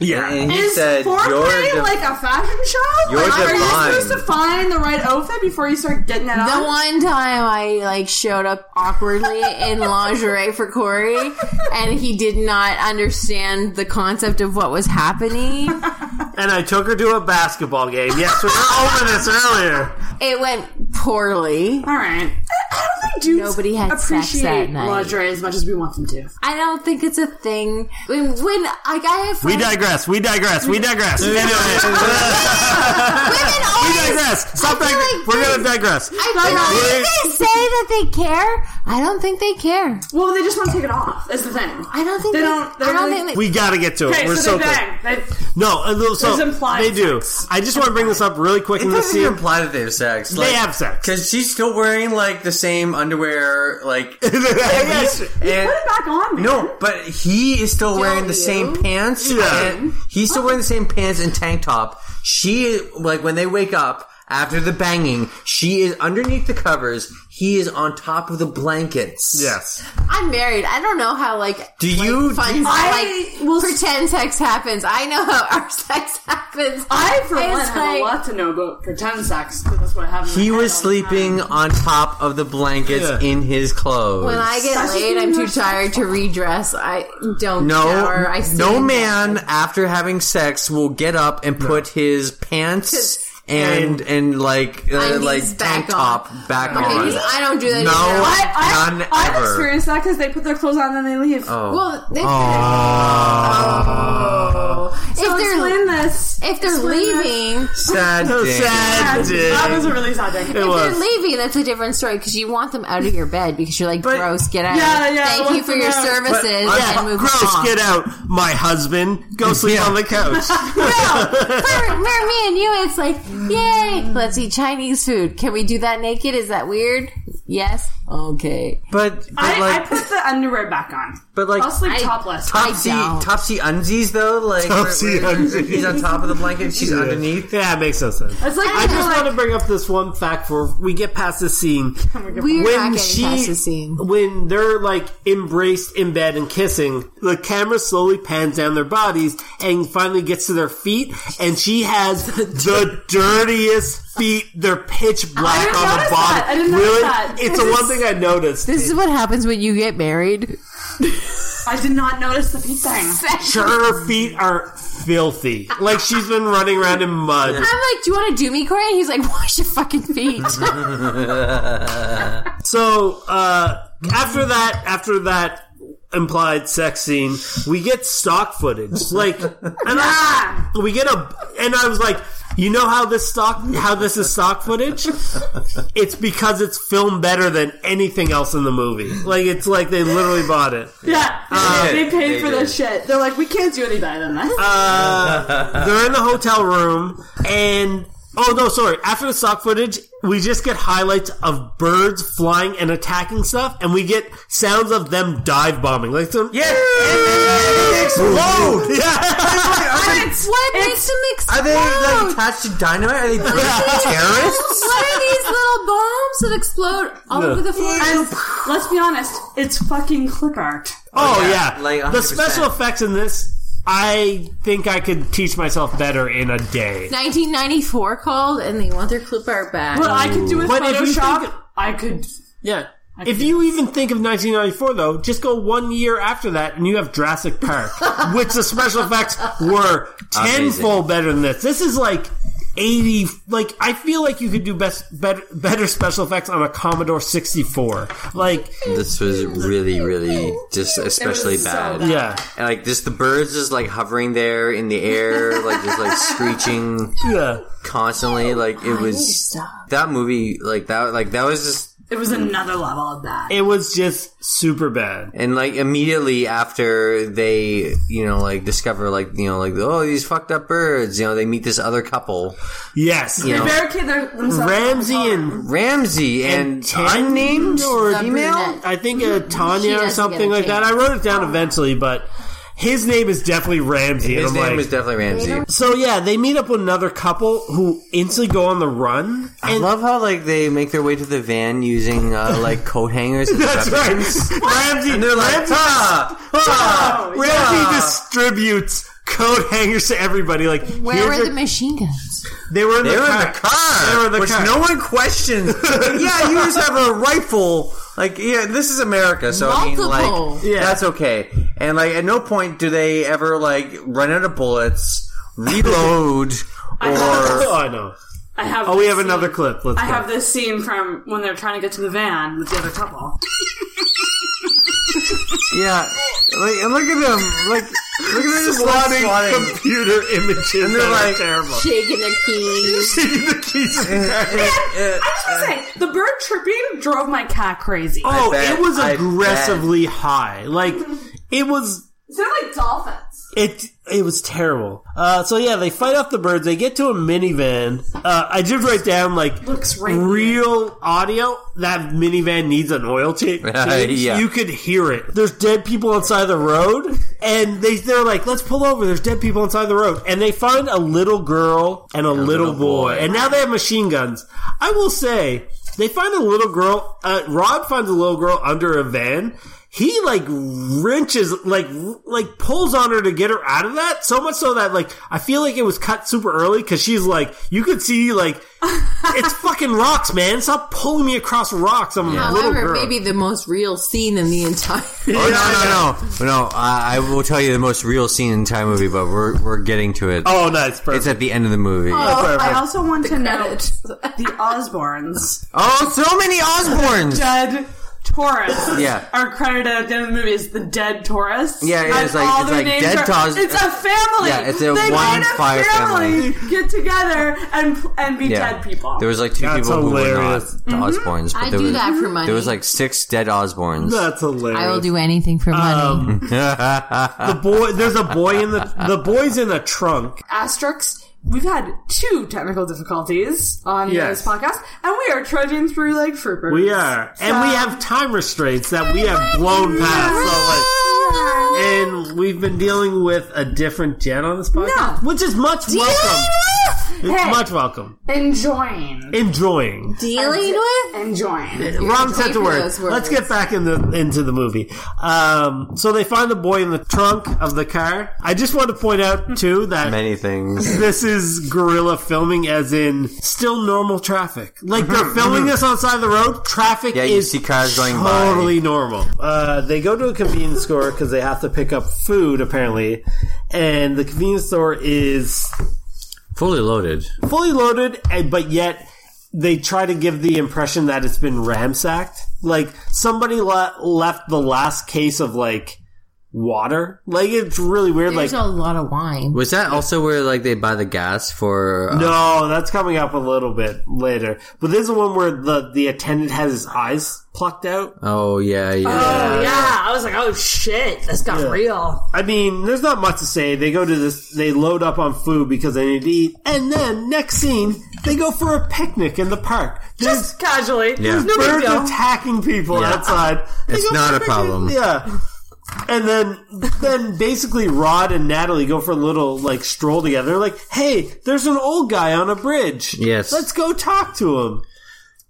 S4: And he
S2: Is
S4: said,
S2: foreplay
S4: "You're the
S2: like a fashion show?
S4: you're
S2: like, are
S4: divine.
S2: you supposed to find the right outfit before you start getting it
S7: The
S2: on?
S7: one time I like showed up awkwardly in lingerie for Corey, and he did not understand the concept of what was happening.
S3: And I took her to a basketball game. Yes, we were over this earlier.
S7: It went poorly.
S2: All right. I don't think dudes
S7: Nobody had sex that
S2: appreciate
S7: night.
S2: lingerie as much as we want them to.
S7: I don't think it's a thing. When, when like I have
S3: We
S7: friends-
S3: digress. We digress. We digress. (laughs) anyway,
S7: women
S3: we
S7: always
S3: digress. Stop.
S7: I feel
S3: Dig-
S7: like
S3: we're gonna digress.
S7: I feel like they say that they care. I don't think they care.
S2: Well, they just want to take it off. That's the thing.
S7: I don't think
S2: They
S7: they,
S2: don't- they
S7: I don't
S2: really-
S7: think they,
S3: we gotta get to it.
S2: Okay,
S3: we're
S2: so
S3: so,
S2: they
S3: close.
S2: bang. They-
S3: No, uh, so
S2: There's implied
S3: they do.
S2: sex.
S3: I just want to bring this up really quick in
S4: It
S3: this
S4: doesn't
S3: scene.
S4: even imply that they have sex.
S3: They have sex.
S4: because she's still wearing like the same underwear.
S3: (laughs)
S4: Like,
S3: Yes.
S4: and-
S2: Put it back on. man.
S4: no, but he is still wearing the
S5: you?
S4: same pants.
S3: Yeah.
S4: and he's still wearing the same pants and tank top. She like when they wake up. After the banging, she is underneath the covers. He is on top of the blankets.
S9: Yes.
S7: I'm married. I don't know how like
S4: Do
S7: like,
S4: you-
S7: fun,
S4: do you-
S7: like pretend sex happens. I know how (laughs) our sex happens.
S2: I, for
S7: It's
S2: one, have
S7: like-
S2: a lot to know about pretend sex because that's what happens.
S4: He was sleeping on top of the blankets
S9: Yeah.
S4: in his clothes.
S7: When I get
S2: That's
S7: laid,
S2: just
S7: I'm too
S2: not
S7: tired to redress. I don't
S4: no,
S7: shower. I stay
S4: no
S7: in bed.
S4: man after having sex will get up and put his pants and and like uh,
S7: Undies
S4: like
S7: back
S4: tank top back on.
S7: Because I don't do that. either.
S4: No.
S2: I, I,
S4: None
S2: I've
S4: ever.
S2: experienced that because they put their clothes on and they leave.
S4: Oh.
S7: Well, they- if
S2: so
S7: they're
S2: explain this.
S7: if they're leaving, (laughs)
S4: sad day.
S9: Sad
S2: That was
S9: day.
S2: a really sad day.
S9: It
S7: they're
S9: was.
S7: leaving. That's a different story because you want them out of your bed because you're like,
S9: But-
S7: gross, get out.
S2: Yeah, yeah, I
S7: Thank
S2: want
S7: you for
S2: them
S7: your
S2: out.
S7: services
S9: Yeah,
S7: and move
S9: gross,
S7: on.
S9: get out. My husband, go sleep
S4: Yeah.
S9: on the couch.
S7: for, for me and you, it's like, yay, let's eat Chinese food. Can we do that naked? Is that weird? Yes. Okay.
S4: But, but
S2: I,
S4: like
S2: I put the underwear back on.
S4: but like
S2: I'll sleep
S7: I-
S2: topless.
S4: topsy
S7: don't.
S4: topsy unsies though like where-
S9: Topsy
S4: where
S9: unsies.
S4: He's on top of the blanket. She's underneath.
S9: Yeah, it makes no sense.
S2: It's like
S3: I just
S7: like-
S3: want to bring up this one fact for we get past this
S2: (laughs)
S3: scene.
S2: Oh
S7: We're not
S3: when
S7: getting past
S3: she,
S7: the scene.
S3: when they're like embraced in bed and kissing, the camera slowly pans down their bodies and finally gets to their feet, and she
S2: (laughs)
S3: has the dirtiest feet. They're pitch black
S2: didn't
S3: on the
S2: notice
S3: bottom.
S2: that. I didn't notice
S3: really,
S2: that.
S3: it's the one thing
S2: (laughs)
S3: I noticed.
S7: This is what happens when you get married.
S2: I did not notice the feet thing.
S3: Her feet are filthy, like she's been running around in mud.
S7: I'm like, do you want to do me, Corey? And he's like, wash your fucking (laughs) feet.
S3: So uh, after that, after that implied sex scene, we get stock footage. Like, and I, we get a, and I was like, you know how this stock, how this is stock footage? It's because it's filmed better than anything else in the movie. Like, it's like they literally bought it.
S2: Yeah, they
S4: did.
S2: paid
S4: They
S2: for
S4: did.
S2: this shit. They're like, we can't do any better than this.
S3: They're in the hotel room, and oh no, sorry. After the stock footage, we just get highlights of birds flying and attacking stuff, and we get sounds of them dive bombing, like some
S4: Yeah, and they explode.
S7: what makes them
S4: Are
S7: explode?
S4: they like attached to dynamite? Are they terrorists?
S7: what are these little bombs that explode all over the floor?
S2: and let's be honest, it's fucking clip art.
S3: Oh
S4: yeah,
S3: yeah,
S4: like,
S3: the
S4: 100%.
S3: special effects in this, I think I could teach myself better in a day.
S7: 1994 called, and they want their clip art back.
S2: What I could do with
S3: But if you
S2: Photoshop,
S3: think-
S2: I could.
S3: Yeah. If you even think of 1994, though, just go one year after that, and you have Jurassic
S4: (laughs)
S3: Park, which the special effects were tenfold better than this. This is like 80. Like I feel like you could do best better better special effects on a Commodore 64. Like
S4: This was really, really just especially bad.
S3: yeah,
S4: And like just the birds just like hovering there in the air, like just like screeching
S3: yeah.
S4: constantly. Like it was that movie, like that, like that was just
S2: It was another level of that.
S3: It was just super bad.
S4: and like immediately after they, you know, like discover like you know like oh these fucked up birds, you know, they meet this other couple,
S3: Yes.
S4: you know,
S2: Barricade their, themselves.
S3: Ramsey and
S4: Ramsey and,
S3: and Tan-
S4: unnamed or
S7: The
S4: female.
S7: brunette.
S3: I think uh, Tanya or
S7: does
S3: something
S7: get a
S3: like that. I
S7: chance.
S3: wrote it down eventually, but his name is definitely Ramsey.
S4: His
S3: and I'm
S4: name
S3: like,
S4: is definitely Ramsey.
S3: So yeah, they meet up with another couple who instantly go on the run.
S4: I love how like they make their way to the van using uh, like coat hangers.
S3: (laughs) (laughs)
S4: As
S3: That's right.
S4: weapons.
S3: Ramsey,
S4: And they're like,
S3: Ramsey,
S4: ah,
S3: ah,
S4: ah,
S3: Ramsey
S4: yeah."
S3: distributes coat hangers to everybody. Like,
S7: Where
S3: here's
S7: were
S3: your-
S7: the machine guns?
S3: they were in
S4: They
S3: the
S4: were in
S3: car.
S4: the car.
S3: They were in the
S4: which
S3: car.
S4: no one questions. (laughs) yeah, you just have a rifle. Like, yeah, this is America, so I mean,
S7: Multiple.
S4: like, that's okay. And like, at no point do they ever like run out of bullets, (laughs) reload, or
S3: (laughs) Oh, I know.
S2: I have.
S3: Oh, we
S2: this
S3: have
S2: scene.
S3: another clip. Let's
S2: I
S3: go.
S2: have this scene from when they're trying to get to the van with the other couple.
S4: yeah. Like, and look at them. Like, look at them just like,
S3: Swatting
S4: swatting.
S3: computer images.
S4: And they're
S3: that are
S4: like-
S3: terrible.
S7: Shaking their
S3: (laughs)
S7: keys.
S3: the keys.
S2: I just want to say the bird chirping drove my cat crazy.
S3: Oh,
S4: bet,
S3: it was
S4: I bet.
S3: aggressively high. Like, it was.
S2: They're like dolphins.
S3: It it was terrible. Uh, so yeah, they fight off the birds. They get to a minivan. Uh, I did write down like
S2: Looks right
S3: real audio. That minivan needs an oil change.
S4: (laughs) Yeah.
S3: You could hear it. There's dead people on the side of the road, and they they're like, "Let's pull over." There's dead people on the side of the road, and they find a little girl and a, little, boy. and now they have machine guns. I will say. They find a little girl. Uh, Rod finds a little girl under a van he like wrenches like like pulls on her to get her out of that so much so that like i feel like it was cut super early because she's like you could see like it's fucking rocks man stop pulling me across rocks i'm a little
S7: However,
S3: girl
S7: maybe the most real scene in the entire.
S4: Oh, no, no, no, no! I, I will tell you the most real scene in the entire movie, but we're we're getting to it.
S3: oh nice
S4: It's
S3: perfect
S4: at the end of the movie. Oh,
S2: Oh, I also want to note the Osbournes.
S4: Oh, so many Osbournes!
S2: Dead tourists
S4: Yeah.
S2: are credited at the end of the movie as the dead tourists.
S4: Yeah, it
S2: And
S4: is like-
S2: all
S4: it's
S2: their
S4: like
S2: names
S4: dead
S2: are-
S4: Taurus-
S2: It's a family.
S4: Yeah, it's a
S2: they made
S4: one
S2: a
S4: fire
S2: family, get together and and be
S4: Yeah.
S2: dead people.
S4: There was like two
S3: That's
S4: people
S3: hilarious.
S4: who were not the Osbournes. But
S7: I
S4: there
S7: do
S4: was,
S7: that for money.
S4: There was like six dead Osbournes.
S3: that's hilarious
S7: I will do anything for money.
S3: the boy there's a boy in the the boy's in the trunk
S2: asterisks. We've had two technical difficulties on
S3: Yes.
S2: this podcast, and we are trudging through like troopers.
S3: we are and we have time restraints that we have blown past so like and we've been dealing with a different Jen on this podcast, which is much welcome. It's
S2: Hey.
S3: much welcome.
S2: enjoying,
S3: Enjoying.
S7: Dealing with
S2: enjoying.
S3: Wrong
S7: pay
S3: set of
S7: for
S3: words.
S7: those words.
S3: Let's get back in the, into the movie. Um, so they find the boy in the trunk of the car. I just want to point out too that
S4: Many things.
S3: this is guerrilla filming, as in still normal traffic. Like they're
S4: (laughs)
S3: filming this on the side of the road. Traffic
S4: Yeah, you
S3: is
S4: see cars going by.
S3: totally normal. Uh, they go to a convenience store because they have to pick up food apparently, and the convenience store is
S4: Fully loaded.
S3: fully loaded, and, but yet they try to give the impression that it's been ransacked. Like somebody le- left the last case of like water. Like it's really weird.
S7: there's
S3: like.
S7: a lot of wine.
S4: Was that also where like they buy the gas for? Uh,
S3: No, Oh, that's coming up a little bit later. But there's the one where the, the attendant has his eyes plucked out.
S4: Oh yeah,
S3: Uh,
S4: yeah.
S2: Oh yeah, I was like, oh shit, this got real.
S3: I mean, there's not much to say. They go to this, they load up on food because they need to eat. And then, next scene, they go for a picnic in the park. There's
S2: Just casually,
S4: Yeah.
S2: there's no big
S3: birds
S2: deal.
S3: attacking people outside. They
S4: It's
S3: go
S4: not
S3: for
S4: a
S3: picnic.
S4: problem.
S3: Yeah. And then, then basically Rod and Natalie go for a little like stroll together. They're like, "Hey, there's an old guy on a bridge.
S4: Yes.
S3: let's go talk to him."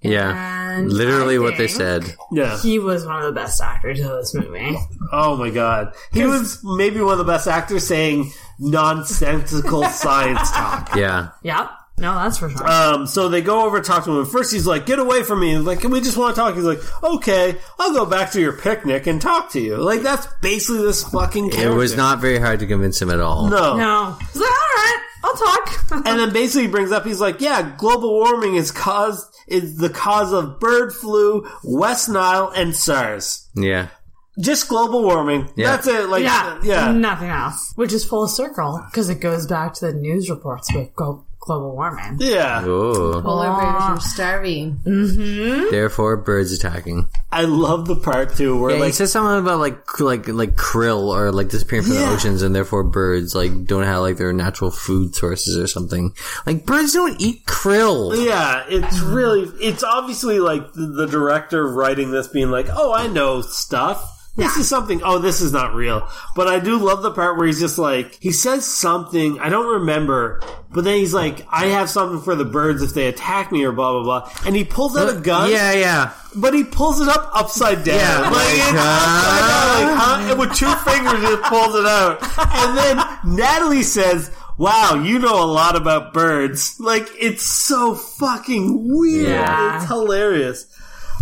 S4: yeah.
S2: And
S4: Literally
S2: I
S4: what they
S2: think-
S4: said.
S3: Yeah.
S2: He was one of the best actors of this movie.
S3: Oh my god. He was maybe one of the best actors saying (laughs) nonsensical science talk.
S4: Yeah,
S2: Yep. No, that's for sure.
S3: Um, so they go over and talk to him. First, he's like, "Get away from me!" Like, we just want to talk. He's like, "Okay, I'll go back to your picnic and talk to you." Like, that's basically this fucking.
S4: it
S3: Character.
S4: was not very hard to convince him at all.
S3: no.
S2: no. He's like, all right, I'll talk.
S3: And then basically brings up, he's like, "Yeah, global warming is caused is the cause of bird flu, West Nile, and SARS.
S4: Yeah,
S3: Just global warming.
S4: Yeah.
S3: That's it.
S2: (laughs)
S3: Like,
S2: yeah.
S3: yeah, yeah."
S2: Nothing else. Which is full circle because it goes back to the news reports with glo- global warming.
S4: Oh,
S7: Polar bears
S2: Ah.
S7: were starving.
S4: therefore birds attacking.
S3: I love the part too where
S4: Yeah, he
S3: like
S4: says something about like cr- like like krill or like disappearing from the oceans, and therefore birds like don't have like their natural food sources or something. Like birds don't eat krill.
S3: Yeah, it's really it's obviously like the, the director writing this being like, "Oh, I know stuff. This is something. Oh, this is not real." But I do love the part where he's just like he says something, I don't remember, but then he's like, "I have something for the birds if they attack me or blah blah blah." And he pulls out a gun,
S4: Yeah, yeah.
S3: but he pulls it up upside down.
S4: Yeah,
S3: like,
S4: like,
S3: it's upside down, like, huh? And with two fingers just pulls it out. And then Natalie says, Wow, you know a lot about birds. Like, it's so fucking weird.
S2: Yeah.
S3: It's hilarious.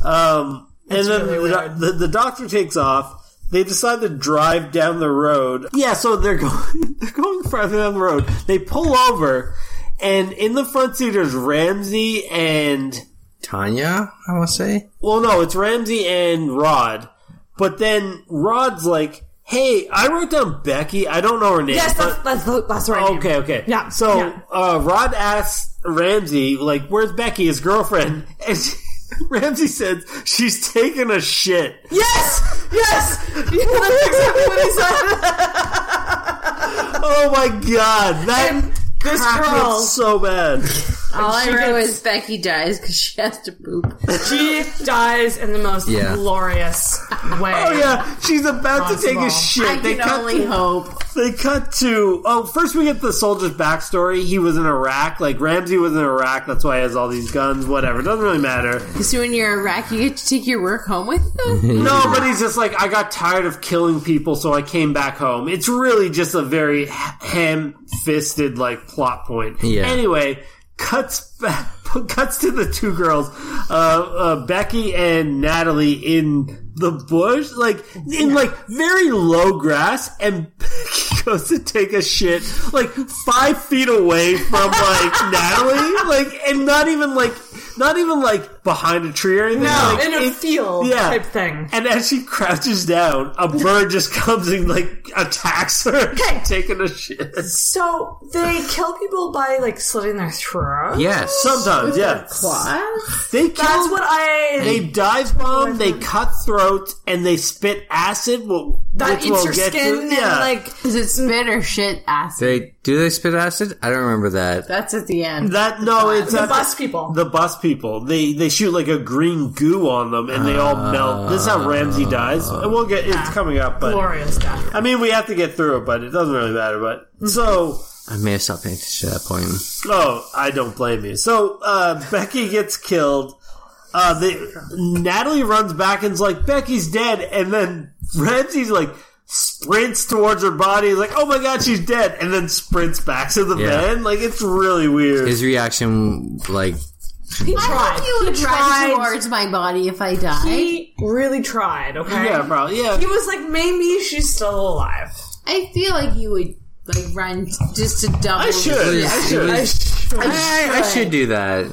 S3: Um, and then
S2: really
S3: the,
S2: weird.
S3: the, the doctor takes off. They decide to drive down the road. Yeah, so they're going (laughs) they're going farther down the road. They pull over, and in the front seat is Ramsey and
S4: Tanya, I want to say.
S3: well, no, it's Ramsey and Rod. But then Rod's like, hey, I wrote down Becky. I don't know her name.
S2: Yes,
S3: but- Oh.
S2: that's, that's, the- that's the right. name.
S3: okay, okay.
S2: Yeah,
S3: So
S2: yeah.
S3: Uh, Rod asks Ramsey, like, where's Becky, his girlfriend? (laughs) And she, Ramsey says, she's taking a shit. (laughs)
S2: Yes! Yes! Yeah, that's exactly what he said.
S3: Oh my god, that this girl
S2: (laughs)
S3: so bad.
S5: All I
S2: She
S5: wrote
S2: gets-
S5: is Becky dies because she has to poop.
S2: She dies in the most
S4: Yeah.
S2: glorious way.
S3: Oh yeah, she's about to take a
S2: Possible.
S3: shit.
S5: I
S3: they
S5: can
S3: cut
S5: only hope.
S3: they cut to oh first we get the soldier's backstory. He was in Iraq. Like Ramsey was in Iraq. That's why he has all these guns. Whatever. Doesn't really matter.
S5: Because when you're in Iraq, you get to take your work home with them.
S2: (laughs)
S3: No, but he's just like I got tired of killing people, so I came back home. It's really just a very ham-fisted like plot point.
S4: Yeah.
S3: Anyway, cuts (laughs) back, cuts to the two girls, uh, uh, Becky and Natalie in the bush, like in like very low grass, and (laughs) Becky goes to take a shit like five feet away from
S2: (laughs)
S3: like Natalie, like and not even like. Not even like behind a tree or anything.
S2: No,
S3: like,
S2: in a
S3: it-
S2: field
S3: yeah.
S2: type thing.
S3: And as she crouches down, a bird just comes and like attacks her, (laughs) taking a shit.
S2: So they kill people by like slitting their throats.
S4: Yes.
S3: Sometimes, yeah, they kill.
S2: That's what I.
S3: they dive bomb, they cut throats, and they spit acid. Well,
S2: that
S3: which
S2: eats
S3: we'll
S2: your
S3: get
S2: skin
S3: to. Yeah,
S2: and like
S5: Is it spit or shit acid?
S4: They do they spit acid? I don't remember that.
S5: That's at the end.
S3: that. No, it's
S2: the
S3: not
S2: bus people.
S3: The bus people. They they shoot like a green goo on them, and they all melt. This is how Ramsey dies. And we'll get.
S2: Ah.
S3: It's coming up, but
S2: glorious death.
S3: I mean, we have to get through it. But it doesn't really matter. But so.
S4: I may have stopped paying attention at that point.
S3: Oh, I don't blame you. So uh, (laughs) Becky gets killed. Uh, the, Natalie runs back and's like, "Becky's dead," and then Ramsey's like sprints towards her body. He's like, "Oh my god, she's dead!" and then sprints back to the
S4: Yeah.
S3: van. Like it's really weird.
S4: His reaction, like,
S2: He
S5: I
S2: tried.
S5: think you would
S2: he
S5: drive
S2: tried.
S5: towards my body if I die.
S2: He really tried. Okay.
S3: yeah, probably. Yeah,
S2: He was like, maybe she's still alive.
S5: I feel like you would like run just to double.
S3: I should. I
S4: It
S3: should.
S4: was-
S5: Ah,
S4: I, I should do that.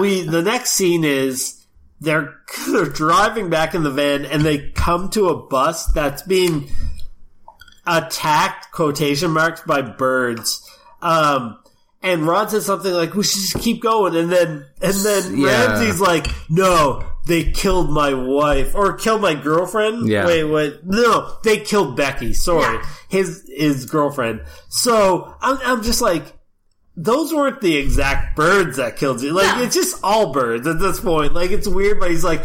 S3: We the next scene is they're (laughs) they're driving back in the van and they come to a bus that's being attacked quotation marks by birds. Um and Ron says something like, "We should just keep going," and then and then
S4: Yeah.
S3: Ramsey's like, "No, they killed my wife or killed my girlfriend."
S4: Yeah.
S3: Wait, what? No, they killed Becky. Sorry, his his girlfriend. So I'm I'm just like, those weren't the exact birds that killed you. Like, it's just all birds at this point. Like, it's weird, but he's like,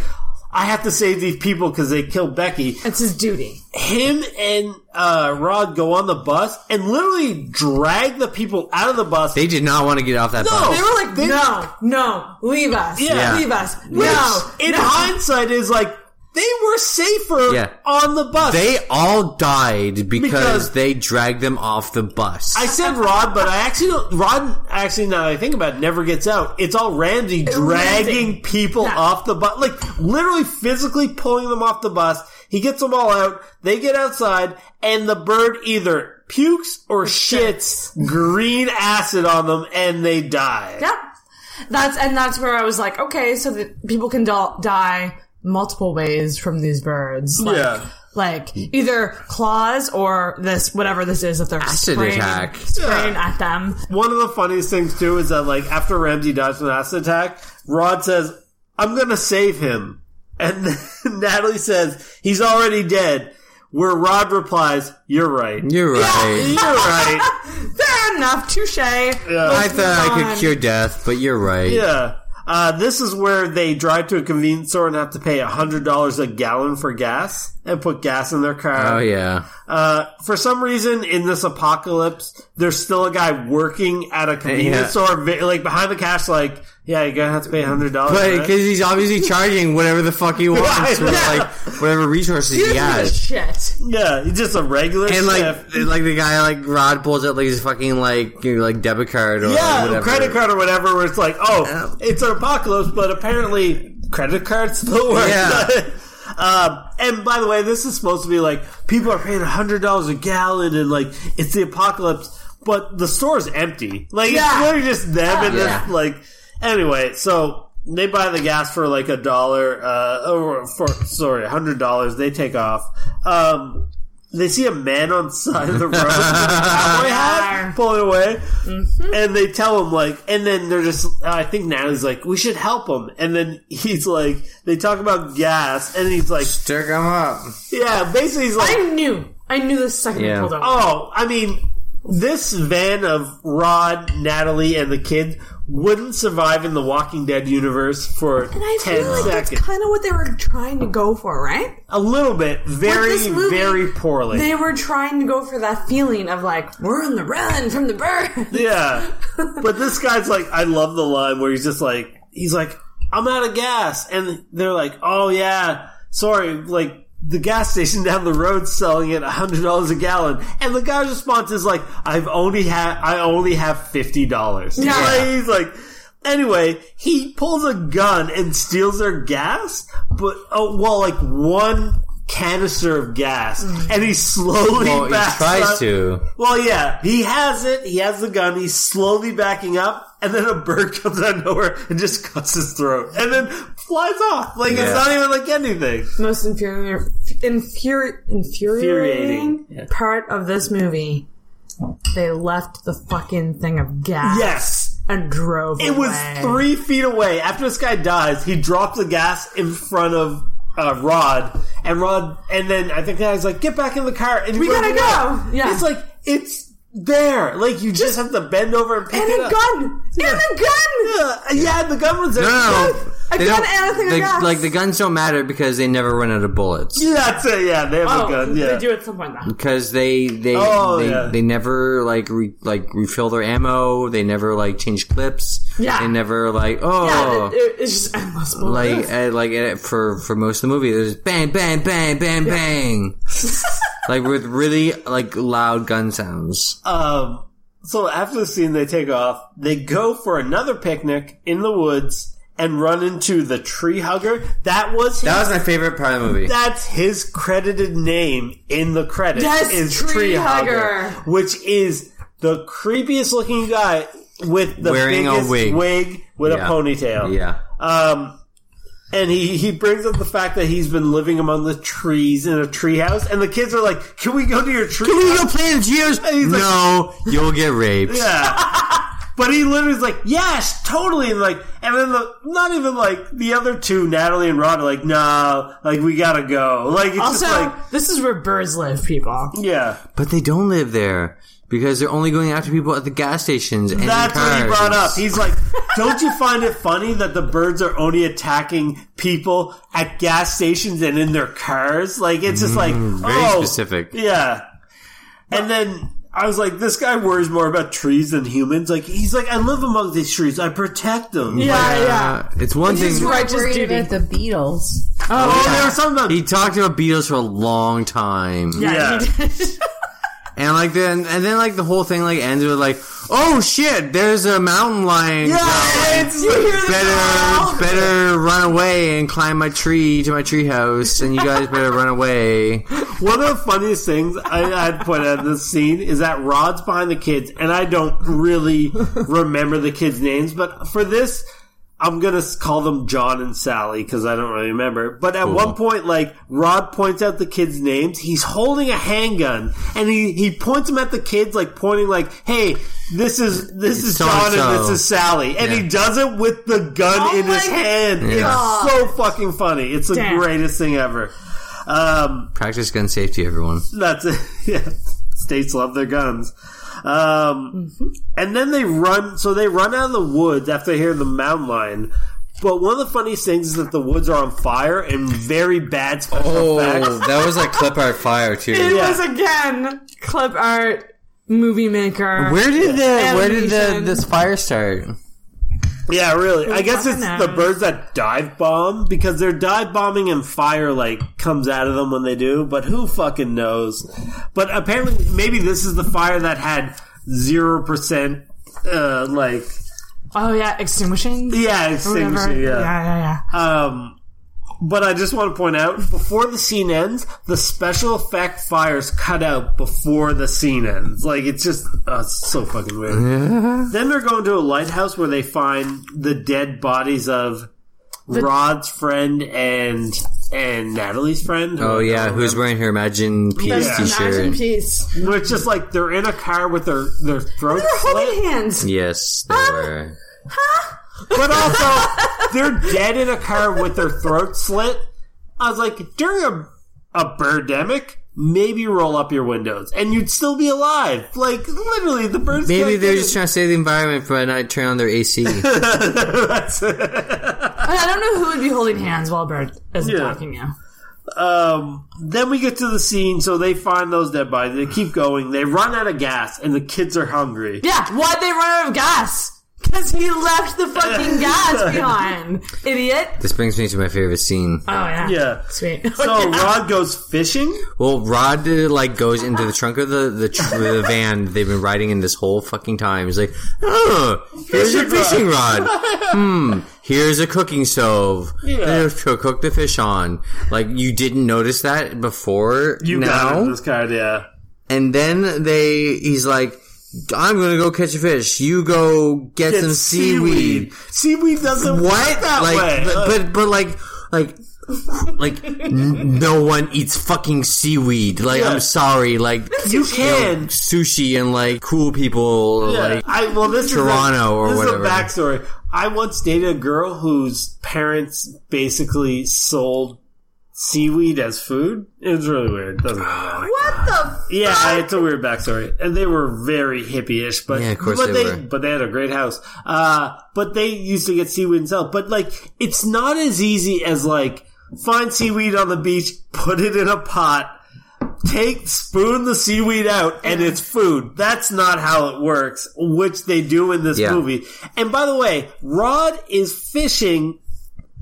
S3: I have to save these people because they killed Becky.
S2: It's his duty.
S3: Him and uh, Rod go on the bus and literally drag the people out of the bus.
S4: They did not want to get off that
S3: No.
S4: bus.
S2: They were like, no, no, leave us.
S3: Yeah.
S2: Leave us.
S3: which,
S2: No.
S3: in hindsight, is like, they were safer
S4: Yeah.
S3: on the bus.
S4: They all died because,
S3: Because-
S4: they dragged them off the bus.
S3: I said Rod, but I actually don't. Rod, actually, now that I think about it, never gets out. It's all Ramsey dragging people off the bus, like literally physically pulling them off the bus. He gets them all out. They get outside, and the bird either pukes or shits green acid on them, and they die.
S2: Yep. That's and that's where I was like, okay, so that people can do- die multiple ways from these birds. Like,
S3: Yeah.
S2: Like either claws or this whatever this is that they're
S4: Acid
S2: spraying,
S4: attack.
S2: spraying at them.
S3: One of the funniest things too is that like after Ramsey dies from an acid attack, Rod says, "I'm gonna save him," and (laughs) then Natalie says, "He's already dead." Where Rod replies, "You're right.
S4: You're right.
S2: (laughs)
S3: You're right.
S2: Fair enough, touche.
S4: I thought I could cure death, but you're right.
S3: Yeah." Uh, this is where they drive to a convenience store and have to pay hundred dollars a gallon for gas and put gas in their car.
S4: Oh yeah.
S3: Uh, for some reason, in this apocalypse, there's still a guy working at a convenience
S4: Yeah.
S3: store, vi- like behind the cash, like, yeah, you're gonna have to pay hundred dollars.
S4: But because he's obviously charging whatever the fuck he wants, with,
S3: Yeah.
S4: like whatever resources he has,
S2: Shit.
S3: Yeah, he's just a regular
S4: and like
S3: chef.
S4: like the guy like Rod pulls out like his fucking like you know, like debit card or
S3: yeah,
S4: whatever.
S3: credit card or whatever. Where it's like, oh, it's an apocalypse, but apparently credit cards still work.
S4: Yeah.
S3: (laughs) Um, and by the way, this is supposed to be like people are paying hundred dollars a gallon, and like it's the apocalypse, but the store is empty. Like it's literally just them and
S4: Yeah.
S3: this like. Anyway, so they buy the gas for like a dollar, uh, or for sorry, hundred dollars. They take off. Um, they see a man on the side of the road with a cowboy hat pulling away,
S2: Mm-hmm.
S3: and they tell him like, and then they're just. I think Natalie's like, we should help him, and then he's like, they talk about gas, and he's like,
S4: Jerk him up.
S3: yeah, basically he's like,
S2: I knew. I knew the second
S4: Yeah.
S2: I pulled over.
S3: oh, I mean, This van of Rod, Natalie, and the kid wouldn't survive in the Walking Dead universe for
S2: And I
S3: ten
S2: feel like
S3: seconds.
S2: that's kind of what they were trying to go for, right?
S3: a little bit, very,
S2: this movie,
S3: very poorly.
S2: They were trying to go for that feeling of like we're on the run from the bird.
S3: (laughs) Yeah. But this guy's like, I love the line where he's just like, he's like, I'm out of gas. And they're like, oh yeah, sorry, like, the gas station down the road selling it $100 a gallon. And the guy's response is like, I've only had, I only have $50. Yeah. He's (laughs) like, anyway, he pulls a gun and steals their gas, but, oh, well, like one canister of gas. And he slowly
S4: Mm. Well, he
S3: backs
S4: tries
S3: up.
S4: to.
S3: Well, yeah, he has it. He has the gun. He's slowly backing up, and then a bird (laughs) comes out of nowhere and just cuts his throat, and then flies off. Like
S4: Yeah.
S3: it's not even like anything.
S2: (laughs) Most inferior, infuri- infuriating
S3: Infuriating, yeah.
S2: part of this movie. They left the fucking thing of gas
S3: Yes,
S2: and drove.
S3: it was
S2: away.
S3: three feet away. After this guy dies, he dropped the gas in front of uh, Rod, and Rod, and then I think the guy's like, "Get back in the car, and
S2: We
S3: he
S2: gotta
S3: went away.
S2: go. Yeah.
S3: it's like it's there. Like you just have to bend over and pick
S2: and
S3: it
S2: a
S3: up.
S2: gun and a gun.
S3: Yeah, yeah, the gun was there.
S4: No, no, no.
S2: I
S4: They
S2: can't
S4: don't-
S2: add a thing of
S4: the-
S2: gas.
S4: Like the guns don't matter because they never run out of bullets.
S3: Yeah, (laughs) that's it. Yeah, they have
S2: Oh,
S3: a gun. Yeah,
S2: they do at some point though.
S4: Because they they
S3: Oh,
S4: they,
S3: yeah.
S4: they never like re, like refill their ammo. They never like change clips.
S2: Yeah.
S4: They never like
S2: Yeah,
S4: oh
S2: it, it, it's just endless bullets.
S4: like uh, like uh, for for most of the movie there's bang bang bang
S2: (laughs)
S4: bang bang like with really like loud gun sounds.
S2: Oh.
S3: Um, so after the scene, they take off. They go for another picnic in the woods and run into the tree hugger. That was his,
S4: That was my favorite part of the movie.
S3: that's his credited name in the credits.
S2: Yes,
S3: is
S2: Tree Hugger.
S3: which is the creepiest looking guy with the
S4: Wearing a
S3: biggest
S4: wig.
S3: with
S4: Yeah.
S3: a ponytail.
S4: Yeah.
S3: Um, and he, he brings up the fact that he's been living among the trees in a treehouse, and the kids are like, "Can we go to your tree?"
S4: You go Planet Geo's?
S3: like-
S4: No, you'll get raped.
S3: Yeah. But he literally is like, yes, totally, and like, and then the not even like the other two, Natalie and Rod, are like, no, like we gotta go, like it's
S2: Also,
S3: just like,
S2: this is where birds live, people.
S3: yeah,
S4: But they don't live there because they're only going after people at the gas stations. And in
S3: that's what he
S4: cars.
S3: brought up. He's like, don't you find it funny that the birds are only attacking people at gas stations and in their cars? Like it's just like
S4: Mm, very
S3: oh,
S4: specific.
S3: yeah. And then I was like, this guy worries more about trees than humans. Like he's like, I live among these trees, I protect them. Yeah.
S2: Yeah, yeah.
S4: Uh, it's one thing.
S2: Righteous
S5: worried
S2: duty.
S5: about the Beatles.
S3: Oh, there was something about
S4: He talked about Beatles for a long time,
S3: yeah.
S4: and like then, and then like the whole thing like ends with like, oh shit, there's a mountain lion.
S3: (laughs) Yeah, it's
S4: Better, better run away and climb my tree to my tree house, and you guys better run away.
S3: one of the funniest things I, I'd point out in this scene is that Rod's behind the kids, and I don't really remember the kids' names, but for this, I'm gonna s- call them John and Sally because I don't really remember. But at one point, like Rod points out the kids' names, he's holding a handgun, and he he points them at the kids, like pointing, like, "Hey, this is this is John and
S4: so-and-so."
S3: this is Sally," and he
S4: Yeah.
S3: does it with the gun in his hand. It's so fucking funny. It's the
S2: Damn.
S3: greatest thing ever. Um,
S4: Practice gun safety, everyone.
S3: that's it. (laughs) Yeah. States love their guns. Um, And then they run, so they run out of the woods after they hear the mountain lion. But one of the funniest things is that the woods are on fire and very bad special
S4: Oh.
S3: effects.
S4: that was like clip art
S3: (laughs)
S4: fire too.
S2: It
S3: Yeah.
S2: was again clip art, movie maker.
S4: Where did the where did the
S2: Animation.
S4: this fire start?
S3: Yeah, really. I guess it's
S2: fucking
S3: the
S2: nice.
S3: birds that dive bomb because they're dive bombing and fire like comes out of them when they do. But who fucking knows? But apparently, maybe this is the fire that had zero percent, uh, like
S2: Oh yeah, extinguishing.
S3: yeah, extinguishing.
S2: yeah, yeah, yeah.
S3: Um, but I just want to point out before the scene ends, the special effect fires cut out before the scene ends. Like it's just uh, it's so fucking weird. Then they're going to a lighthouse where they find the dead bodies of Rod's friend and and Natalie's friend.
S4: Oh yeah, who's
S3: wearing?
S4: wearing her Imagine Peace
S3: Yeah.
S2: Imagine
S4: t-shirt?
S2: peace.
S3: It's just like they're in a car with their their throats
S2: They're
S3: slit.
S2: holding hands.
S4: Yes, they were.
S3: but also they're dead in a car with their throat slit. I was like, during a a birdemic, maybe roll up your windows and you'd still be alive. Like literally, the birds.
S4: Maybe
S3: can't
S4: they're
S3: get
S4: just
S3: in.
S4: trying to save the environment by not turning on their AC.
S2: I don't know who would be holding hands while Bert is attacking you.
S3: Um, then we get to the scene, so they find those dead bodies. They keep going. They run out of gas, and the kids are hungry.
S2: Yeah, why'd they run out of gas? Because he left the
S3: (laughs)
S2: fucking gas behind, idiot.
S4: this brings me to my favorite scene.
S2: Oh yeah,
S3: Yeah.
S2: sweet.
S3: So
S2: (laughs)
S3: Rod goes fishing.
S4: Well, Rod uh, like goes into the trunk of the the, tr- the van they've been riding in this whole fucking time. He's like, "Oh, here's a fishing rod. Hmm, here's a cooking stove.
S3: Yeah.
S4: To cook the fish on. Like you didn't notice that before
S3: You
S4: now.
S3: got it, this card, yeah.
S4: And then they, he's like, I'm gonna go catch a fish. You go get,
S3: It's
S4: some seaweed.
S3: Seaweed doesn't work
S4: What?
S3: that
S4: like,
S3: way.
S4: But, but but like like like n- no one eats fucking seaweed. Like
S3: Yeah.
S4: I'm sorry. Like
S3: you
S4: know,
S3: can.
S4: sushi and like cool people.
S3: Yeah.
S4: Like
S3: I well, this is a,
S4: Toronto or
S3: this
S4: whatever.
S3: Is a backstory. I once dated a girl whose parents basically sold seaweed as food. It was really weird. Doesn't matter.
S2: what the? F-
S3: Yeah,
S4: (laughs)
S3: it's a weird backstory, and they were very hippie-ish, but
S4: Yeah, of course
S3: but
S4: they were.
S3: but they had a great house. Uh, but they used to get seaweed and sell. But like, it's not as easy as like find seaweed on the beach, put it in a pot, take spoon the seaweed out, and it's food. That's not how it works, which they do in this
S4: Yeah.
S3: movie. And by the way, Rod is fishing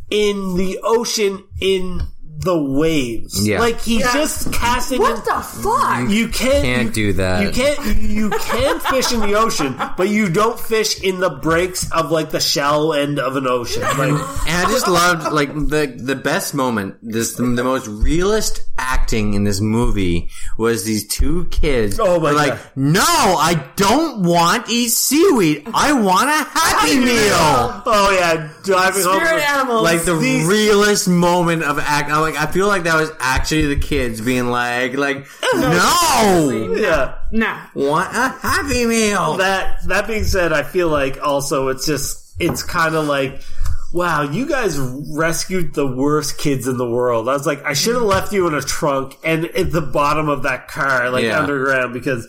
S3: in the ocean in the waves.
S4: Yeah.
S3: Like he's just casting
S2: what the fuck?
S3: you can't,
S4: Can't
S3: you,
S4: do that.
S3: You can't. You can fish in the ocean, but you don't fish in the breaks of like the shallow end of an ocean.
S4: (laughs)
S3: Like,
S4: and I just loved like the the best moment. This the, the most realist acting in this movie was these two kids.
S3: Oh my
S4: were like,
S3: God.
S4: no, I don't want to eat seaweed. I want a happy meal.
S3: oh yeah, driving home.
S2: Spirit animals.
S4: like the
S3: These-
S4: realest moment of act. I'm like, I feel like that was actually the kids being like,
S3: (laughs)
S4: like, no,
S3: yeah.
S2: no.
S4: want a happy meal.
S3: That that being said, I feel like also it's just it's kind of like. Wow, you guys rescued the worst kids in the world. I was like, I should have left you in a trunk and at the bottom of that car, like
S4: Yeah.
S3: underground, because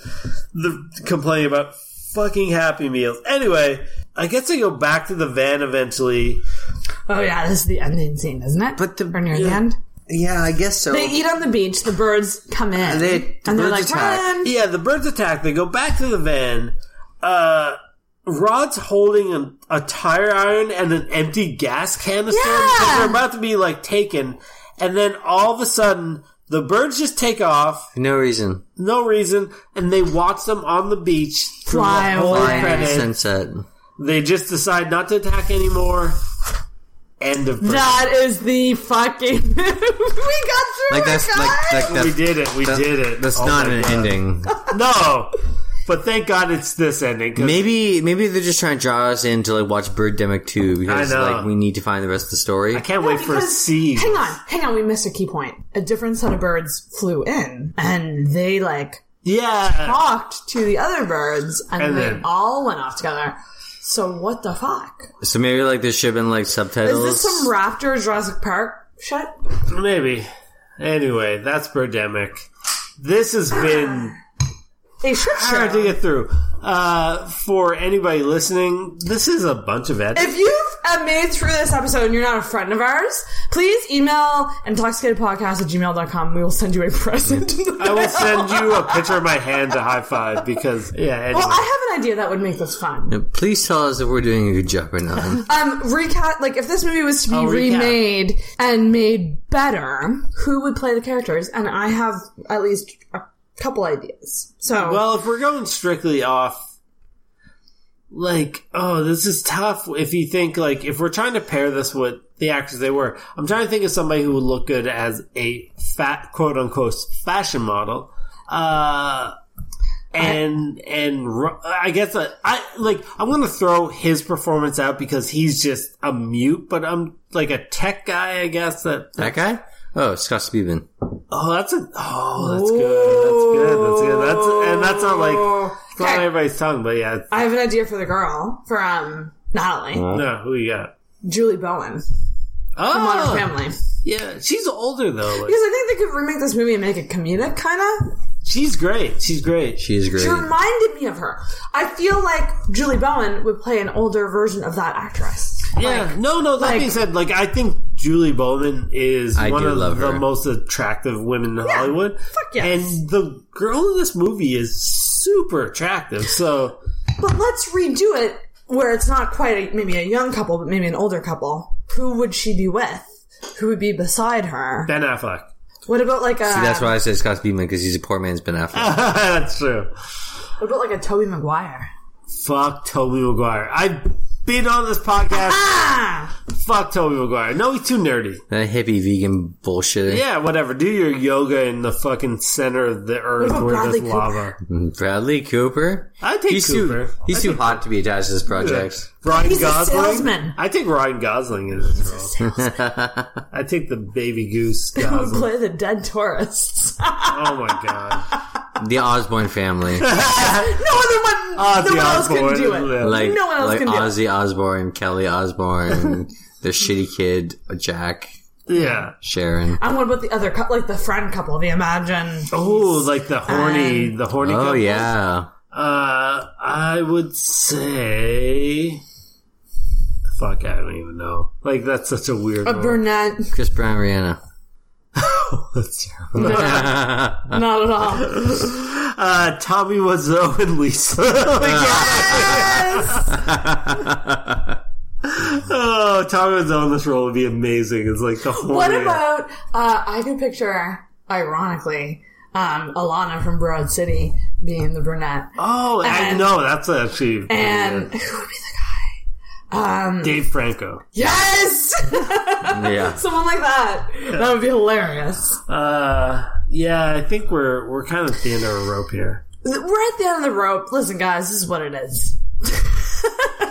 S3: the complaining about fucking Happy Meals. Anyway, I guess I go back to the van eventually.
S2: Oh yeah, this is the ending scene, isn't it?
S4: But the-
S2: or near the end,
S4: Yeah, I guess so.
S2: they eat on the beach. The birds come in,
S4: They- the
S2: and they're
S4: birds
S2: like,
S4: attack.
S2: "Run!"
S3: Yeah, the birds attack. They go back to the van. Uh, Rod's holding a, a tire iron and an empty gas canister because they're about to be like taken. And then all of a sudden, the birds just take off,
S4: For no reason.
S3: no reason, and they watch them on the beach through
S2: Fly
S3: the whole
S2: away.
S4: Flying
S3: credit.
S4: sunset.
S3: They just decide not to attack anymore. End of.
S2: That is the fucking. (laughs) we got through
S4: Like
S2: it,
S4: that's like,
S2: guys!
S4: like that's,
S3: we did it. We
S4: that-
S3: did it.
S4: That's
S3: Oh
S4: not
S3: my
S4: an
S3: God.
S4: ending.
S3: No, but thank God it's this ending. 'cause
S4: Maybe maybe they're just trying to draw us in to like watch Birdemic two because
S3: I know.
S4: like we need to find the rest of the story.
S3: I can't wait for a
S2: Because-
S3: C.
S2: Hang on, hang on. We missed a key point. A different set of birds flew in, and they like
S3: Yeah.
S2: talked to the other birds, and,
S3: And
S2: they
S3: then-
S2: all went off together. So what the fuck?
S4: So maybe like there should have been like
S2: Is
S4: subtitles.
S2: this some Raptor Jurassic Park shit?
S3: Maybe. Anyway, that's Birdemic. This has been
S2: They should
S3: hard to
S2: show.
S3: get through. Uh, for anybody listening, this is a bunch of edits.
S2: If you've uh, made it through this episode and you're not a friend of ours, please email intoxicatedpodcast at gmail.com. We will send you a (laughs) present.
S3: I will send you a picture of my hand to high five because yeah. Anyway.
S2: (laughs) Well, I have an idea that would make this fun.
S4: Uh, Please tell us if we're doing a good job or not.
S2: Um, recast, like, if this movie was to be
S3: Oh, recap.
S2: remade and made better, who would play the characters? And I have at least a couple ideas. So,
S3: well, if we're going strictly off, like, oh, this is tough. If you think like, if we're trying to pair this with the actors they were, I'm trying to think of somebody who would look good as a fat, quote unquote, fashion model. Uh, and and Ro- I guess uh, I like I'm gonna throw his performance out because he's just a mute, but I'm like a tech guy, I guess. That
S4: That guy? Oh, Scott Speedman.
S3: oh, that's a oh, that's good, that's good, that's good. That's and that's not like it's not on
S2: Okay.
S3: everybody's tongue, but yeah,
S2: I have an idea for the girl, for, um, Natalie,
S3: No, who you got?
S2: Julie Bowen. The Modern
S3: Ah,
S2: Family.
S3: Yeah, she's older though. Like,
S2: Because I think they could remake this movie and make it comedic, kind of.
S3: she's great. She's great.
S4: She is great.
S2: She reminded me of her. I feel like Julie Bowen would play an older version of that actress.
S3: Yeah. no, no. That being said, like I think Julie Bowman is
S4: I
S3: one
S4: do
S3: of
S4: love
S3: the
S4: her.
S3: most attractive women in Hollywood. Fuck
S2: yes.
S3: And the girl in this movie is super attractive.
S2: (laughs)
S3: So
S2: But let's redo it where it's not quite a, maybe a young couple, but maybe an older couple. Who would she be with? Who would be beside her?
S3: Ben Affleck. (laughs)
S2: What about like a?
S4: See, that's why I say Scott Speedman because he's a poor man's Ben Affleck.
S3: That's true.
S2: What about like a Toby Maguire?
S3: Fuck Toby Maguire. I've been on this podcast.
S2: (laughs) Ah!
S3: Fuck Toby Maguire. No, he's too nerdy.
S4: that hippie vegan bullshit.
S3: Yeah, whatever. Do your yoga in the fucking center of the earth
S2: about
S3: where
S2: Bradley
S3: there's
S2: Cooper?
S3: lava.
S4: Mm-hmm. Bradley Cooper.
S3: I take
S4: he's
S3: Cooper.
S4: Too, he's too hot to be attached to this project.
S3: Ryan
S2: He's a
S3: Gosling.
S2: salesman.
S3: I take Ryan Gosling in this role. I take the baby goose
S2: Who (laughs) would
S3: Gosling.
S2: play the dead tourists? (laughs) no,
S3: oh my god!
S4: The
S3: (laughs)
S4: Osborne family,
S2: other one. no
S3: Ozzy
S2: one else could
S3: Osbourne.
S2: do it.
S4: like
S2: No one else
S4: like
S2: can do it.
S4: Ozzy Osbourne, Kelly
S3: (laughs)
S4: Osbourne, their shitty kid Jack,
S3: Yeah.
S4: Sharon.
S2: And what about the other couple, like the friend couple? The Imagine.
S3: Oh, like the horny, the horny.
S4: Oh
S3: couple.
S4: yeah,
S3: Uh, I would say. Fuck, I don't even know. Like that's such a weird.
S2: A
S3: one.
S2: brunette.
S4: Chris Brown, Rihanna.
S3: (laughs) That's terrible.
S2: Not at
S3: (laughs)
S2: all.
S3: uh, Tommy Wiseau
S2: (laughs)
S3: and Lisa. (laughs) oh, Tommy Wiseau in this role would be amazing. It's like the whole.
S2: What about, uh, I could picture, ironically, um, Alana from Broad City being the brunette.
S3: Oh, I
S2: and-
S3: know that's actually
S2: And who would be the guy? Um,
S3: Dave Franco.
S2: (laughs) yes! (laughs)
S4: Yeah,
S2: Someone like that. That would be hilarious.
S3: Uh, yeah, I think we're we're kind of at the end of a rope here.
S2: We're at the end of the rope. Listen, guys, this is what it is.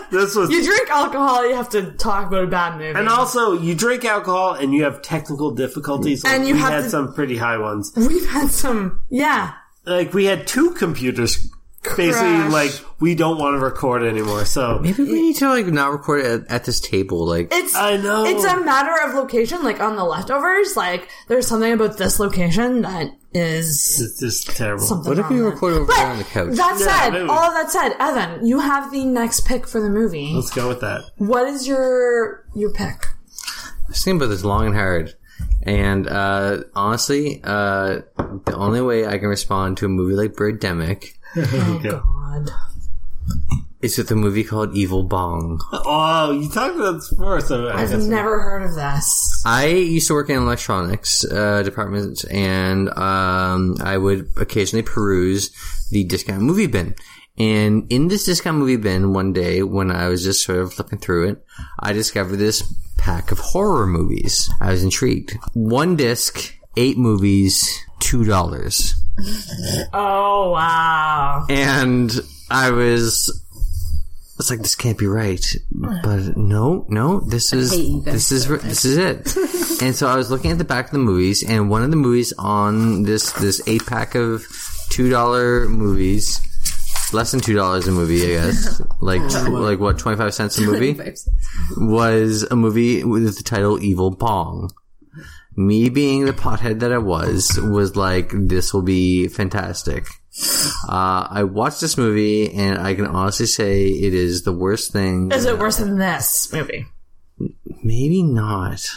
S3: This
S2: (laughs)
S3: was.
S2: You drink alcohol, you have to talk about a bad movie.
S3: and also, you drink alcohol and you have technical difficulties. Like,
S2: And you
S3: we
S2: have
S3: had
S2: to-
S3: some pretty high ones.
S2: We've had some, yeah.
S3: Like we had two computers. Basically,
S2: Crash.
S3: like we don't want to record anymore. So
S4: maybe we need to like not record it at, at this table. Like
S2: It's
S3: I know.
S2: it's a matter of location. Like on the leftovers, like there's something about this location that is
S3: it's just terrible.
S2: something.
S4: what if
S2: wrong
S4: we
S2: with it.
S4: record over
S2: But
S4: there on the couch?
S2: That
S3: Yeah,
S2: said,
S3: maybe.
S2: all that said, Evan, you have the next pick for the movie.
S3: Let's go with that.
S2: What is your your pick?
S4: was thinking about this long and hard. And uh, honestly, uh, the only way I can respond to a movie like Birdemic
S2: Oh, God,
S4: is with a movie called Evil Bong.
S3: Oh, you talked about this before, so I guess
S2: I've never heard of this.
S4: I used to work in electronics uh, department, and um, I would occasionally peruse the discount movie bin. And in this discount movie bin, one day when I was just sort of flipping through it, I discovered this pack of horror movies. I was intrigued. One disc, eight movies, two dollars.
S2: (laughs) Oh wow!
S4: and I was it's like this can't be right but no no this is this is this is it and so I was looking at the back of the movies and one of the movies on this this eight pack of two dollar movies less than two dollars a movie I guess like tw- like what 25 cents a movie was a movie with the title Evil Bong me being the pothead that I was was like this will be fantastic uh, I watched this movie, and I can honestly say it is the worst thing.
S2: Is it worse than this movie?
S4: Maybe not,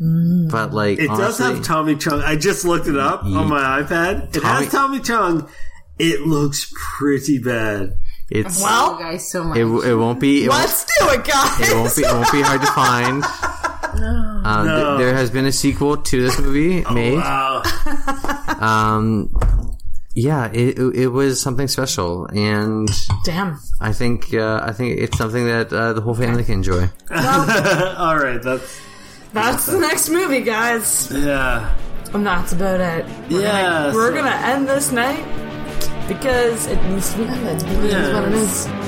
S2: Mm.
S4: but like
S2: Oh,
S3: it does
S4: honestly,
S3: have Tommy Chung. I just looked it up on my iPad. It
S4: Tommy-
S3: has Tommy Chung. It looks pretty bad.
S4: it's
S7: Oh, guys, so much.
S4: it, it won't be it won't,
S2: Let's do it, guys.
S4: it won't be it won't be hard
S2: (laughs)
S4: to find. Um, th- there has been a sequel to this
S3: (laughs)
S4: movie made.
S3: Oh, Wow.
S4: Um, yeah, it it was something special, and
S2: Damn.
S4: I think uh, I think it's something that uh, the whole family can enjoy.
S3: All right, that's
S2: That's the next movie, guys.
S3: yeah,
S2: And that's about it.
S3: yeah.
S2: We're
S3: so-
S2: gonna end this night because it needs to be ended.
S3: yeah.
S2: That's what it is.